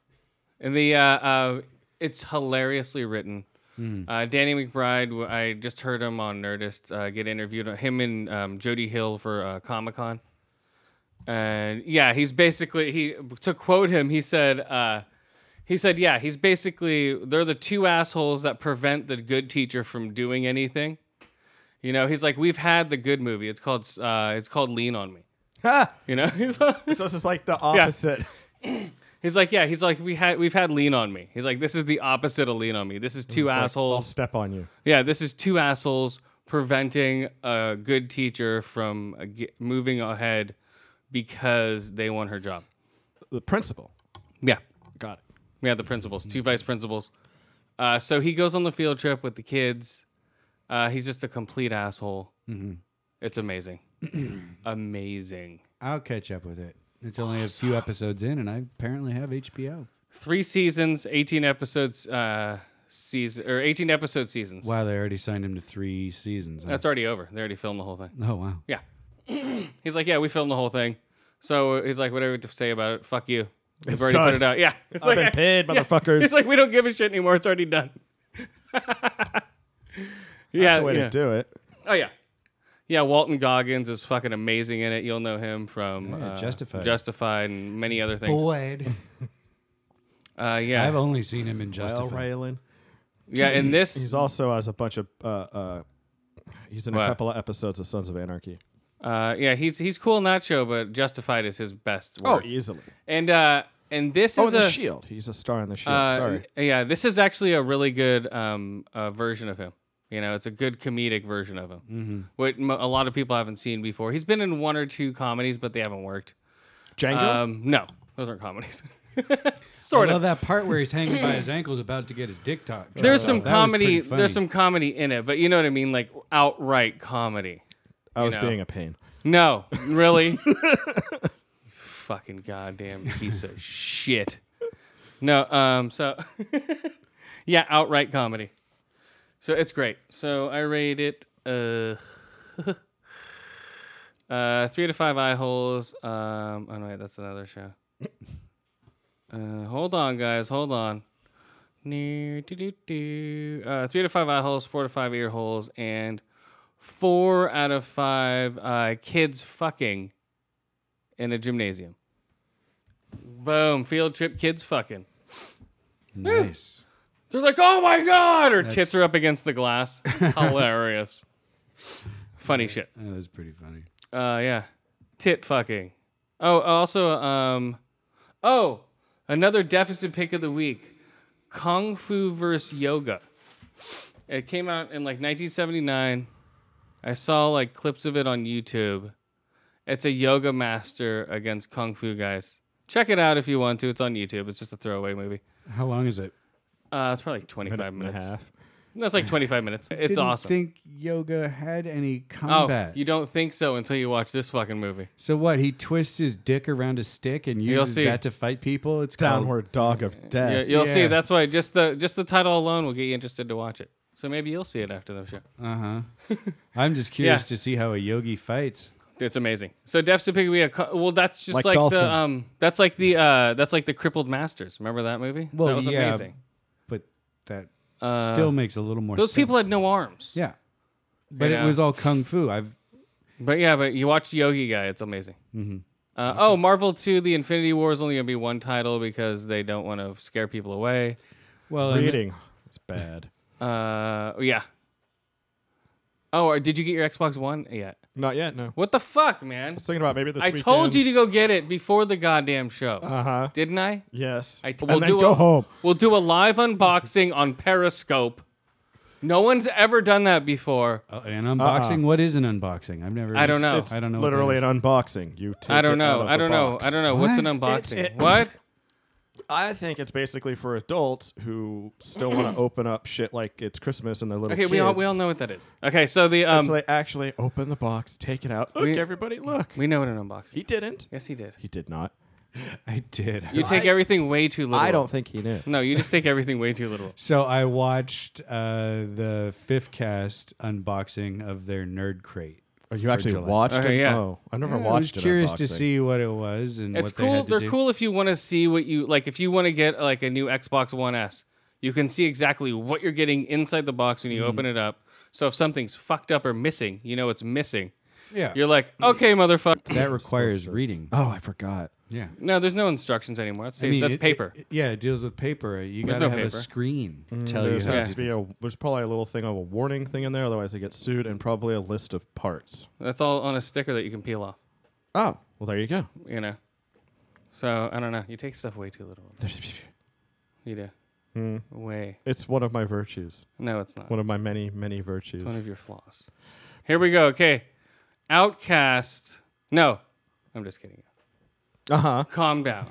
Speaker 1: and the uh, uh it's hilariously written. Uh, Danny McBride, w- I just heard him on Nerdist uh, get interviewed. Him and um, Jody Hill for uh, Comic Con, and yeah, he's basically he to quote him, he said. Uh, he said, "Yeah, he's basically they're the two assholes that prevent the good teacher from doing anything." You know, he's like, "We've had the good movie. It's called uh, it's called Lean on Me."
Speaker 3: Ah,
Speaker 1: You know, he's like,
Speaker 3: so this is like the opposite.
Speaker 1: he's like, yeah, he's like, we had we've had lean on me. He's like, this is the opposite of lean on me. This is two
Speaker 3: It's like, I'll
Speaker 1: assholes.
Speaker 3: step on you.
Speaker 1: yeah, this is two assholes preventing a good teacher from uh, ge- moving ahead because they want her job.
Speaker 3: The principal.
Speaker 1: Yeah,
Speaker 3: Got it.
Speaker 1: we had the principals, two vice principals. Uh, so he goes on the field trip with the kids. Uh, he's just a complete asshole. It's amazing, amazing.
Speaker 2: I'll catch up with it. It's only a few episodes in, and I apparently have HBO.
Speaker 1: three seasons, eighteen episodes, uh, season or eighteen episode seasons.
Speaker 2: Wow, they already signed him to three seasons. huh?
Speaker 1: That's already over. They already filmed the whole thing.
Speaker 2: oh wow.
Speaker 1: Yeah, he's like, yeah, we filmed the whole thing. So he's like, whatever you have to say about it, fuck you. We've
Speaker 3: It's
Speaker 1: already
Speaker 3: done.
Speaker 1: put it out. Yeah, it's
Speaker 3: I've been paid, motherfuckers.
Speaker 1: It's like we don't give a shit anymore. It's already done. yeah,
Speaker 3: That's the way
Speaker 1: yeah.
Speaker 3: to do it.
Speaker 1: Oh yeah, yeah. Walton Goggins is fucking amazing in it. You'll know him from
Speaker 2: Yeah,
Speaker 1: uh,
Speaker 2: Justified.
Speaker 1: Justified, and many other things.
Speaker 2: Boyd.
Speaker 1: Uh, yeah,
Speaker 2: I've only seen him in
Speaker 3: Well,
Speaker 2: Justified.
Speaker 3: Raylan.
Speaker 1: yeah. In this,
Speaker 3: He's also as a bunch of. Uh, uh, he's in a
Speaker 1: What?
Speaker 3: couple of episodes of Sons of Anarchy.
Speaker 1: Uh, yeah, he's he's cool in that show, but Justified is his best
Speaker 3: Oh,
Speaker 1: work.
Speaker 3: easily.
Speaker 1: and uh, and this
Speaker 3: Oh,
Speaker 1: is
Speaker 3: and the
Speaker 1: a
Speaker 3: Shield. He's a star in the Shield.
Speaker 1: uh,
Speaker 3: Sorry.
Speaker 1: yeah, this is actually a really good um uh, version of him. You know, it's a good comedic version of him, mm-hmm. what mo- a lot of people haven't seen before. He's been in one or two comedies, but they haven't worked.
Speaker 3: Django?
Speaker 1: Um, no, those aren't comedies.
Speaker 2: I
Speaker 1: sort
Speaker 2: love
Speaker 1: of.
Speaker 2: that part where he's hanging by his ankles, about to get his dick tucked.
Speaker 1: There's
Speaker 2: Oh,
Speaker 1: some
Speaker 2: that was pretty
Speaker 1: comedy.
Speaker 2: funny.
Speaker 1: There's some comedy in it, but you know what I mean, like outright comedy.
Speaker 3: I was
Speaker 1: know.
Speaker 3: being a pain.
Speaker 1: No, really? Fucking goddamn piece of shit. No, um, so yeah, outright comedy. So it's great. So I rate it uh, uh three to five eye holes. Um, oh no, wait, that's another show. Uh, hold on, guys, hold on. Near do do do. Uh, three to five eye holes, four to five ear holes, and four out of five uh, kids fucking in a gymnasium. Boom, field trip kids fucking.
Speaker 2: nice.
Speaker 1: They're like, oh my god, her tits
Speaker 2: That's-
Speaker 1: are up against the glass. Hilarious. Funny shit.
Speaker 2: Oh, that's pretty funny.
Speaker 1: Uh, yeah, tit fucking. Oh, also, um, oh, another deficit pick of the week: Kung Fu versus Yoga. It came out in like 1979. I saw like clips of it on YouTube. It's a yoga master against kung fu guys. Check it out if you want to. It's on YouTube. It's just a throwaway movie.
Speaker 2: How long is it?
Speaker 1: Uh, it's probably like 25
Speaker 3: Minute and a
Speaker 1: minutes. Um,
Speaker 3: half.
Speaker 1: That's like 25 minutes. It's
Speaker 2: Didn't
Speaker 1: awesome.
Speaker 2: Think yoga had any
Speaker 1: oh,
Speaker 2: combat?
Speaker 1: you don't think so until you watch this fucking movie.
Speaker 2: so what? He twists his dick around a stick and uses
Speaker 1: see.
Speaker 2: that to fight people. It's called-
Speaker 3: Downward dog of death.
Speaker 1: Yeah, you'll see.
Speaker 2: Yeah.
Speaker 1: That's why just the just the title alone will get you interested to watch it. So maybe you'll see it after the show.
Speaker 2: I'm just curious
Speaker 1: Yeah.
Speaker 2: to see how a yogi fights.
Speaker 1: It's amazing. So deficit pick we well that's just
Speaker 3: Like
Speaker 1: like,
Speaker 3: Dawson.
Speaker 1: the um that's like the uh that's like the crippled masters. Remember that movie?
Speaker 2: Well,
Speaker 1: that was
Speaker 2: yeah,
Speaker 1: amazing.
Speaker 2: but that
Speaker 1: Uh,
Speaker 2: still makes a little more.
Speaker 1: Those
Speaker 2: sense.
Speaker 1: people had no arms.
Speaker 2: yeah, but
Speaker 1: know.
Speaker 2: it was all kung fu. I've
Speaker 1: But yeah, but you watch Yogi Guy, it's amazing. Mm-hmm. Uh, oh, Marvel 2, The Infinity War is only going to be one title because they don't want to scare people away.
Speaker 2: well, and-
Speaker 3: Reading is bad.
Speaker 1: Uh, yeah. Oh, or did you get your Xbox One yet?
Speaker 3: Not yet. No. I
Speaker 1: What the fuck, man?
Speaker 3: was thinking about maybe this.
Speaker 1: I told you to go get it before the goddamn show.
Speaker 3: Uh huh.
Speaker 1: Didn't I?
Speaker 3: Yes.
Speaker 1: I
Speaker 3: and then go
Speaker 1: a,
Speaker 3: home.
Speaker 1: We'll do a live unboxing on Periscope. No one's ever done that before.
Speaker 3: Oh,
Speaker 2: uh, an
Speaker 3: Uh-uh.
Speaker 2: unboxing. What is an unboxing? I've never.
Speaker 1: I don't know.
Speaker 2: I don't know. what that
Speaker 3: Literally
Speaker 2: is.
Speaker 3: an unboxing. You. Take
Speaker 1: I don't
Speaker 3: it out
Speaker 1: know.
Speaker 3: of
Speaker 1: I
Speaker 3: the
Speaker 1: don't know.
Speaker 3: box.
Speaker 1: I don't know. What's an
Speaker 2: What?
Speaker 1: unboxing?
Speaker 3: it.
Speaker 1: What?
Speaker 3: I think it's basically for adults who still want to open up shit like it's Christmas and they're little.
Speaker 1: Okay, we all
Speaker 3: kids.
Speaker 1: we all know what that is. Okay, so the um
Speaker 3: So they actually open the box, take it out. Look,
Speaker 1: We-
Speaker 3: everybody, look.
Speaker 1: we know what an unboxing.
Speaker 3: he
Speaker 1: Is.
Speaker 3: didn't.
Speaker 1: Yes, he did.
Speaker 3: He did not.
Speaker 2: I did.
Speaker 1: You take everything way too literal.
Speaker 3: I don't think he knew.
Speaker 1: No, you just take everything way too literal.
Speaker 2: So I watched uh, the fifth cast unboxing of their Nerd Crate.
Speaker 3: Oh, you actually
Speaker 2: July.
Speaker 3: watched
Speaker 1: Okay,
Speaker 3: it?
Speaker 1: yeah.
Speaker 3: Oh, I never
Speaker 2: I was
Speaker 3: watched it.
Speaker 2: curious to see what it was and
Speaker 1: It's
Speaker 2: what They
Speaker 1: cool.
Speaker 2: had to
Speaker 1: They're
Speaker 2: do.
Speaker 1: cool if you want to see what you like. If you want to get like a new Xbox One S, you can see exactly what you're getting inside the box when you open
Speaker 2: Mm-hmm.
Speaker 1: it up. So if something's fucked up or missing, you know it's missing.
Speaker 2: Yeah,
Speaker 1: You're like, okay, motherfucker.
Speaker 2: that requires reading.
Speaker 3: Oh, I forgot.
Speaker 2: Yeah.
Speaker 1: No, there's no instructions anymore. That's,
Speaker 2: I mean,
Speaker 1: that's
Speaker 2: it-
Speaker 1: paper.
Speaker 2: it- yeah, it deals with paper. Uh, You gotta
Speaker 1: no
Speaker 2: have
Speaker 1: paper.
Speaker 2: a screen to
Speaker 1: Oh,
Speaker 2: tell you
Speaker 3: Mm, There's
Speaker 2: how
Speaker 3: has
Speaker 2: to
Speaker 3: to be a. There's probably a little thing of a warning thing in there, otherwise they get sued, and probably a list of parts.
Speaker 1: that's all on a sticker that you can peel off.
Speaker 3: Oh, well, there you go.
Speaker 1: You know. So I don't know. You take stuff way too literal. You do.
Speaker 2: Hmm.
Speaker 1: Way.
Speaker 3: It's one of my virtues.
Speaker 1: No, it's not.
Speaker 3: One of my many, many virtues.
Speaker 1: One of your flaws. Here we go. Okay. Outcast. No, I'm just kidding.
Speaker 3: Uh huh.
Speaker 1: Calm down.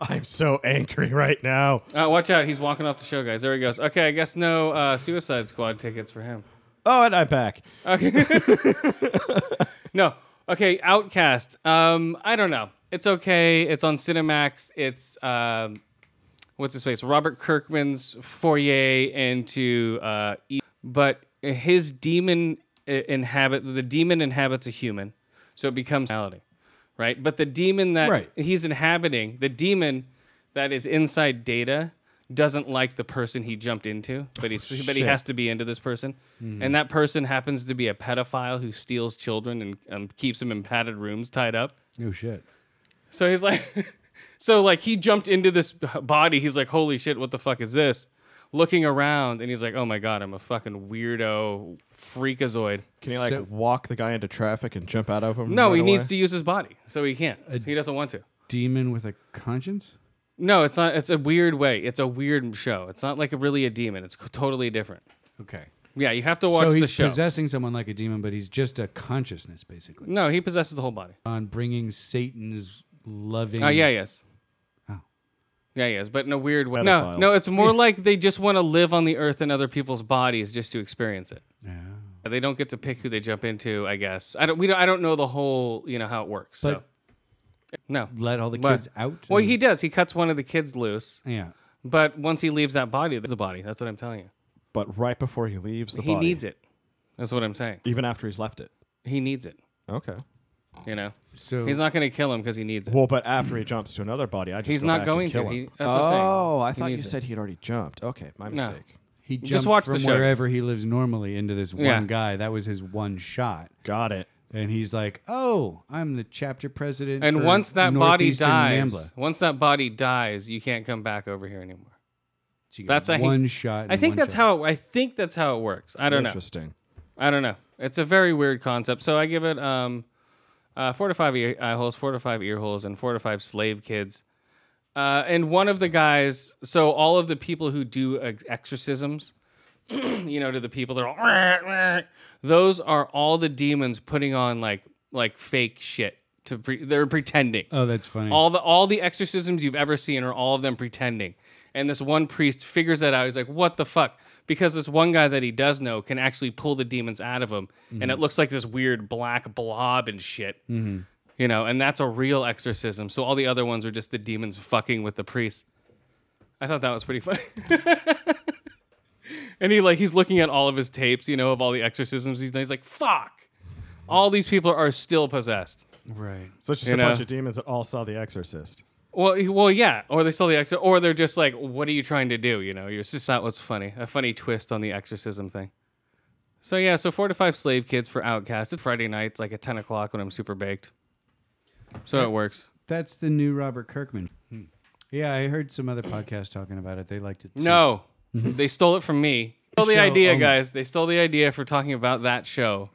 Speaker 3: I'm so angry right now.
Speaker 1: Uh, watch out. He's walking off the show, guys. There he goes. Okay, I guess no uh, Suicide Squad tickets for him.
Speaker 3: Oh, and I'm back.
Speaker 1: Okay. no. Okay, Outcast. Um, I don't know. It's okay. It's on Cinemax. It's um, what's his face? Robert Kirkman's foyer into uh, e- but his demon i- inhabit the demon inhabits a human, so it becomes reality, right? But the demon that
Speaker 2: Right.
Speaker 1: he's inhabiting, the demon that is inside Data, doesn't like the person he jumped into, but he's but he has to be into this person, and that person happens to be a pedophile who steals children and um, keeps them in padded rooms tied up.
Speaker 2: No Oh, shit.
Speaker 1: So he's like, so like he jumped into this body. He's like, holy shit, what the fuck is this? Looking around, and he's like, oh my god, I'm a fucking weirdo freakazoid.
Speaker 3: Can you like
Speaker 2: So-
Speaker 3: walk the guy into traffic and jump out of him?
Speaker 1: No,
Speaker 3: right
Speaker 1: he needs
Speaker 3: away?
Speaker 1: to use his body, so he can't. he doesn't want to.
Speaker 2: Demon with a conscience?
Speaker 1: No, it's not. It's a weird way. It's a weird show. It's not like a, really a demon. It's totally different.
Speaker 2: Okay.
Speaker 1: Yeah, you have to watch
Speaker 2: so
Speaker 1: the
Speaker 2: he's
Speaker 1: show.
Speaker 2: possessing someone like a demon, but he's just a consciousness, basically,
Speaker 1: no, he possesses the whole body.
Speaker 2: on bringing Satan's loving.
Speaker 1: Oh yeah, yes.
Speaker 2: Oh.
Speaker 1: Yeah, yes, but in a weird way. No,
Speaker 3: Pedophiles.
Speaker 1: no, it's more like they just want to live on the earth in other people's bodies just to experience it. They don't get to pick who they jump into, I guess. I don't. We don't. I don't know the whole. You know how it works.
Speaker 2: But
Speaker 1: so. no,
Speaker 2: let all the
Speaker 1: But-
Speaker 2: kids out.
Speaker 1: Well,
Speaker 2: and-
Speaker 1: he does. He cuts one of the kids loose,
Speaker 2: Yeah.
Speaker 1: but once he leaves that body, that's the body. That's what I'm telling you.
Speaker 3: But right before he leaves the
Speaker 1: He
Speaker 3: body,
Speaker 1: needs it. That's what I'm saying.
Speaker 3: even after he's left it.
Speaker 1: He needs it.
Speaker 3: Okay.
Speaker 1: You know,
Speaker 2: So
Speaker 1: he's not going to kill him because he needs it.
Speaker 3: Well, but after he jumps to another body, I just
Speaker 1: He's
Speaker 3: go
Speaker 1: not
Speaker 3: back
Speaker 1: going
Speaker 3: and kill
Speaker 1: to.
Speaker 3: him.
Speaker 1: He- that's what I'm saying.
Speaker 3: oh, I
Speaker 1: He
Speaker 3: thought you
Speaker 1: needs it.
Speaker 3: said he'd already jumped. Okay, my
Speaker 1: No.
Speaker 3: mistake.
Speaker 2: he jumped
Speaker 1: watch the
Speaker 2: from
Speaker 1: show.
Speaker 2: wherever he lives normally into this one
Speaker 1: Yeah.
Speaker 2: guy. That was his one shot.
Speaker 3: Got it.
Speaker 2: And he's like, "Oh, I'm the chapter president."
Speaker 1: And
Speaker 2: for
Speaker 1: once that body
Speaker 2: Northeastern
Speaker 1: dies,
Speaker 2: Nambla."
Speaker 1: once that body dies, you can't come back over here anymore.
Speaker 2: So you
Speaker 1: That's
Speaker 2: got
Speaker 1: I
Speaker 2: one
Speaker 1: think,
Speaker 2: shot.
Speaker 1: I
Speaker 2: and
Speaker 1: think
Speaker 2: one
Speaker 1: that's
Speaker 2: shot.
Speaker 1: how I think that's how it works. I don't know.
Speaker 3: Interesting.
Speaker 1: I don't know. It's a very weird concept. So I give it um, uh, four to five ear eye holes, four to five ear holes, and four to five slave kids. Uh, and one of the guys, so all of the people who do ex- exorcisms, you know, to the people, they're all "Wah, wah," those are all the demons putting on like like fake shit to pre- they're pretending.
Speaker 2: Oh, that's funny.
Speaker 1: All the all the exorcisms you've ever seen are all of them pretending. And this one priest figures that out. He's like, "What the fuck?" Because this one guy that he does know can actually pull the demons out of him, and it looks like this weird black blob and shit. You know, and that's a real exorcism. So all the other ones are just the demons fucking with the priest. I thought that was pretty funny. and he like he's looking at all of his tapes, you know, of all the exorcisms he's done. He's like, "Fuck." All these people are still possessed.
Speaker 2: right.
Speaker 3: So it's just
Speaker 1: You
Speaker 3: a
Speaker 1: know.
Speaker 3: bunch of demons that all saw The Exorcist.
Speaker 1: Well, y- well, yeah. Or they sell the exorcism, or they're just like, "What are you trying to do?" You know, it's just not what's funny. A funny twist on the exorcism thing. So yeah, so four to five slave kids for Outcast. It's Friday nights, like at ten o'clock when I'm super baked. So it works.
Speaker 2: That's the new Robert Kirkman. Hmm. Yeah, I heard some other podcast talking about it. They liked it. too.
Speaker 1: No, they stole it from me. Stole the
Speaker 2: Mm-hmm. Show um,
Speaker 1: idea,
Speaker 2: only.
Speaker 1: guys. They stole the idea for talking about that show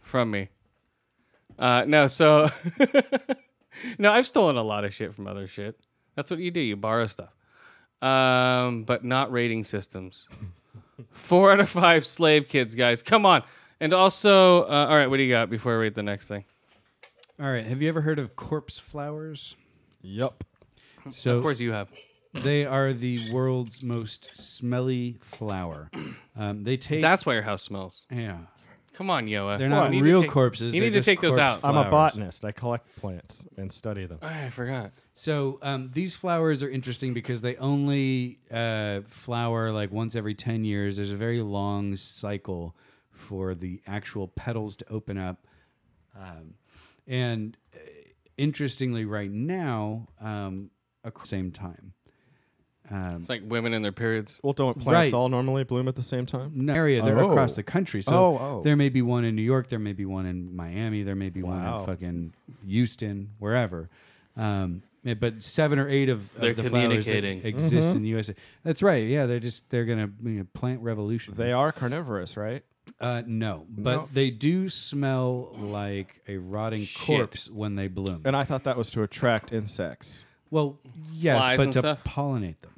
Speaker 1: from me. Uh, no, so no, I've stolen a lot of shit from other shit. That's what you do. You borrow stuff, um, but not rating systems. Four out of five slave kids, guys. Come on. And also, uh, all right, what do you got before I rate the next thing?
Speaker 2: All right. Have you ever heard of corpse flowers?
Speaker 3: Yep.
Speaker 2: So
Speaker 1: Of course, you have.
Speaker 2: they are the world's most smelly flower. Um, they take
Speaker 1: That's why your house smells.
Speaker 2: yeah.
Speaker 1: Come on, Yoa.
Speaker 2: They're
Speaker 1: You
Speaker 2: not
Speaker 1: need to
Speaker 2: real
Speaker 1: take-
Speaker 2: corpses.
Speaker 1: You
Speaker 2: they're
Speaker 1: need to
Speaker 2: just
Speaker 1: take those
Speaker 2: corpse
Speaker 1: out.
Speaker 3: I'm a
Speaker 2: flowers.
Speaker 3: botanist. I collect plants and study them.
Speaker 1: I forgot.
Speaker 2: So um, these flowers are interesting because they only uh, flower like once every 10 years. There's a very long cycle for the actual petals to open up. Um, and uh, interestingly, right now, um, across the same time.
Speaker 1: It's like women in their periods.
Speaker 3: Well, don't plants
Speaker 2: Right.
Speaker 3: all normally bloom at the same time?
Speaker 2: No, area, they're
Speaker 3: Oh.
Speaker 2: across the country. So
Speaker 3: Oh, oh.
Speaker 2: there may be one in New York, there may be one in Miami, there may be one
Speaker 3: Wow.
Speaker 2: in fucking Houston, wherever. Um, yeah, but seven or eight of, of
Speaker 1: They're
Speaker 2: the flowers that
Speaker 1: communicating.
Speaker 2: exist
Speaker 3: Mm-hmm.
Speaker 2: in the USA. That's right. Yeah, they're just they're gonna you know, plant revolution.
Speaker 3: They are carnivorous, right?
Speaker 2: uh, no, but
Speaker 3: No.
Speaker 2: they do smell like a rotting
Speaker 1: Shit.
Speaker 2: corpse when they bloom.
Speaker 3: And I thought that was to attract insects.
Speaker 2: Well, yes,
Speaker 1: Flies
Speaker 2: but
Speaker 1: and
Speaker 2: to
Speaker 1: stuff?
Speaker 2: pollinate them,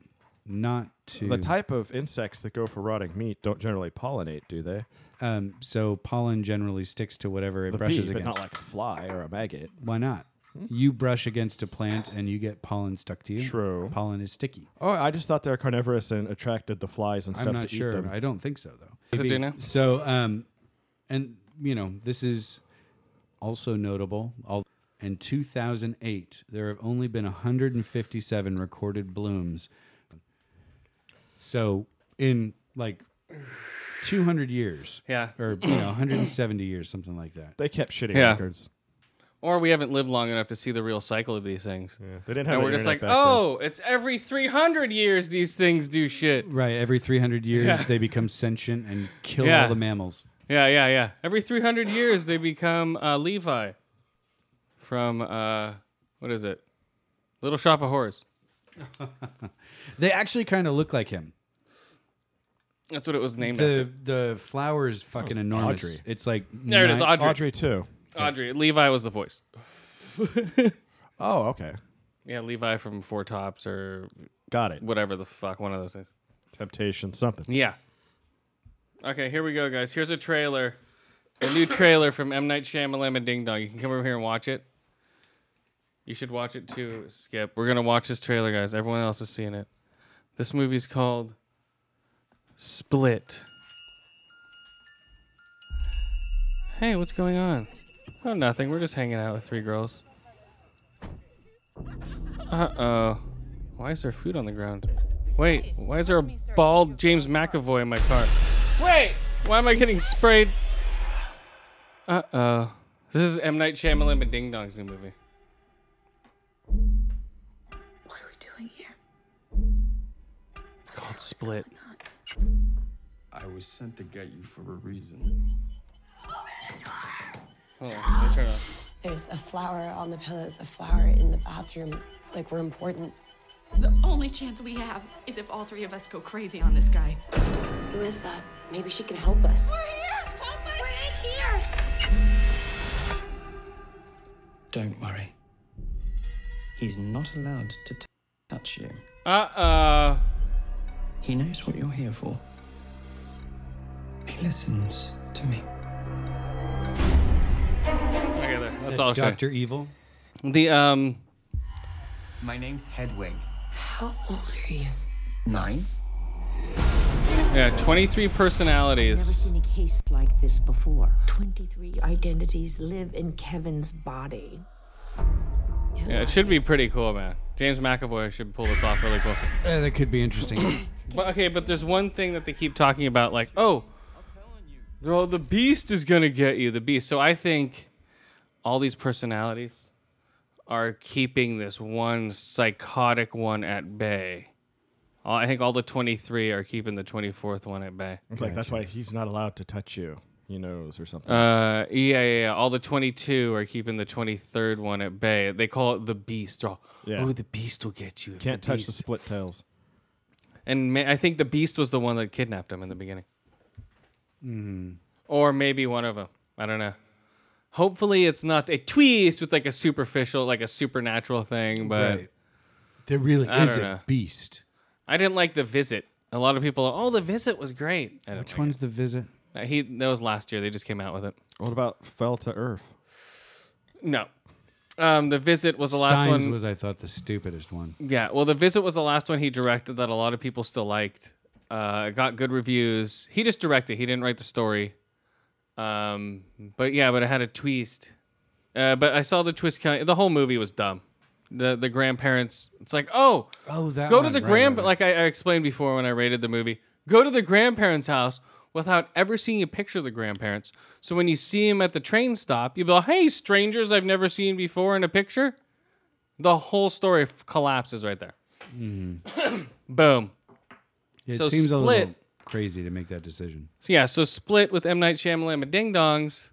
Speaker 2: not to
Speaker 3: The type of insects that go for rotting meat don't generally pollinate, do they?
Speaker 2: um, so pollen generally sticks to whatever it
Speaker 3: The
Speaker 2: brushes
Speaker 3: bee, but
Speaker 2: against.
Speaker 3: not like a fly or a maggot.
Speaker 2: Why not?
Speaker 3: Hmm?
Speaker 2: You brush against a plant and you get pollen stuck to you.
Speaker 3: True.
Speaker 2: Pollen is sticky.
Speaker 3: Oh, I just thought they were carnivorous and attracted the flies and stuff
Speaker 2: I'm not
Speaker 3: to
Speaker 2: sure.
Speaker 3: eat them.
Speaker 2: I don't think so though.
Speaker 1: Does it
Speaker 2: Maybe-
Speaker 1: do now?
Speaker 2: So um and you know, this is also notable. All in 2008, there have only been 157 recorded blooms. So in like 200 years.
Speaker 1: Yeah.
Speaker 2: Or you know, 170 years, something like that.
Speaker 3: They kept shitty
Speaker 1: Yeah.
Speaker 3: records.
Speaker 1: Or we haven't lived long enough to see the real cycle of these things.
Speaker 3: They didn't have.
Speaker 1: And
Speaker 3: the
Speaker 1: we're just like,
Speaker 3: internet back then.
Speaker 1: oh, it's every 300 years these things do shit.
Speaker 2: Right, every 300 years
Speaker 1: Yeah.
Speaker 2: they become sentient and kill
Speaker 1: Yeah.
Speaker 2: all the mammals.
Speaker 1: Yeah, yeah, yeah. Every 300 years they become uh, Levi from, uh, what is it? Little Shop of Horrors.
Speaker 2: They actually kind of look like him.
Speaker 1: That's what it was named after.
Speaker 2: The the flower is fucking enormous.
Speaker 3: Audrey.
Speaker 2: It's like
Speaker 1: There it is,
Speaker 2: nine-
Speaker 1: "Oh, Audrey. Audrey.
Speaker 3: Audrey too.
Speaker 1: Levi was the voice.
Speaker 3: Oh, okay,
Speaker 1: Yeah, Levi from Four Tops or
Speaker 3: got it.
Speaker 1: whatever the fuck, one of those things.
Speaker 3: Temptation, something.
Speaker 1: Yeah. Okay, here we go, guys. Here's a trailer. A new trailer from M. Night Shyamalan and Ding Dong. You can come over here and watch it. You should watch it too, Skip. We're going to watch this trailer, guys. Everyone else is seeing it. This movie's called Split. Hey, what's going on? Oh, nothing. We're just hanging out with three girls. Uh oh. Why is there food on the ground? Wait, why is there a bald James McAvoy in my car? Wait, why am I getting sprayed? Uh oh. This is M. Night Shyamalan and Ding Dong's new movie.
Speaker 5: What are we doing here?
Speaker 1: It's called Split.
Speaker 6: I was sent to get you for a reason.
Speaker 1: Hold on, let me turn it off.
Speaker 7: There's a flower on the pillows, a flower in the bathroom. Like, we're important. The only chance we have is if all three of us go crazy on this guy.
Speaker 5: Who is that?
Speaker 8: Maybe she can help us.
Speaker 5: We're here! Help us! We're in here!
Speaker 6: Don't worry. He's not allowed to t- touch you.
Speaker 1: Uh oh.
Speaker 6: He knows what you're here for. He listens to me.
Speaker 1: Okay, there. That's all I'll say.
Speaker 2: Doctor Evil.
Speaker 1: The um.
Speaker 6: My name's Hedwig.
Speaker 8: How old are you?
Speaker 6: Nine.
Speaker 1: Yeah, 23
Speaker 8: Never
Speaker 1: personalities.
Speaker 8: seen a case like this before. 23 identities live in Kevin's body.
Speaker 1: Yeah, it should be pretty cool, man. James McAvoy should pull this off really cool.
Speaker 2: Uh, that could be interesting.
Speaker 1: But okay, but there's one thing that they keep talking about, like, oh, well, the beast is gonna get you, the beast. So I think all these personalities are keeping this one psychotic one at bay. All- I think all the 23 are keeping the 24th one at bay. Uh,
Speaker 3: It's like that's why he's not allowed to touch you. He knows or something.
Speaker 1: Uh, yeah, yeah, yeah. All the 22 are keeping the 23rd one at bay. They call it the beast. Oh,
Speaker 3: Yeah.
Speaker 1: oh the beast will get you. if
Speaker 3: Can't
Speaker 1: the
Speaker 3: touch the
Speaker 1: beast.
Speaker 3: split tails.
Speaker 1: And ma- I think the beast was the one that kidnapped him in the beginning.
Speaker 2: Mm-hmm.
Speaker 1: Or maybe one of them. I don't know. Hopefully, it's not a twist with like a superficial, like a supernatural thing. But
Speaker 2: Right. There really
Speaker 1: I
Speaker 2: is
Speaker 1: don't
Speaker 2: a
Speaker 1: know.
Speaker 2: beast.
Speaker 1: I didn't like the visit. A lot of people, are, oh, the visit was great. I don't
Speaker 2: Which
Speaker 1: like
Speaker 2: one's the visit?
Speaker 1: it. Uh, He that was last year. They just came out with it.
Speaker 3: What about fell to earth?
Speaker 1: No, um, the visit was the last
Speaker 2: Signs
Speaker 1: one.
Speaker 2: was, I thought, the stupidest one.
Speaker 1: Yeah, well, The Visit was the last one he directed that a lot of people still liked. Uh, it got good reviews. He just directed. He didn't write the story. Um, but yeah, but it had a twist. Uh, but I saw the twist coming. The whole movie was dumb. The the grandparents. It's like, oh,
Speaker 2: Oh, that
Speaker 1: go to
Speaker 2: one,
Speaker 1: the
Speaker 2: right,
Speaker 1: grand.
Speaker 2: right, right.
Speaker 1: Like I, I explained before when I rated the movie, go to the grandparents' house without ever seeing a picture of the grandparents. So when you see him at the train stop, you'll be like, hey, strangers I've never seen before in a picture. The whole story f- collapses right there.
Speaker 2: Hmm.
Speaker 1: Boom.
Speaker 2: It
Speaker 1: So
Speaker 2: seems a little
Speaker 1: Split-
Speaker 2: crazy to make that decision.
Speaker 1: So yeah, so split with M Night Shyamalan and Ding Dongs.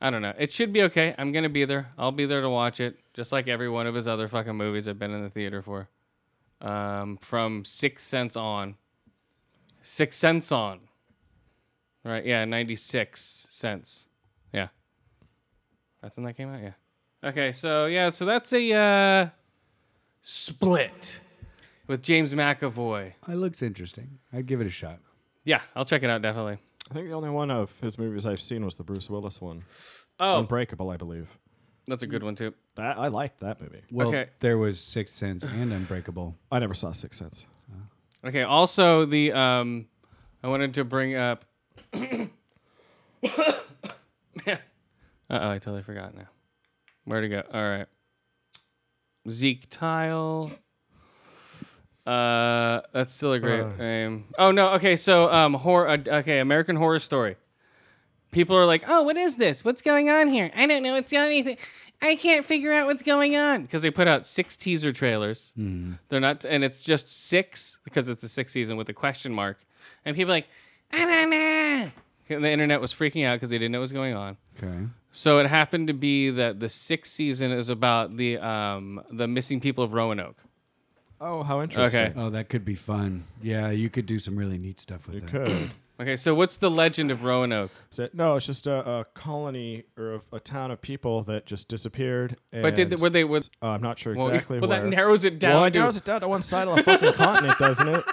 Speaker 1: I don't know. It should be okay. I'm gonna be there. I'll be there to watch it, just like every one of his other fucking movies I've been in the theater for. Um, from Sixth Sense on. Sixth Sense on. Right? Yeah, ninety six cents. Yeah. That's when that came out. Yeah. Okay. So yeah. So that's a uh, split with James McAvoy.
Speaker 2: It looks interesting. I'd give it a shot.
Speaker 1: Yeah, I'll check it out definitely.
Speaker 3: I think the only one of his movies I've seen was the Bruce Willis one,
Speaker 1: Oh,
Speaker 3: Unbreakable, I believe.
Speaker 1: that's a good one too.
Speaker 3: That I liked that movie.
Speaker 2: Well,
Speaker 1: Okay.
Speaker 2: there was Sixth Sense and Unbreakable.
Speaker 3: I never saw Sixth Sense.
Speaker 1: Okay. Also, the um, I wanted to bring up. uh oh, I totally forgot now. Where to go? All right. Zeke Tile. Uh, that's still a great name. Oh no. Okay, so um, horror. Uh, okay, American Horror Story. People are like, oh, what is this? What's going on here? I don't know. It's the only thing. I can't figure out what's going on because they put out six teaser trailers. They're not, and it's just six because it's the sixth season with a question mark. And people are like, I don't know. And the internet was freaking out because they didn't know what was going on.
Speaker 2: Okay.
Speaker 1: So it happened to be that the sixth season is about the um, the missing people of Roanoke.
Speaker 3: Oh, how interesting.
Speaker 1: Okay.
Speaker 2: Oh, that could be fun. Yeah, you could do some really neat stuff with
Speaker 3: You
Speaker 2: that.
Speaker 3: could.
Speaker 1: Okay, so what's the legend of Roanoke?
Speaker 3: That's it. No, it's just a, a colony or a, a town of people that just disappeared. And
Speaker 1: But did they, were they were
Speaker 3: uh, I'm not sure
Speaker 1: well,
Speaker 3: exactly.
Speaker 1: well, that
Speaker 3: where.
Speaker 1: narrows it down
Speaker 3: Well, it
Speaker 1: to-
Speaker 3: narrows it down to one side of the fucking continent, doesn't it?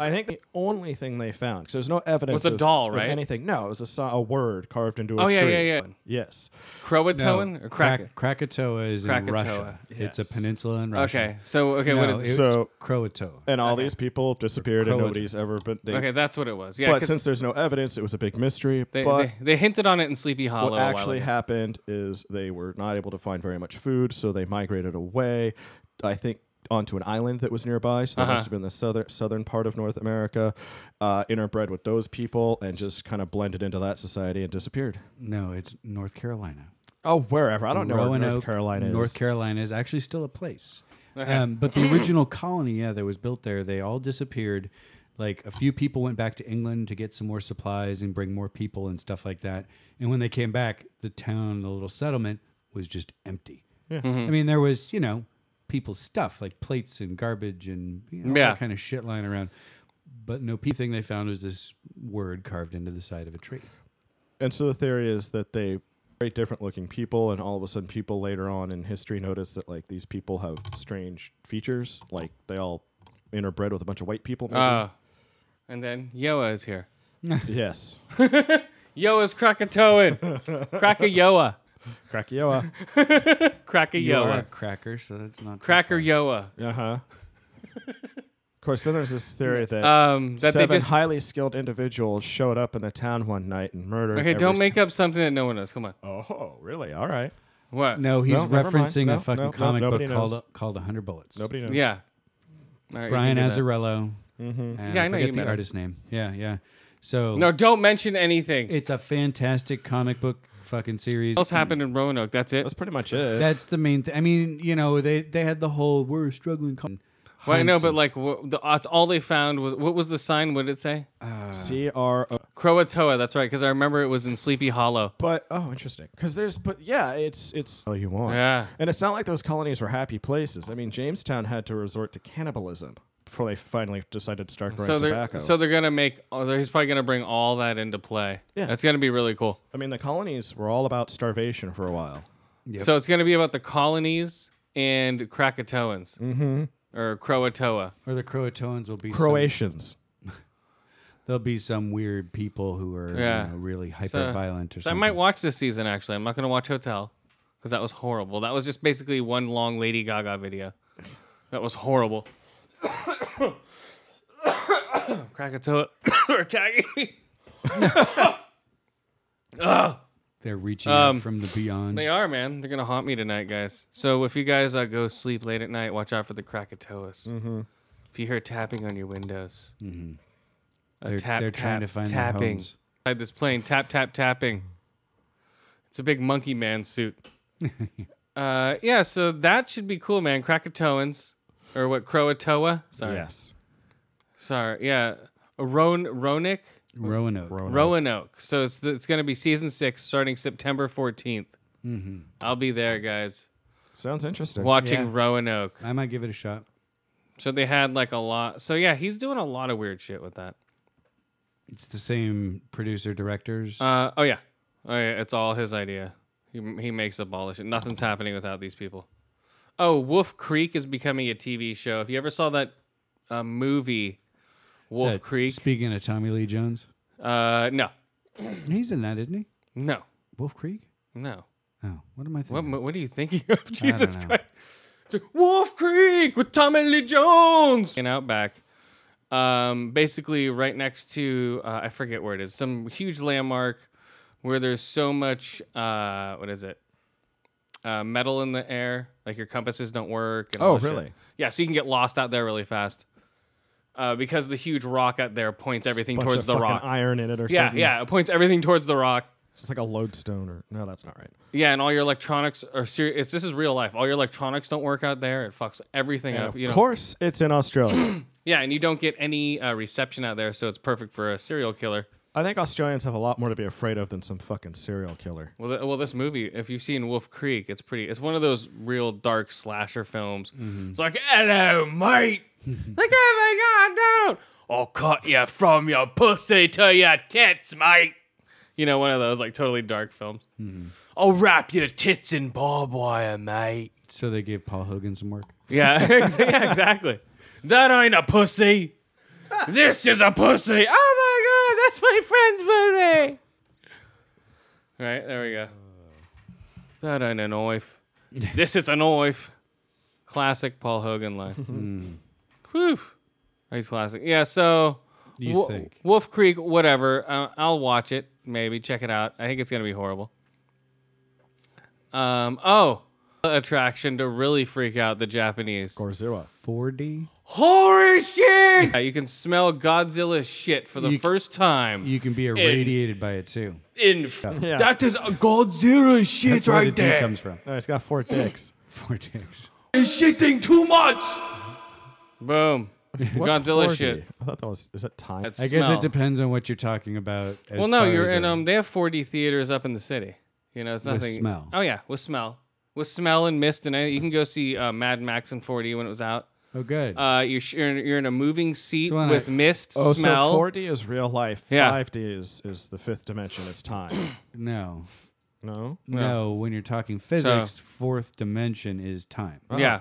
Speaker 3: I think the only thing they found, because there's no evidence.
Speaker 1: a
Speaker 3: of-
Speaker 1: doll,
Speaker 3: of
Speaker 1: right?
Speaker 3: Anything? No, it was a, so- a word carved into a
Speaker 1: Oh,
Speaker 3: tree.
Speaker 1: yeah, yeah, yeah.
Speaker 3: Yes.
Speaker 1: Croatoan or Kraken?
Speaker 2: Krak- Krakatoa is
Speaker 1: Krakatoa,
Speaker 2: in Russia. It's a
Speaker 3: yes.
Speaker 2: peninsula in Russia.
Speaker 1: Okay, so okay,
Speaker 2: No,
Speaker 1: what it,
Speaker 2: it-
Speaker 3: So-
Speaker 2: Croatoa.
Speaker 3: And all these people disappeared, and
Speaker 2: Croat-
Speaker 3: nobody's ever. But they,
Speaker 1: okay, that's what it was. Yeah,
Speaker 3: but
Speaker 1: 'cause
Speaker 3: since there's no evidence, it was a big mystery.
Speaker 1: they,
Speaker 3: but
Speaker 1: they, they hinted on it in Sleepy Hollow.
Speaker 3: what
Speaker 1: a while
Speaker 3: actually
Speaker 1: ago.
Speaker 3: happened is they were not able to find very much food, so they migrated away. I think onto an island that was nearby, so that must have been the southern southern part of North America. Uh, interbred with those people and just kind of blended into that society and disappeared.
Speaker 2: No, it's North Carolina.
Speaker 3: Oh, wherever I don't know where North
Speaker 2: Roanoke,
Speaker 3: Carolina is.
Speaker 2: North Carolina is actually still a place. Um, but the original colony, yeah, that was built there, they all disappeared. Like a few people went back to England to get some more supplies and bring more people and stuff like that. And when they came
Speaker 3: Mm-hmm.
Speaker 2: back, the town, the little settlement was just empty. I mean, there was, you know, people's stuff, like plates and garbage and you know,
Speaker 1: Yeah.
Speaker 2: all kind of shit lying around. But no pee thing they found was this word carved into the side of a tree.
Speaker 3: And so the theory is that they very different looking people, and all of a sudden, people later on in history notice that like these people have strange features, like they all interbred with a bunch of white people. maybe?
Speaker 1: Uh, and then Yoa is here.
Speaker 3: yes,
Speaker 1: Yoa's Krakatoan. Krakayoa.
Speaker 3: Krakioa.
Speaker 2: You are a
Speaker 1: Krakayoa.
Speaker 2: cracker, so that's not too
Speaker 1: uh, Cracker
Speaker 2: far.
Speaker 1: Yoa.
Speaker 3: Uh huh. Of course, then there's this theory that.
Speaker 1: Um, that
Speaker 3: Seven
Speaker 1: they just
Speaker 3: highly skilled individuals showed up in the town one night and murdered.
Speaker 1: okay. Don't make up something that no one knows. Come on.
Speaker 3: Oh, really? All right.
Speaker 1: What?
Speaker 2: No, he's
Speaker 3: No, never mind.
Speaker 2: referencing
Speaker 3: No,
Speaker 2: a fucking
Speaker 3: no, no,
Speaker 2: comic
Speaker 3: nobody
Speaker 2: book called
Speaker 3: knows.
Speaker 2: called Hundred Bullets.
Speaker 3: Nobody knows.
Speaker 1: Yeah. All right, you
Speaker 2: Brian
Speaker 1: can do that.
Speaker 2: Azzarello. Mm-hmm.
Speaker 1: Yeah,
Speaker 2: I,
Speaker 1: I know
Speaker 2: forget
Speaker 1: you
Speaker 2: the
Speaker 1: met him.
Speaker 2: artist name. Yeah, yeah. So
Speaker 1: No, don't mention anything.
Speaker 2: it's a fantastic comic book fucking series.
Speaker 1: what else happened in Roanoke? That's it.
Speaker 3: That's pretty much it.
Speaker 2: That's the main thing. I mean, you know, they they had the whole we're a struggling. Com-
Speaker 1: Well, I know, but
Speaker 2: hunting.
Speaker 1: like, wh- the, that's all they found was what was the sign? What did it say?
Speaker 3: C R O.
Speaker 1: Croatoa. That's right, because I remember it was in Sleepy Hollow.
Speaker 3: But oh, interesting. Because there's, but yeah, it's it's all you want.
Speaker 1: Yeah.
Speaker 3: And it's not like those colonies were happy places. I mean, Jamestown had to resort to cannibalism before they finally decided to start growing
Speaker 1: So they're
Speaker 3: tobacco.
Speaker 1: so they're gonna make. Oh, they're- he's probably gonna bring all that into play.
Speaker 3: Yeah.
Speaker 1: that's gonna be really cool.
Speaker 3: I mean, the colonies were all about starvation for a while.
Speaker 1: So it's gonna be about the colonies and Krakatoans mm-hmm. or Croatoa.
Speaker 2: or the Croatoans will be some-
Speaker 3: Croatians.
Speaker 2: there'll be some weird people who are you
Speaker 1: Yeah.
Speaker 2: know, really hyper
Speaker 1: So-
Speaker 2: violent or
Speaker 1: So I
Speaker 2: something.
Speaker 1: might watch this season. Actually, I'm not gonna watch Hotel because that was horrible. That was just basically one long Lady Gaga video. That was horrible. Krakatoa are tagging me.
Speaker 2: They're reaching
Speaker 1: Um,
Speaker 2: out from the beyond.
Speaker 1: They are, man. They're gonna haunt me tonight, guys. So if you guys uh, go sleep late at night, watch out for the Krakatoas. Mm-hmm. If you hear tapping on your windows, mm-hmm. a
Speaker 2: They're-
Speaker 1: tap,
Speaker 2: they're
Speaker 1: tap,
Speaker 2: trying to find their
Speaker 1: tapping.
Speaker 2: homes.
Speaker 1: Inside this plane, tap, tap, tapping. It's a big monkey man suit. uh, yeah, so that should be cool, man. Krakatoans, or what? Croatoa. Sorry,
Speaker 3: Yes.
Speaker 1: sorry, yeah. Ron Ronick.
Speaker 2: Roanoke.
Speaker 1: Roanoke. So it's it's going to be season six, starting September 14th
Speaker 2: Mm-hmm.
Speaker 1: I'll be there, guys,
Speaker 3: Sounds interesting.
Speaker 1: watching
Speaker 2: Yeah.
Speaker 1: Roanoke.
Speaker 2: I might give it a shot.
Speaker 1: So they had like a lot. So yeah, he's doing a lot of weird shit with that.
Speaker 2: It's the same producer directors.
Speaker 1: Uh, oh yeah, oh yeah, it's all his idea. He he makes up all this shit. Nothing's happening without these people. Oh, Wolf Creek is becoming a TV show. If you ever saw that uh, movie,
Speaker 2: Is
Speaker 1: Wolf
Speaker 2: that-
Speaker 1: Creek.
Speaker 2: Speaking of Tommy Lee Jones,
Speaker 1: uh, no,
Speaker 2: he's in that, isn't he?
Speaker 1: no,
Speaker 2: Wolf Creek.
Speaker 1: no.
Speaker 2: Oh, what am I
Speaker 1: What,
Speaker 2: thinking?
Speaker 1: mo- what are you thinking of? Jesus
Speaker 2: know.
Speaker 1: Christ. It's like, Wolf Creek with Tommy Lee Jones. In Outback. Um, basically, right next to, uh, I forget where it is, some huge landmark where there's so much, uh, what is it? Uh, metal in the air. Like your compasses don't work. And all
Speaker 3: Oh,
Speaker 1: this shit.
Speaker 3: really?
Speaker 1: Yeah, so you can get lost out there really fast. Uh, because the huge rock out there points everything
Speaker 3: Bunch
Speaker 1: towards
Speaker 3: of
Speaker 1: the
Speaker 3: fucking
Speaker 1: rock.
Speaker 3: iron in it or
Speaker 1: Yeah,
Speaker 3: something.
Speaker 1: yeah, it points everything towards the rock.
Speaker 3: It's like a lodestone or no, that's not right.
Speaker 1: Yeah, and all your electronics are serious. It's this is real life. All your electronics don't work out there. It fucks everything
Speaker 3: And
Speaker 1: up.
Speaker 3: of
Speaker 1: You know.
Speaker 3: course, it's in Australia.
Speaker 1: Yeah, and you don't get any uh, reception out there, so it's perfect for a serial killer.
Speaker 3: I think Australians have a lot more to be afraid of than some fucking serial killer.
Speaker 1: Well, th- well, this movie, if you've seen Wolf Creek, it's pretty. It's one of those real dark slasher films. It's like, hello, mate. like, oh my god, no! I'll cut you from your pussy to your tits, mate. You know, one of those like totally dark films. I'll wrap your tits in barbed wire, mate.
Speaker 2: so they gave Paul Hogan some work.
Speaker 1: Yeah, ex- yeah, exactly. That ain't a pussy. This is a pussy. Oh my god, that's my friend's pussy. Right, there we go. That ain't a knife. This is a knife. Classic Paul Hogan line.
Speaker 2: Hmm.
Speaker 1: Whew. He's classic. Yeah, so
Speaker 2: You
Speaker 1: Wo-
Speaker 2: think?
Speaker 1: Wolf Creek, whatever. Uh, I'll watch it, maybe. Check it out. I think it's going to be horrible. Um, oh, attraction to really freak out the Japanese.
Speaker 3: Gorzilla.
Speaker 2: 4D.
Speaker 1: Holy shit! Yeah, Uh, you can smell Godzilla's shit for the
Speaker 2: You-
Speaker 1: first time.
Speaker 2: You can be irradiated by it too.
Speaker 1: in f- That is a Godzilla shit
Speaker 2: That's where
Speaker 1: right
Speaker 2: the
Speaker 1: there.
Speaker 2: D comes from.
Speaker 3: No, he's got four dicks.
Speaker 2: Four dicks.
Speaker 1: It's shitting too much. Boom.
Speaker 3: What's
Speaker 1: Godzilla
Speaker 3: 4D?
Speaker 1: shit.
Speaker 3: I thought that was. Is it time?
Speaker 1: That
Speaker 2: I guess
Speaker 1: smell.
Speaker 2: it depends on what you're talking about. as
Speaker 1: Well, no,
Speaker 2: far
Speaker 1: you're
Speaker 2: as
Speaker 1: in
Speaker 2: a-
Speaker 1: um. They have 4D theaters up in the city. You know, it's
Speaker 2: With
Speaker 1: nothing.
Speaker 2: smell.
Speaker 1: Oh yeah, with smell. with smell and mist, and you can go see uh, Mad Max in 4D when it was out.
Speaker 2: Oh, good.
Speaker 1: Uh, you're, sh- you're, in- you're in a moving seat
Speaker 2: So when
Speaker 1: with
Speaker 2: I-
Speaker 1: mist,
Speaker 3: Oh,
Speaker 1: smell.
Speaker 3: so 4D is real life.
Speaker 1: Yeah.
Speaker 3: 5D is, is the fifth dimension. It's time.
Speaker 2: no,
Speaker 3: no?
Speaker 2: no. When you're talking physics, fourth dimension is time.
Speaker 1: yeah.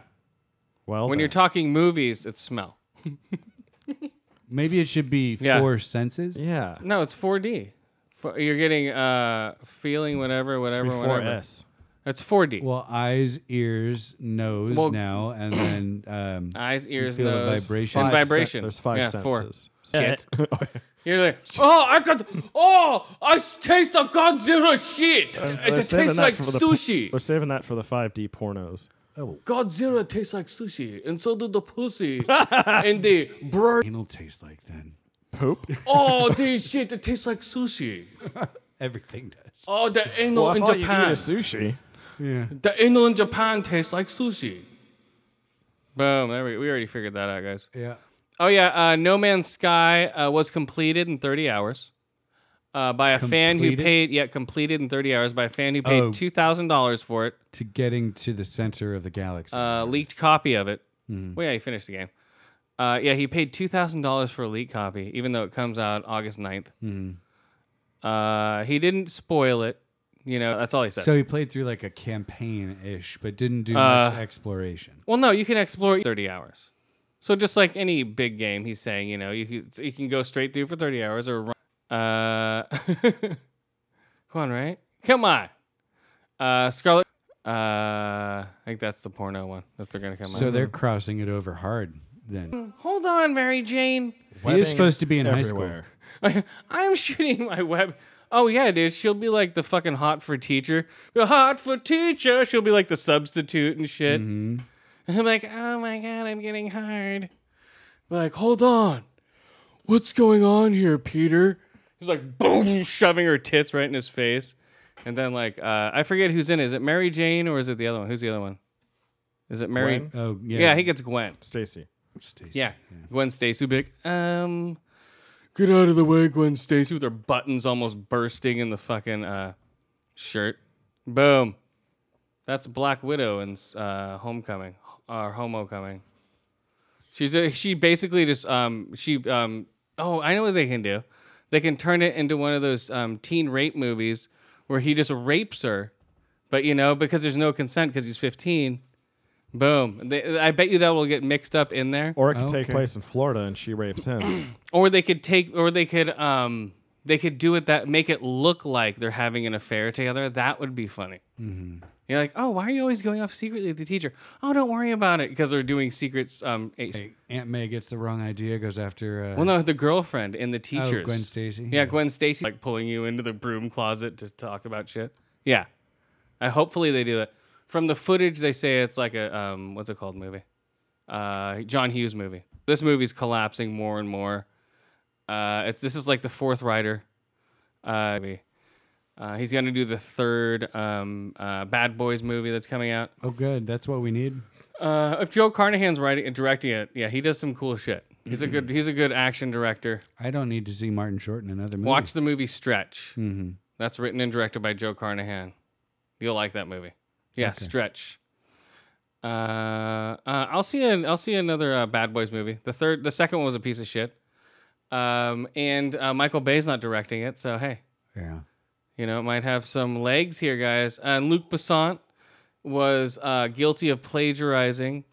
Speaker 3: Well,
Speaker 1: When you're
Speaker 3: then.
Speaker 1: talking movies, it's smell.
Speaker 2: Maybe it should be
Speaker 1: Yeah.
Speaker 2: four senses.
Speaker 3: Yeah.
Speaker 1: No, it's 4D. F- You're getting uh, feeling whatever, whatever,
Speaker 3: Before
Speaker 1: whatever.
Speaker 3: S.
Speaker 1: It's 4D.
Speaker 2: Well, eyes, ears, nose
Speaker 1: Well-
Speaker 2: now, and then um,
Speaker 1: Eyes, ears,
Speaker 2: feel the
Speaker 1: nose,
Speaker 2: vibration.
Speaker 1: and
Speaker 2: Five
Speaker 3: sen-
Speaker 1: vibration.
Speaker 3: there's five
Speaker 1: yeah, Four.
Speaker 3: senses. Shit.
Speaker 1: You're like, oh, I got, oh, I s- taste the Godzilla shit.
Speaker 3: They're
Speaker 1: It, it
Speaker 3: saving
Speaker 1: tastes
Speaker 3: that
Speaker 1: like
Speaker 3: for the-
Speaker 1: sushi.
Speaker 3: We're saving that for the 5D pornos.
Speaker 1: Godzilla tastes like sushi, and so do the pussy and the bird.
Speaker 2: anal taste like then.
Speaker 3: Poop?
Speaker 1: Oh, this shit, it tastes like sushi.
Speaker 2: Everything does.
Speaker 1: Oh, the anal
Speaker 3: well, if
Speaker 1: in
Speaker 3: all you eat
Speaker 1: Japan.
Speaker 3: is sushi.
Speaker 2: Yeah.
Speaker 1: The anal in Japan tastes like sushi. Boom! There we, we already figured that out, guys.
Speaker 2: Yeah.
Speaker 1: Oh yeah, uh, No Man's Sky uh, was completed in 30 hours uh, by a fan who
Speaker 2: Completed?
Speaker 1: paid. Yeah, completed in 30 hours by a fan who paid
Speaker 2: Oh.
Speaker 1: two thousand dollars for it.
Speaker 2: To getting to the center of the galaxy.
Speaker 1: Uh, leaked copy of it. Well, yeah, he finished the game. Uh, yeah, he paid two thousand dollars for a leaked copy, even though it comes out August 9th. Uh, he didn't spoil it. You know, that's all he said.
Speaker 2: so he played through like a campaign ish, but didn't do
Speaker 1: Uh,
Speaker 2: much exploration.
Speaker 1: Well, no, you can explore 30 hours. So just like any big game, he's saying, you know, you can, you can go straight through for 30 hours or run. Uh, come on, right? Come on. Uh, Scarlet. Uh, I think that's the porno one that they're gonna come
Speaker 2: So
Speaker 1: out.
Speaker 2: they're crossing it over hard then.
Speaker 1: Hold on, Mary Jane.
Speaker 2: He is supposed to be in high
Speaker 3: everywhere.
Speaker 2: school.
Speaker 1: I'm shooting my web. Oh yeah, dude. She'll be like the fucking hot for teacher. The hot for teacher. She'll be like the substitute and shit.
Speaker 2: Mm-hmm.
Speaker 1: I'm like, oh my god, I'm getting hard. Be like, hold on, what's going on here, Peter? He's like, boom, shoving her tits right in his face, and then like, uh, I forget who's in. it. Is it Mary Jane or is it the other one? Who's the other one? Is it Mary?
Speaker 3: Gwen?
Speaker 2: Oh, yeah.
Speaker 1: Yeah, he gets Gwen.
Speaker 3: Stacy.
Speaker 2: Stacy.
Speaker 1: Yeah. Gwen Stacy would be like, um, get out of the way, Gwen Stacy, with her buttons almost bursting in the fucking uh, shirt. Boom. That's Black Widow in uh, Homecoming or Homecoming. She's a, she basically just um she um oh I know what they can do. They can turn it into one of those um, teen rape movies where he just rapes her, but you know because there's no consent because he's 15. Boom! They, I bet you that will get mixed up in there
Speaker 3: Or it could take
Speaker 2: Okay.
Speaker 3: place in Florida and she rapes him.
Speaker 1: or they could take or they could um they could do it that make it look like they're having an affair together that would be funny
Speaker 2: Mm-hmm.
Speaker 1: you're like oh why are you always going off secretly with the teacher oh don't worry about it because they're doing secrets um eh,
Speaker 2: Hey, Aunt May gets the wrong idea, goes after. Uh,
Speaker 1: well no the girlfriend and the teachers
Speaker 2: Oh, Gwen Stacy?
Speaker 1: yeah
Speaker 2: Yeah.
Speaker 1: gwen stacy like pulling you into the broom closet to talk about shit yeah i hopefully they do that from the footage they say it's like a um what's it called movie uh john hughes movie this movie's collapsing more and more Uh, it's this is like the fourth rider. Uh, maybe. uh, he's gonna do the third um, uh, Bad Boys movie that's coming out.
Speaker 2: Oh, good. That's what we need.
Speaker 1: Uh, if Joe Carnahan's writing and directing it, yeah, he does some cool shit. He's a good he's a good action director.
Speaker 2: I don't need to see Martin Short in another movie.
Speaker 1: Watch the movie Stretch. Mm-hmm. That's written and directed by Joe Carnahan. You'll like that movie. Yeah, Stretch. Uh, uh, I'll see. An, I'll see another uh, Bad Boys movie. The third, the second one was a piece of shit. Um, and uh, Michael Bay's not directing it, so hey,
Speaker 2: Yeah.
Speaker 1: You know, it might have some legs here, guys. And Luc Besant was uh, guilty of plagiarizing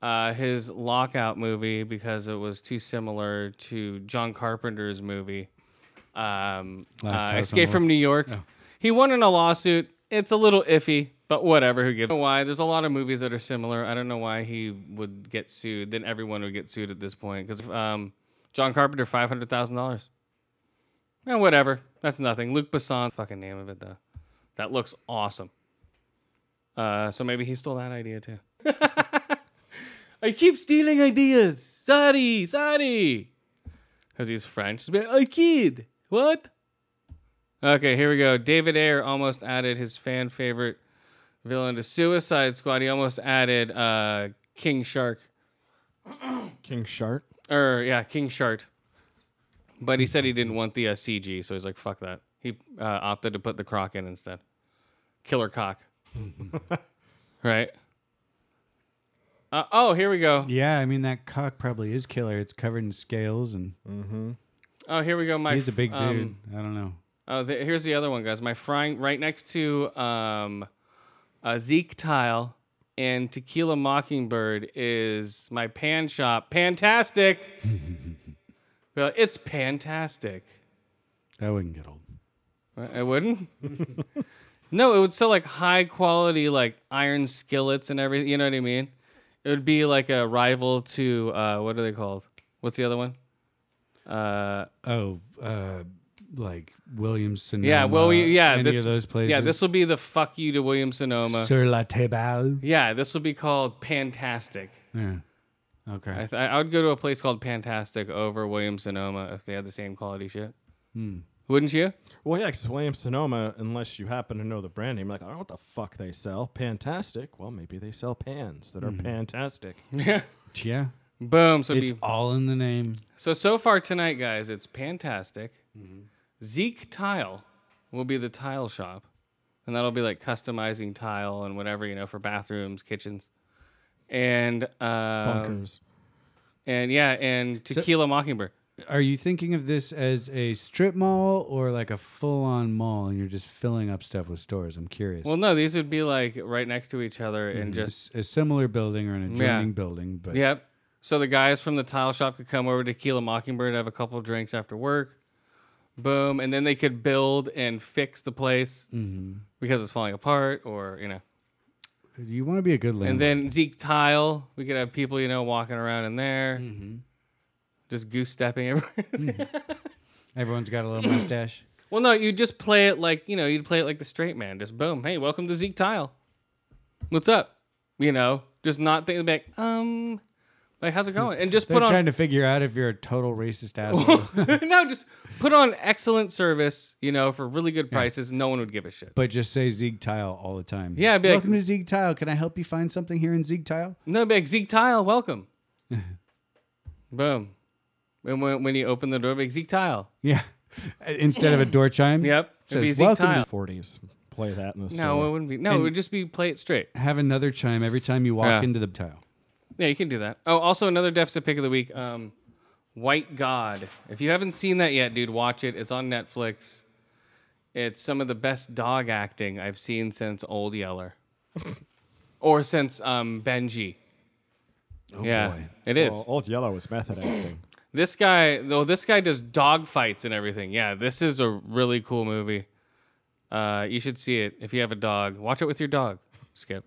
Speaker 1: uh, his Lockout movie because it was too similar to John Carpenter's movie, um,
Speaker 2: Last
Speaker 1: uh,
Speaker 2: House on
Speaker 1: Escape
Speaker 2: the
Speaker 1: from New York. He won in a lawsuit. It's a little iffy, but whatever. Who gives? I don't know why? There's a lot of movies that are similar. I don't know why he would get sued. Then everyone would get sued at this point because um, John Carpenter five hundred thousand dollars. Eh, whatever. That's nothing. Luke Besson, fucking name of it though. That looks awesome. Uh, so maybe he stole that idea too. I keep stealing ideas. Sorry, sorry. Because he's French. He's like, I kid. What? Okay, here we go. David Ayer almost added his fan favorite villain to Suicide Squad. He almost added uh, King Shark.
Speaker 3: King Shark.
Speaker 1: Or, yeah, King Shark. But he said he didn't want the uh, CG, so he's like, fuck that. He uh, opted to put the croc in instead. Killer cock. right? Uh, oh, here we go.
Speaker 2: Yeah, I mean that cock probably is killer. It's covered in scales, and
Speaker 1: Oh, here we go. My
Speaker 2: he's a
Speaker 1: f-
Speaker 2: big dude.
Speaker 1: um,
Speaker 2: I don't know.
Speaker 1: Oh, the, here's the other one, guys. My frying right next to um, uh, Zeke Tile and Tequila Mockingbird is my pan shop. Fantastic. well, it's fantastic.
Speaker 2: That wouldn't get old.
Speaker 1: I I wouldn't. no, it would sell like high quality like iron skillets and everything. You know what I mean? It would be like a rival to uh, what are they called? What's the other one? Uh,
Speaker 2: Oh, uh, like Williamson.
Speaker 1: yeah, well, we, yeah,
Speaker 2: any
Speaker 1: this
Speaker 2: of those places.
Speaker 1: Yeah, this will be the fuck you to William Sonoma.
Speaker 2: Sur la table.
Speaker 1: Yeah, this will be called Pantastic.
Speaker 2: Yeah. Okay.
Speaker 1: I, th- I would go to a place called Pantastic over William Sonoma if they had the same quality shit.
Speaker 2: Hmm.
Speaker 1: Wouldn't you?
Speaker 3: Well, yeah, 'cause William Sonoma, unless you happen to know the brand name, like, I don't know what the fuck they sell. Fantastic. Well, maybe they sell pans that are fantastic.
Speaker 2: yeah.
Speaker 1: Boom. So it'd
Speaker 2: It's
Speaker 1: be
Speaker 2: all in the name.
Speaker 1: So so far tonight, guys, it's Pantastic. Zeke Tile will be the tile shop, and that'll be like customizing tile and whatever you know for bathrooms, kitchens, and uh,
Speaker 3: Bunkers.
Speaker 1: and yeah, and Tequila Mockingbird.
Speaker 2: Are you thinking of this as a strip mall or like a full on mall and you're just filling up stuff with stores? I'm curious.
Speaker 1: Well, no, these would be like right next to each other and just
Speaker 2: It's a similar building or an adjoining building, but
Speaker 1: Yep. So the guys from the tile shop could come over to Tequila Mockingbird, have a couple of drinks after work. Boom. And then they could build and fix the place because it's falling apart or, you know.
Speaker 2: you want to be a good landlord.
Speaker 1: And then Zeke Tile, we could have people, you know, walking around in there,
Speaker 2: Mm-hmm.
Speaker 1: just goose stepping everywhere.
Speaker 2: Everyone's got a little mustache.
Speaker 1: well, no, you just play it like, you know, you'd play it like the straight man. Just boom. Hey, welcome to Zeke Tile. What's up? You know, just not thinking back, um, like, how's it going? And just
Speaker 2: They're
Speaker 1: put on.
Speaker 2: trying to figure out if you're a total racist asshole.
Speaker 1: no, just put on excellent service, you know, for really good prices. No one would give a shit.
Speaker 2: but just say Zig Tile all the time.
Speaker 1: Yeah, I'd be like- "Mm."
Speaker 2: welcome to Zig Tile. Can I help you find something here in Zig Tile?
Speaker 1: No, be like, Zeke Tile, welcome. Boom. And when, when you open the door, be like, Zeke Tile.
Speaker 2: Yeah. Instead of a door chime.
Speaker 1: Yep.
Speaker 2: it
Speaker 1: It'd be
Speaker 2: says,
Speaker 1: Zeke
Speaker 2: "Welcome to
Speaker 1: Tile.
Speaker 3: 40s. Play that in the store.
Speaker 1: No, it wouldn't be. No, it would just be play it straight.
Speaker 2: have another chime every time you walk
Speaker 1: Yeah.
Speaker 2: into the tile.
Speaker 1: Yeah, you can do that. Oh, also another deficit pick of the week. Um, White God. If you haven't seen that yet, dude, watch it. It's on Netflix. It's some of the best dog acting I've seen since Old Yeller, or since um, Benji. Oh yeah,
Speaker 2: boy.
Speaker 1: it is.
Speaker 3: Well, Old Yellow was method acting.
Speaker 1: This guy, though, this guy does dog fights and everything. Yeah, this is a really cool movie. Uh, you should see it if you have a dog. Watch it with your dog. Skip.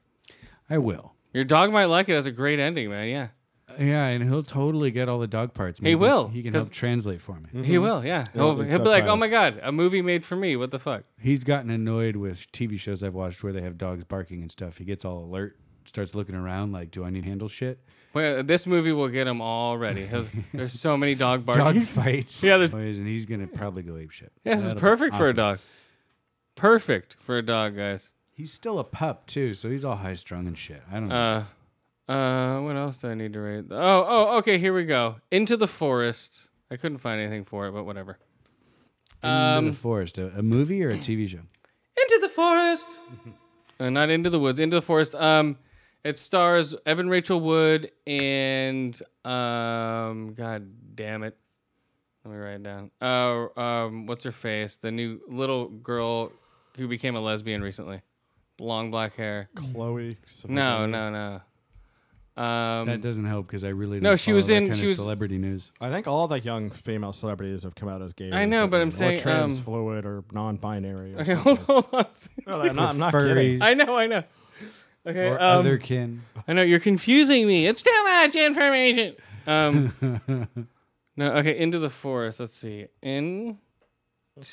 Speaker 2: I will.
Speaker 1: Your dog might like it. It Has a great ending, man. Yeah.
Speaker 2: Yeah, and he'll totally get all the dog parts. Maybe
Speaker 1: will,
Speaker 2: He can
Speaker 1: 'cause-
Speaker 2: help translate for me.
Speaker 3: Mm.
Speaker 1: He will, yeah. He'll,
Speaker 3: with
Speaker 1: he'll be like, "Oh my
Speaker 3: subtitles.
Speaker 1: god, a movie made for me. What the fuck?"
Speaker 2: He's gotten annoyed with TV shows I've watched where they have dogs barking and stuff. He gets all alert, starts looking around like, "Do I need to handle shit?"
Speaker 1: Well, this movie will get him all ready. He'll- There's so many dog barking.
Speaker 2: Dog fights.
Speaker 1: Yeah, there's-
Speaker 2: noise, and he's gonna probably go ape shit.
Speaker 1: yeah, this is
Speaker 2: That'll be
Speaker 1: perfect for a
Speaker 2: awesome.
Speaker 1: dog. Perfect for a dog, guys.
Speaker 2: He's still a pup too, so he's all high strung and shit. I don't know.
Speaker 1: Uh, uh, what else do I need to rate? Oh, oh, okay. Here we go. Into the forest. I couldn't find anything for it, but whatever. Uh, um,
Speaker 2: Into the forest, a, a movie or a TV show?
Speaker 1: Into the forest. Uh, not into the woods. Into the forest. Um, it stars Evan Rachel Wood and um, God damn it. Let me write it down. Uh, um, what's her face? The new little girl who became a lesbian recently. Long black hair.
Speaker 3: Chloe.
Speaker 1: No, no, no. Um,
Speaker 2: That doesn't help because I really don't
Speaker 1: No, she
Speaker 2: follow
Speaker 1: was
Speaker 2: that
Speaker 1: in-
Speaker 2: kind
Speaker 1: she
Speaker 2: of
Speaker 1: was-
Speaker 2: celebrity news.
Speaker 3: I think all the young female celebrities have come out as gay.
Speaker 1: I know, but I'm
Speaker 3: recently,
Speaker 1: saying,
Speaker 3: or trans
Speaker 1: um,
Speaker 3: fluid or non-binary. Or
Speaker 1: okay,
Speaker 3: something.
Speaker 1: hold, hold on.
Speaker 3: No, I'm not, I'm not
Speaker 2: Furries
Speaker 3: kidding.
Speaker 1: I know, I know. Okay,
Speaker 2: or
Speaker 1: um,
Speaker 2: other kin.
Speaker 1: I know you're confusing me. It's too much information. Um, no, okay, into the forest. Let's see. In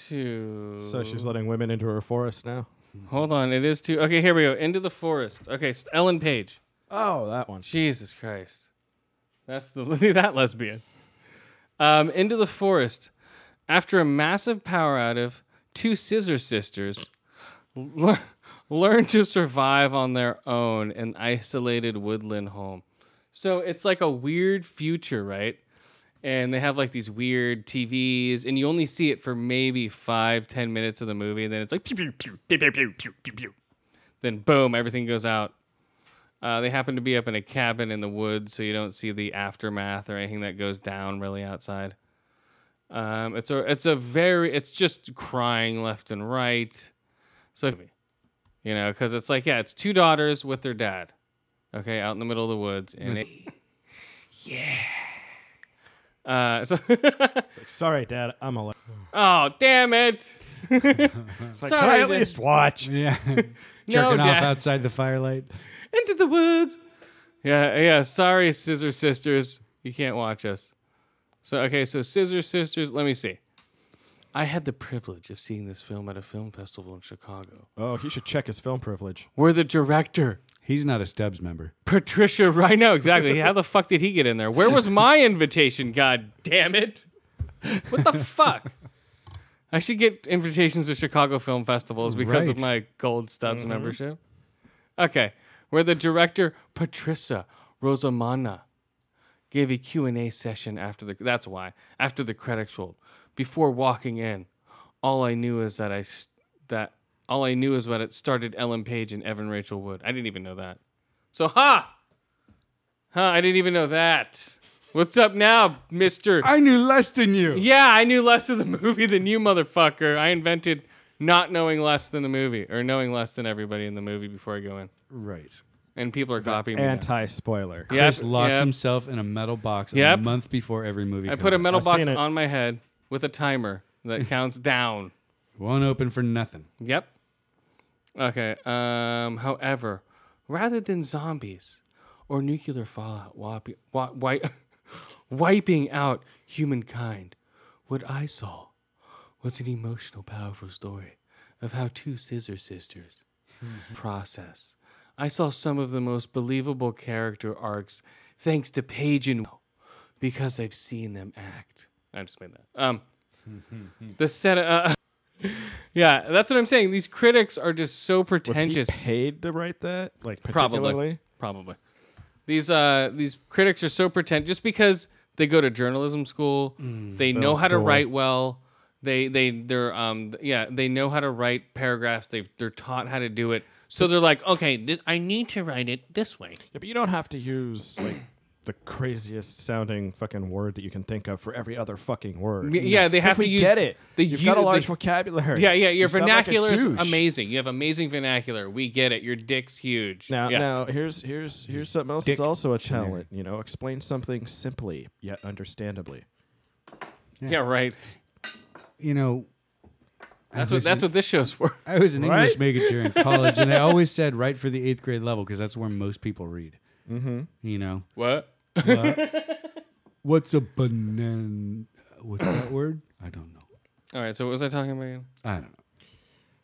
Speaker 1: to
Speaker 3: So she's letting women into her forest now.
Speaker 1: hold on. It is too. Okay, here we go. Into the forest. Okay, s- Ellen Page.
Speaker 3: Oh, that one.
Speaker 1: Jesus Christ, that's the that lesbian. Um, into the forest. After a massive power out of two scissor sisters lear- learn to survive on their own in isolated woodland home. So it's like a weird future, right? And they have like these weird TVs, and you only see it for maybe five, ten minutes of the movie, and then it's like pew pew pew pew pew pew pew pew. pew. Then boom, everything goes out. Uh, they happen to be up in a cabin in the woods, so you don't see the aftermath or anything that goes down really outside. Um, it's a it's a very it's just crying left and right. So you know, because it's like yeah, it's two daughters with their dad, okay, out in the middle of the woods, and it, yeah. Uh, so
Speaker 3: Sorry, Dad. I'm alone.
Speaker 1: oh damn it!
Speaker 3: It's
Speaker 1: Sorry,
Speaker 3: like, can I at
Speaker 1: Dad.
Speaker 3: least watch?
Speaker 2: Yeah. Jerking
Speaker 1: No,
Speaker 2: off
Speaker 1: Dad.
Speaker 2: outside the firelight.
Speaker 1: into the woods. Yeah, yeah. Sorry, Scissor Sisters, you can't watch us. So okay, so Scissor Sisters. Let me see. I had the privilege of seeing this film at a film festival in Chicago,
Speaker 3: Oh, he should check his film privilege.
Speaker 1: where the director
Speaker 2: He's not a Stubbs member.
Speaker 1: Patricia Rhino. Exactly. How the fuck did he get in there? Where was my invitation? God damn it! What the fuck? I should get invitations to Chicago film festivals because of
Speaker 2: Right.
Speaker 1: my Gold Stubbs membership. Okay, where the director Patricia Rosamana gave a Q&A session after the that's why after the credits rolled before walking in all I knew is that I s- that all I knew is that it started Ellen Page and Evan Rachel Wood. I didn't even know that. So ha. Huh, I didn't even know that. What's up now, Mr.
Speaker 2: I knew less than you.
Speaker 1: Yeah, I knew less of the movie than you, motherfucker. I invented not knowing less than the movie or knowing less than everybody in the movie before I go in.
Speaker 2: Right.
Speaker 1: And people are copying me. now.
Speaker 3: Anti spoiler.
Speaker 1: Yep,
Speaker 2: Chris locks
Speaker 1: yep.
Speaker 2: himself in a metal box
Speaker 1: Yep.
Speaker 2: a month before every movie.
Speaker 1: I
Speaker 2: comes
Speaker 1: put a
Speaker 2: out.
Speaker 1: metal
Speaker 3: I've
Speaker 1: box
Speaker 3: seen it.
Speaker 1: on my head with a timer that counts down.
Speaker 2: Won't open for nothing.
Speaker 1: Yep. Okay. Um, however, rather than zombies or nuclear fallout wap- wa- wi- wiping out humankind, what I saw was an emotional, powerful story of how two scissor sisters
Speaker 3: Mm-hmm.
Speaker 1: process. I saw some of the most believable character arcs thanks to Paige and because I've seen them act. I just made that. Um,
Speaker 3: Mm-hmm.
Speaker 1: the set. Uh, yeah, that's what I'm saying. These critics are just so
Speaker 3: Was he
Speaker 1: pretentious.
Speaker 3: paid to write that? Like particularly?
Speaker 1: Probably. Probably. These uh these critics are so pretend just because they go to journalism school, they know how to
Speaker 3: Mm, school.
Speaker 1: write well. They they they're um yeah, they know how to write paragraphs. They they're taught how to do it. So they're like, "Okay, th- I need to write it this way."
Speaker 3: Yeah, but you don't have to use like the craziest sounding fucking word that you can think of for every other fucking word.
Speaker 1: Y- yeah, they
Speaker 3: It's
Speaker 1: have
Speaker 3: like
Speaker 1: to
Speaker 3: we
Speaker 1: use-
Speaker 3: get it.
Speaker 1: they
Speaker 3: You've got a
Speaker 1: u-
Speaker 3: large
Speaker 1: they-
Speaker 3: vocabulary.
Speaker 1: Yeah, yeah, your
Speaker 3: You sound like a
Speaker 1: vernacular is
Speaker 3: douche.
Speaker 1: amazing. You have amazing vernacular. We get it. Your dick's huge.
Speaker 3: Now,
Speaker 1: yeah.
Speaker 3: now here's here's here's something else that's also a talent. You know, explain something simply yet understandably.
Speaker 1: yeah, right.
Speaker 2: You know,
Speaker 1: That's what that's what this show's for.
Speaker 2: I was an
Speaker 3: Right?
Speaker 2: English major in college, and they always said right for the eighth grade level because that's where most people read. Mm-hmm. You know,
Speaker 1: What?
Speaker 2: what's a banana? What's that word? I don't know.
Speaker 1: All right, so what was I talking about? Again?
Speaker 2: I don't know.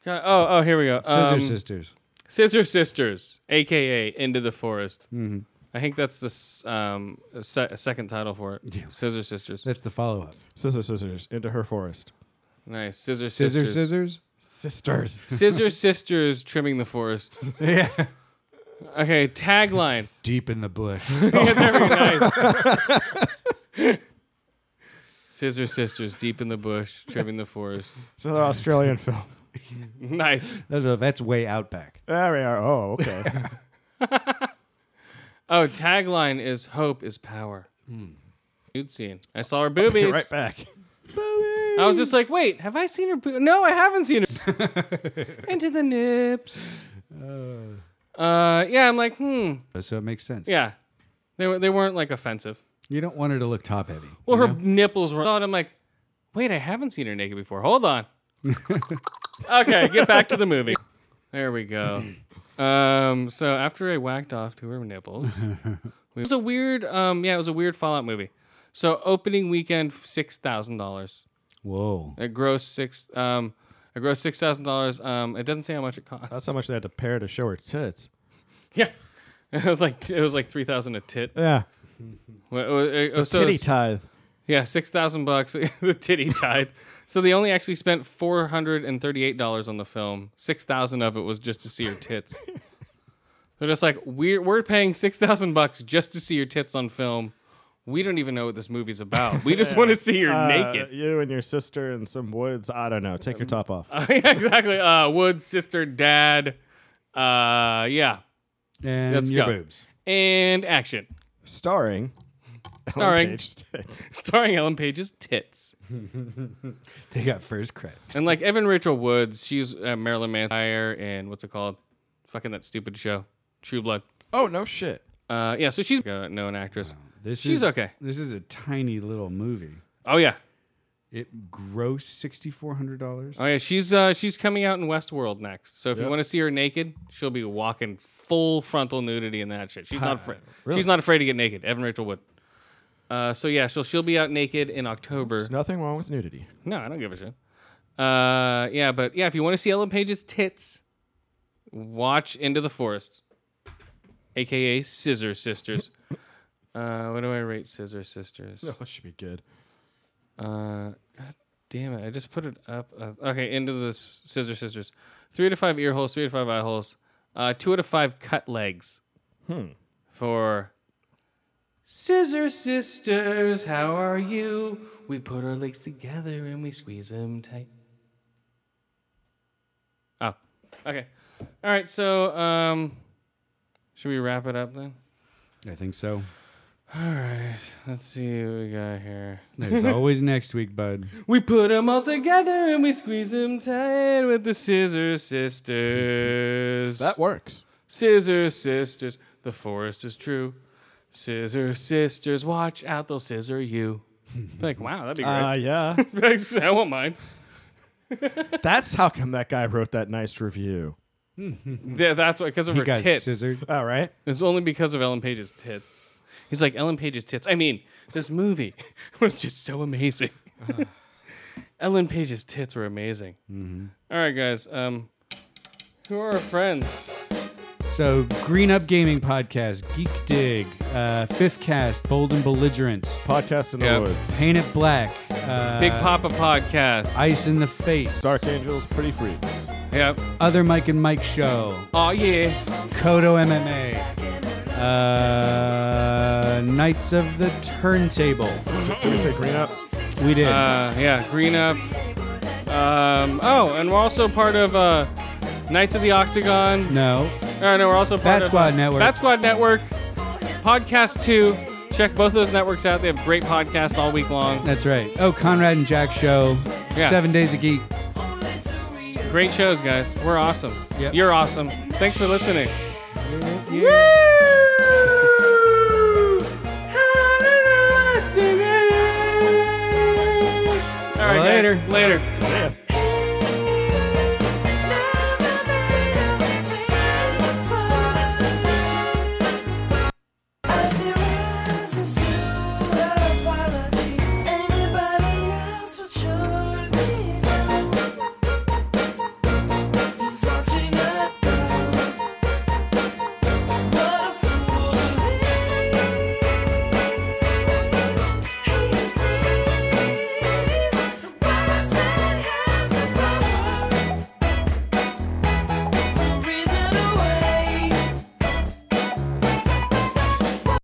Speaker 1: God, oh, oh, here we go.
Speaker 2: Scissor
Speaker 1: Um,
Speaker 2: sisters.
Speaker 1: Scissor Sisters, aka Into the Forest.
Speaker 2: Mm-hmm.
Speaker 1: I think that's the s- um, se- second title for it. Scissor Sisters.
Speaker 2: That's the follow up.
Speaker 3: Scissors, scissors, into her forest.
Speaker 1: Nice. Scissor
Speaker 2: Scissor
Speaker 1: Sisters.
Speaker 2: scissors.
Speaker 3: Sisters.
Speaker 1: Scissor Sisters trimming the forest.
Speaker 2: Yeah.
Speaker 1: Okay, tagline.
Speaker 2: Deep in the bush.
Speaker 1: Scissor Sisters deep in the bush, trimming the forest.
Speaker 3: It's another Australian film.
Speaker 1: Nice.
Speaker 2: No, no, that's way out back.
Speaker 3: There we are. Oh, okay.
Speaker 1: Oh, tagline is hope is power.
Speaker 2: Hmm.
Speaker 1: Nude scene. I saw her boobies.
Speaker 3: Be right back.
Speaker 1: I was just like, wait, have I seen her? Bo- no, I haven't seen her. Into the nips. Uh, yeah, I'm like, hmm,
Speaker 2: So it makes sense.
Speaker 1: yeah. They were they weren't like offensive.
Speaker 2: You don't want her to look top heavy.
Speaker 1: Well, her nipples were out. I'm like, wait, I haven't seen her naked before. Hold on. okay, get back to the movie. There we go. Um, so after I whacked off to her nipples, it was a weird, um, yeah, it was a weird Fallout movie. So opening weekend, six thousand dollars.
Speaker 2: Whoa.
Speaker 1: It gross six. Um, it gross six thousand dollars. Um, it doesn't say how much it costs.
Speaker 3: That's how much they had to pay to show her tits.
Speaker 1: yeah. It was like it was like three thousand a tit.
Speaker 3: Yeah.
Speaker 1: Well, it was- it
Speaker 3: The
Speaker 1: was- so it
Speaker 3: titty
Speaker 1: was-
Speaker 3: tithe.
Speaker 1: yeah, six thousand bucks. the titty tied. So they only actually spent four hundred and thirty-eight dollars on the film. Six thousand of it was just to see her tits. They're just like we're we're paying six thousand bucks just to see your tits on film. We don't even know what this movie's about. We just want to see her naked.
Speaker 3: Uh, you and your sister and some woods. I don't know. Take your top off.
Speaker 1: yeah, exactly. Uh, Woods, sister, dad. Uh, yeah.
Speaker 2: And
Speaker 1: Let's
Speaker 2: your
Speaker 1: go.
Speaker 2: boobs.
Speaker 1: And action.
Speaker 3: Starring.
Speaker 1: Starring.
Speaker 3: Ellen Page Stitz.
Speaker 1: Starring Ellen Page's tits.
Speaker 2: They got first credit.
Speaker 1: And like Evan Rachel Woods, she's uh, Marilyn Manfire and what's it called? Fucking that stupid show, True Blood.
Speaker 3: Oh, no shit.
Speaker 1: Uh, yeah, so she's a known actress.
Speaker 3: Oh.
Speaker 2: This
Speaker 1: She's
Speaker 2: is,
Speaker 1: okay.
Speaker 2: This is a tiny little movie.
Speaker 1: Oh yeah,
Speaker 2: It grossed sixty four hundred dollars.
Speaker 1: oh yeah, she's uh, she's coming out in Westworld next. So if you
Speaker 3: Yep.
Speaker 1: want to see her naked, she'll be walking full frontal nudity in that shit. She's not afraid.
Speaker 3: really?
Speaker 1: She's not afraid to get naked. Evan Rachel Wood. Uh, so yeah, she'll she'll be out naked in October.
Speaker 3: There's nothing wrong with nudity.
Speaker 1: No, I don't give a shit. Uh, yeah, but yeah, if you want to see Ellen Page's tits, watch Into the Forest, aka Scissor Sisters. uh, what do I rate Scissor Sisters?
Speaker 3: that should be good.
Speaker 1: Uh, God damn it! I just put it up. Uh, okay, Into the S- Scissor Sisters. Three to five ear holes. Three to five eye holes. Uh, two out of five cut legs. Hmm. For Scissor Sisters, how are you? We put our legs together and we squeeze them tight. Oh, okay. All right, so um, should we wrap it up then?
Speaker 2: I think so.
Speaker 1: All right, let's see what we got here.
Speaker 2: There's always next week, bud.
Speaker 1: We put 'em all together and we squeeze 'em tight with the Scissor Sisters.
Speaker 3: That works.
Speaker 1: Scissor Sisters, the forest is true. Scissor Sisters, watch out, they'll scissor you. like, wow, that'd be
Speaker 3: Uh,
Speaker 1: great.
Speaker 3: yeah.
Speaker 1: I won't mind.
Speaker 3: That's how come that guy wrote that nice review.
Speaker 1: Yeah, that's why, because of
Speaker 2: He
Speaker 1: her
Speaker 2: got
Speaker 1: tits.
Speaker 2: scissored.
Speaker 3: All right.
Speaker 1: It's only because of Ellen Page's tits. He's like, Ellen Page's tits. I mean, this movie was just so amazing. Ellen Page's tits were amazing. All right, guys. Um, who are our friends?
Speaker 2: So, Green Up Gaming Podcast, Geek Dig, uh, Fifth Cast, Bold and Belligerent,
Speaker 3: Podcast in the
Speaker 1: Yep.
Speaker 3: Woods.
Speaker 2: Paint It Black, uh,
Speaker 1: Big Papa Podcast.
Speaker 2: Ice in the Face,
Speaker 3: Dark Angels, Pretty Freaks.
Speaker 1: Yep.
Speaker 2: Other Mike and Mike Show,
Speaker 1: Oh yeah.
Speaker 2: Kodo MMA, uh, Knights of the Turntable.
Speaker 3: Did we say green up?
Speaker 2: We did.
Speaker 1: Uh, yeah. Green Up. Um, oh, and we're also part of uh, Knights of the Octagon.
Speaker 2: no.
Speaker 1: All right, no, we're also part
Speaker 2: Bat
Speaker 1: of
Speaker 2: Squad Network.
Speaker 1: Bat Squad Network, Podcast Two. Check both those networks out. They have great podcasts all week long.
Speaker 2: That's right. Oh, Conrad and Jack Show,
Speaker 1: Yeah.
Speaker 2: Seven Days a Geek.
Speaker 1: Great shows, guys. We're awesome.
Speaker 2: Yep.
Speaker 1: You're awesome. Thanks for listening. All right,
Speaker 2: Later.
Speaker 1: guys. Later.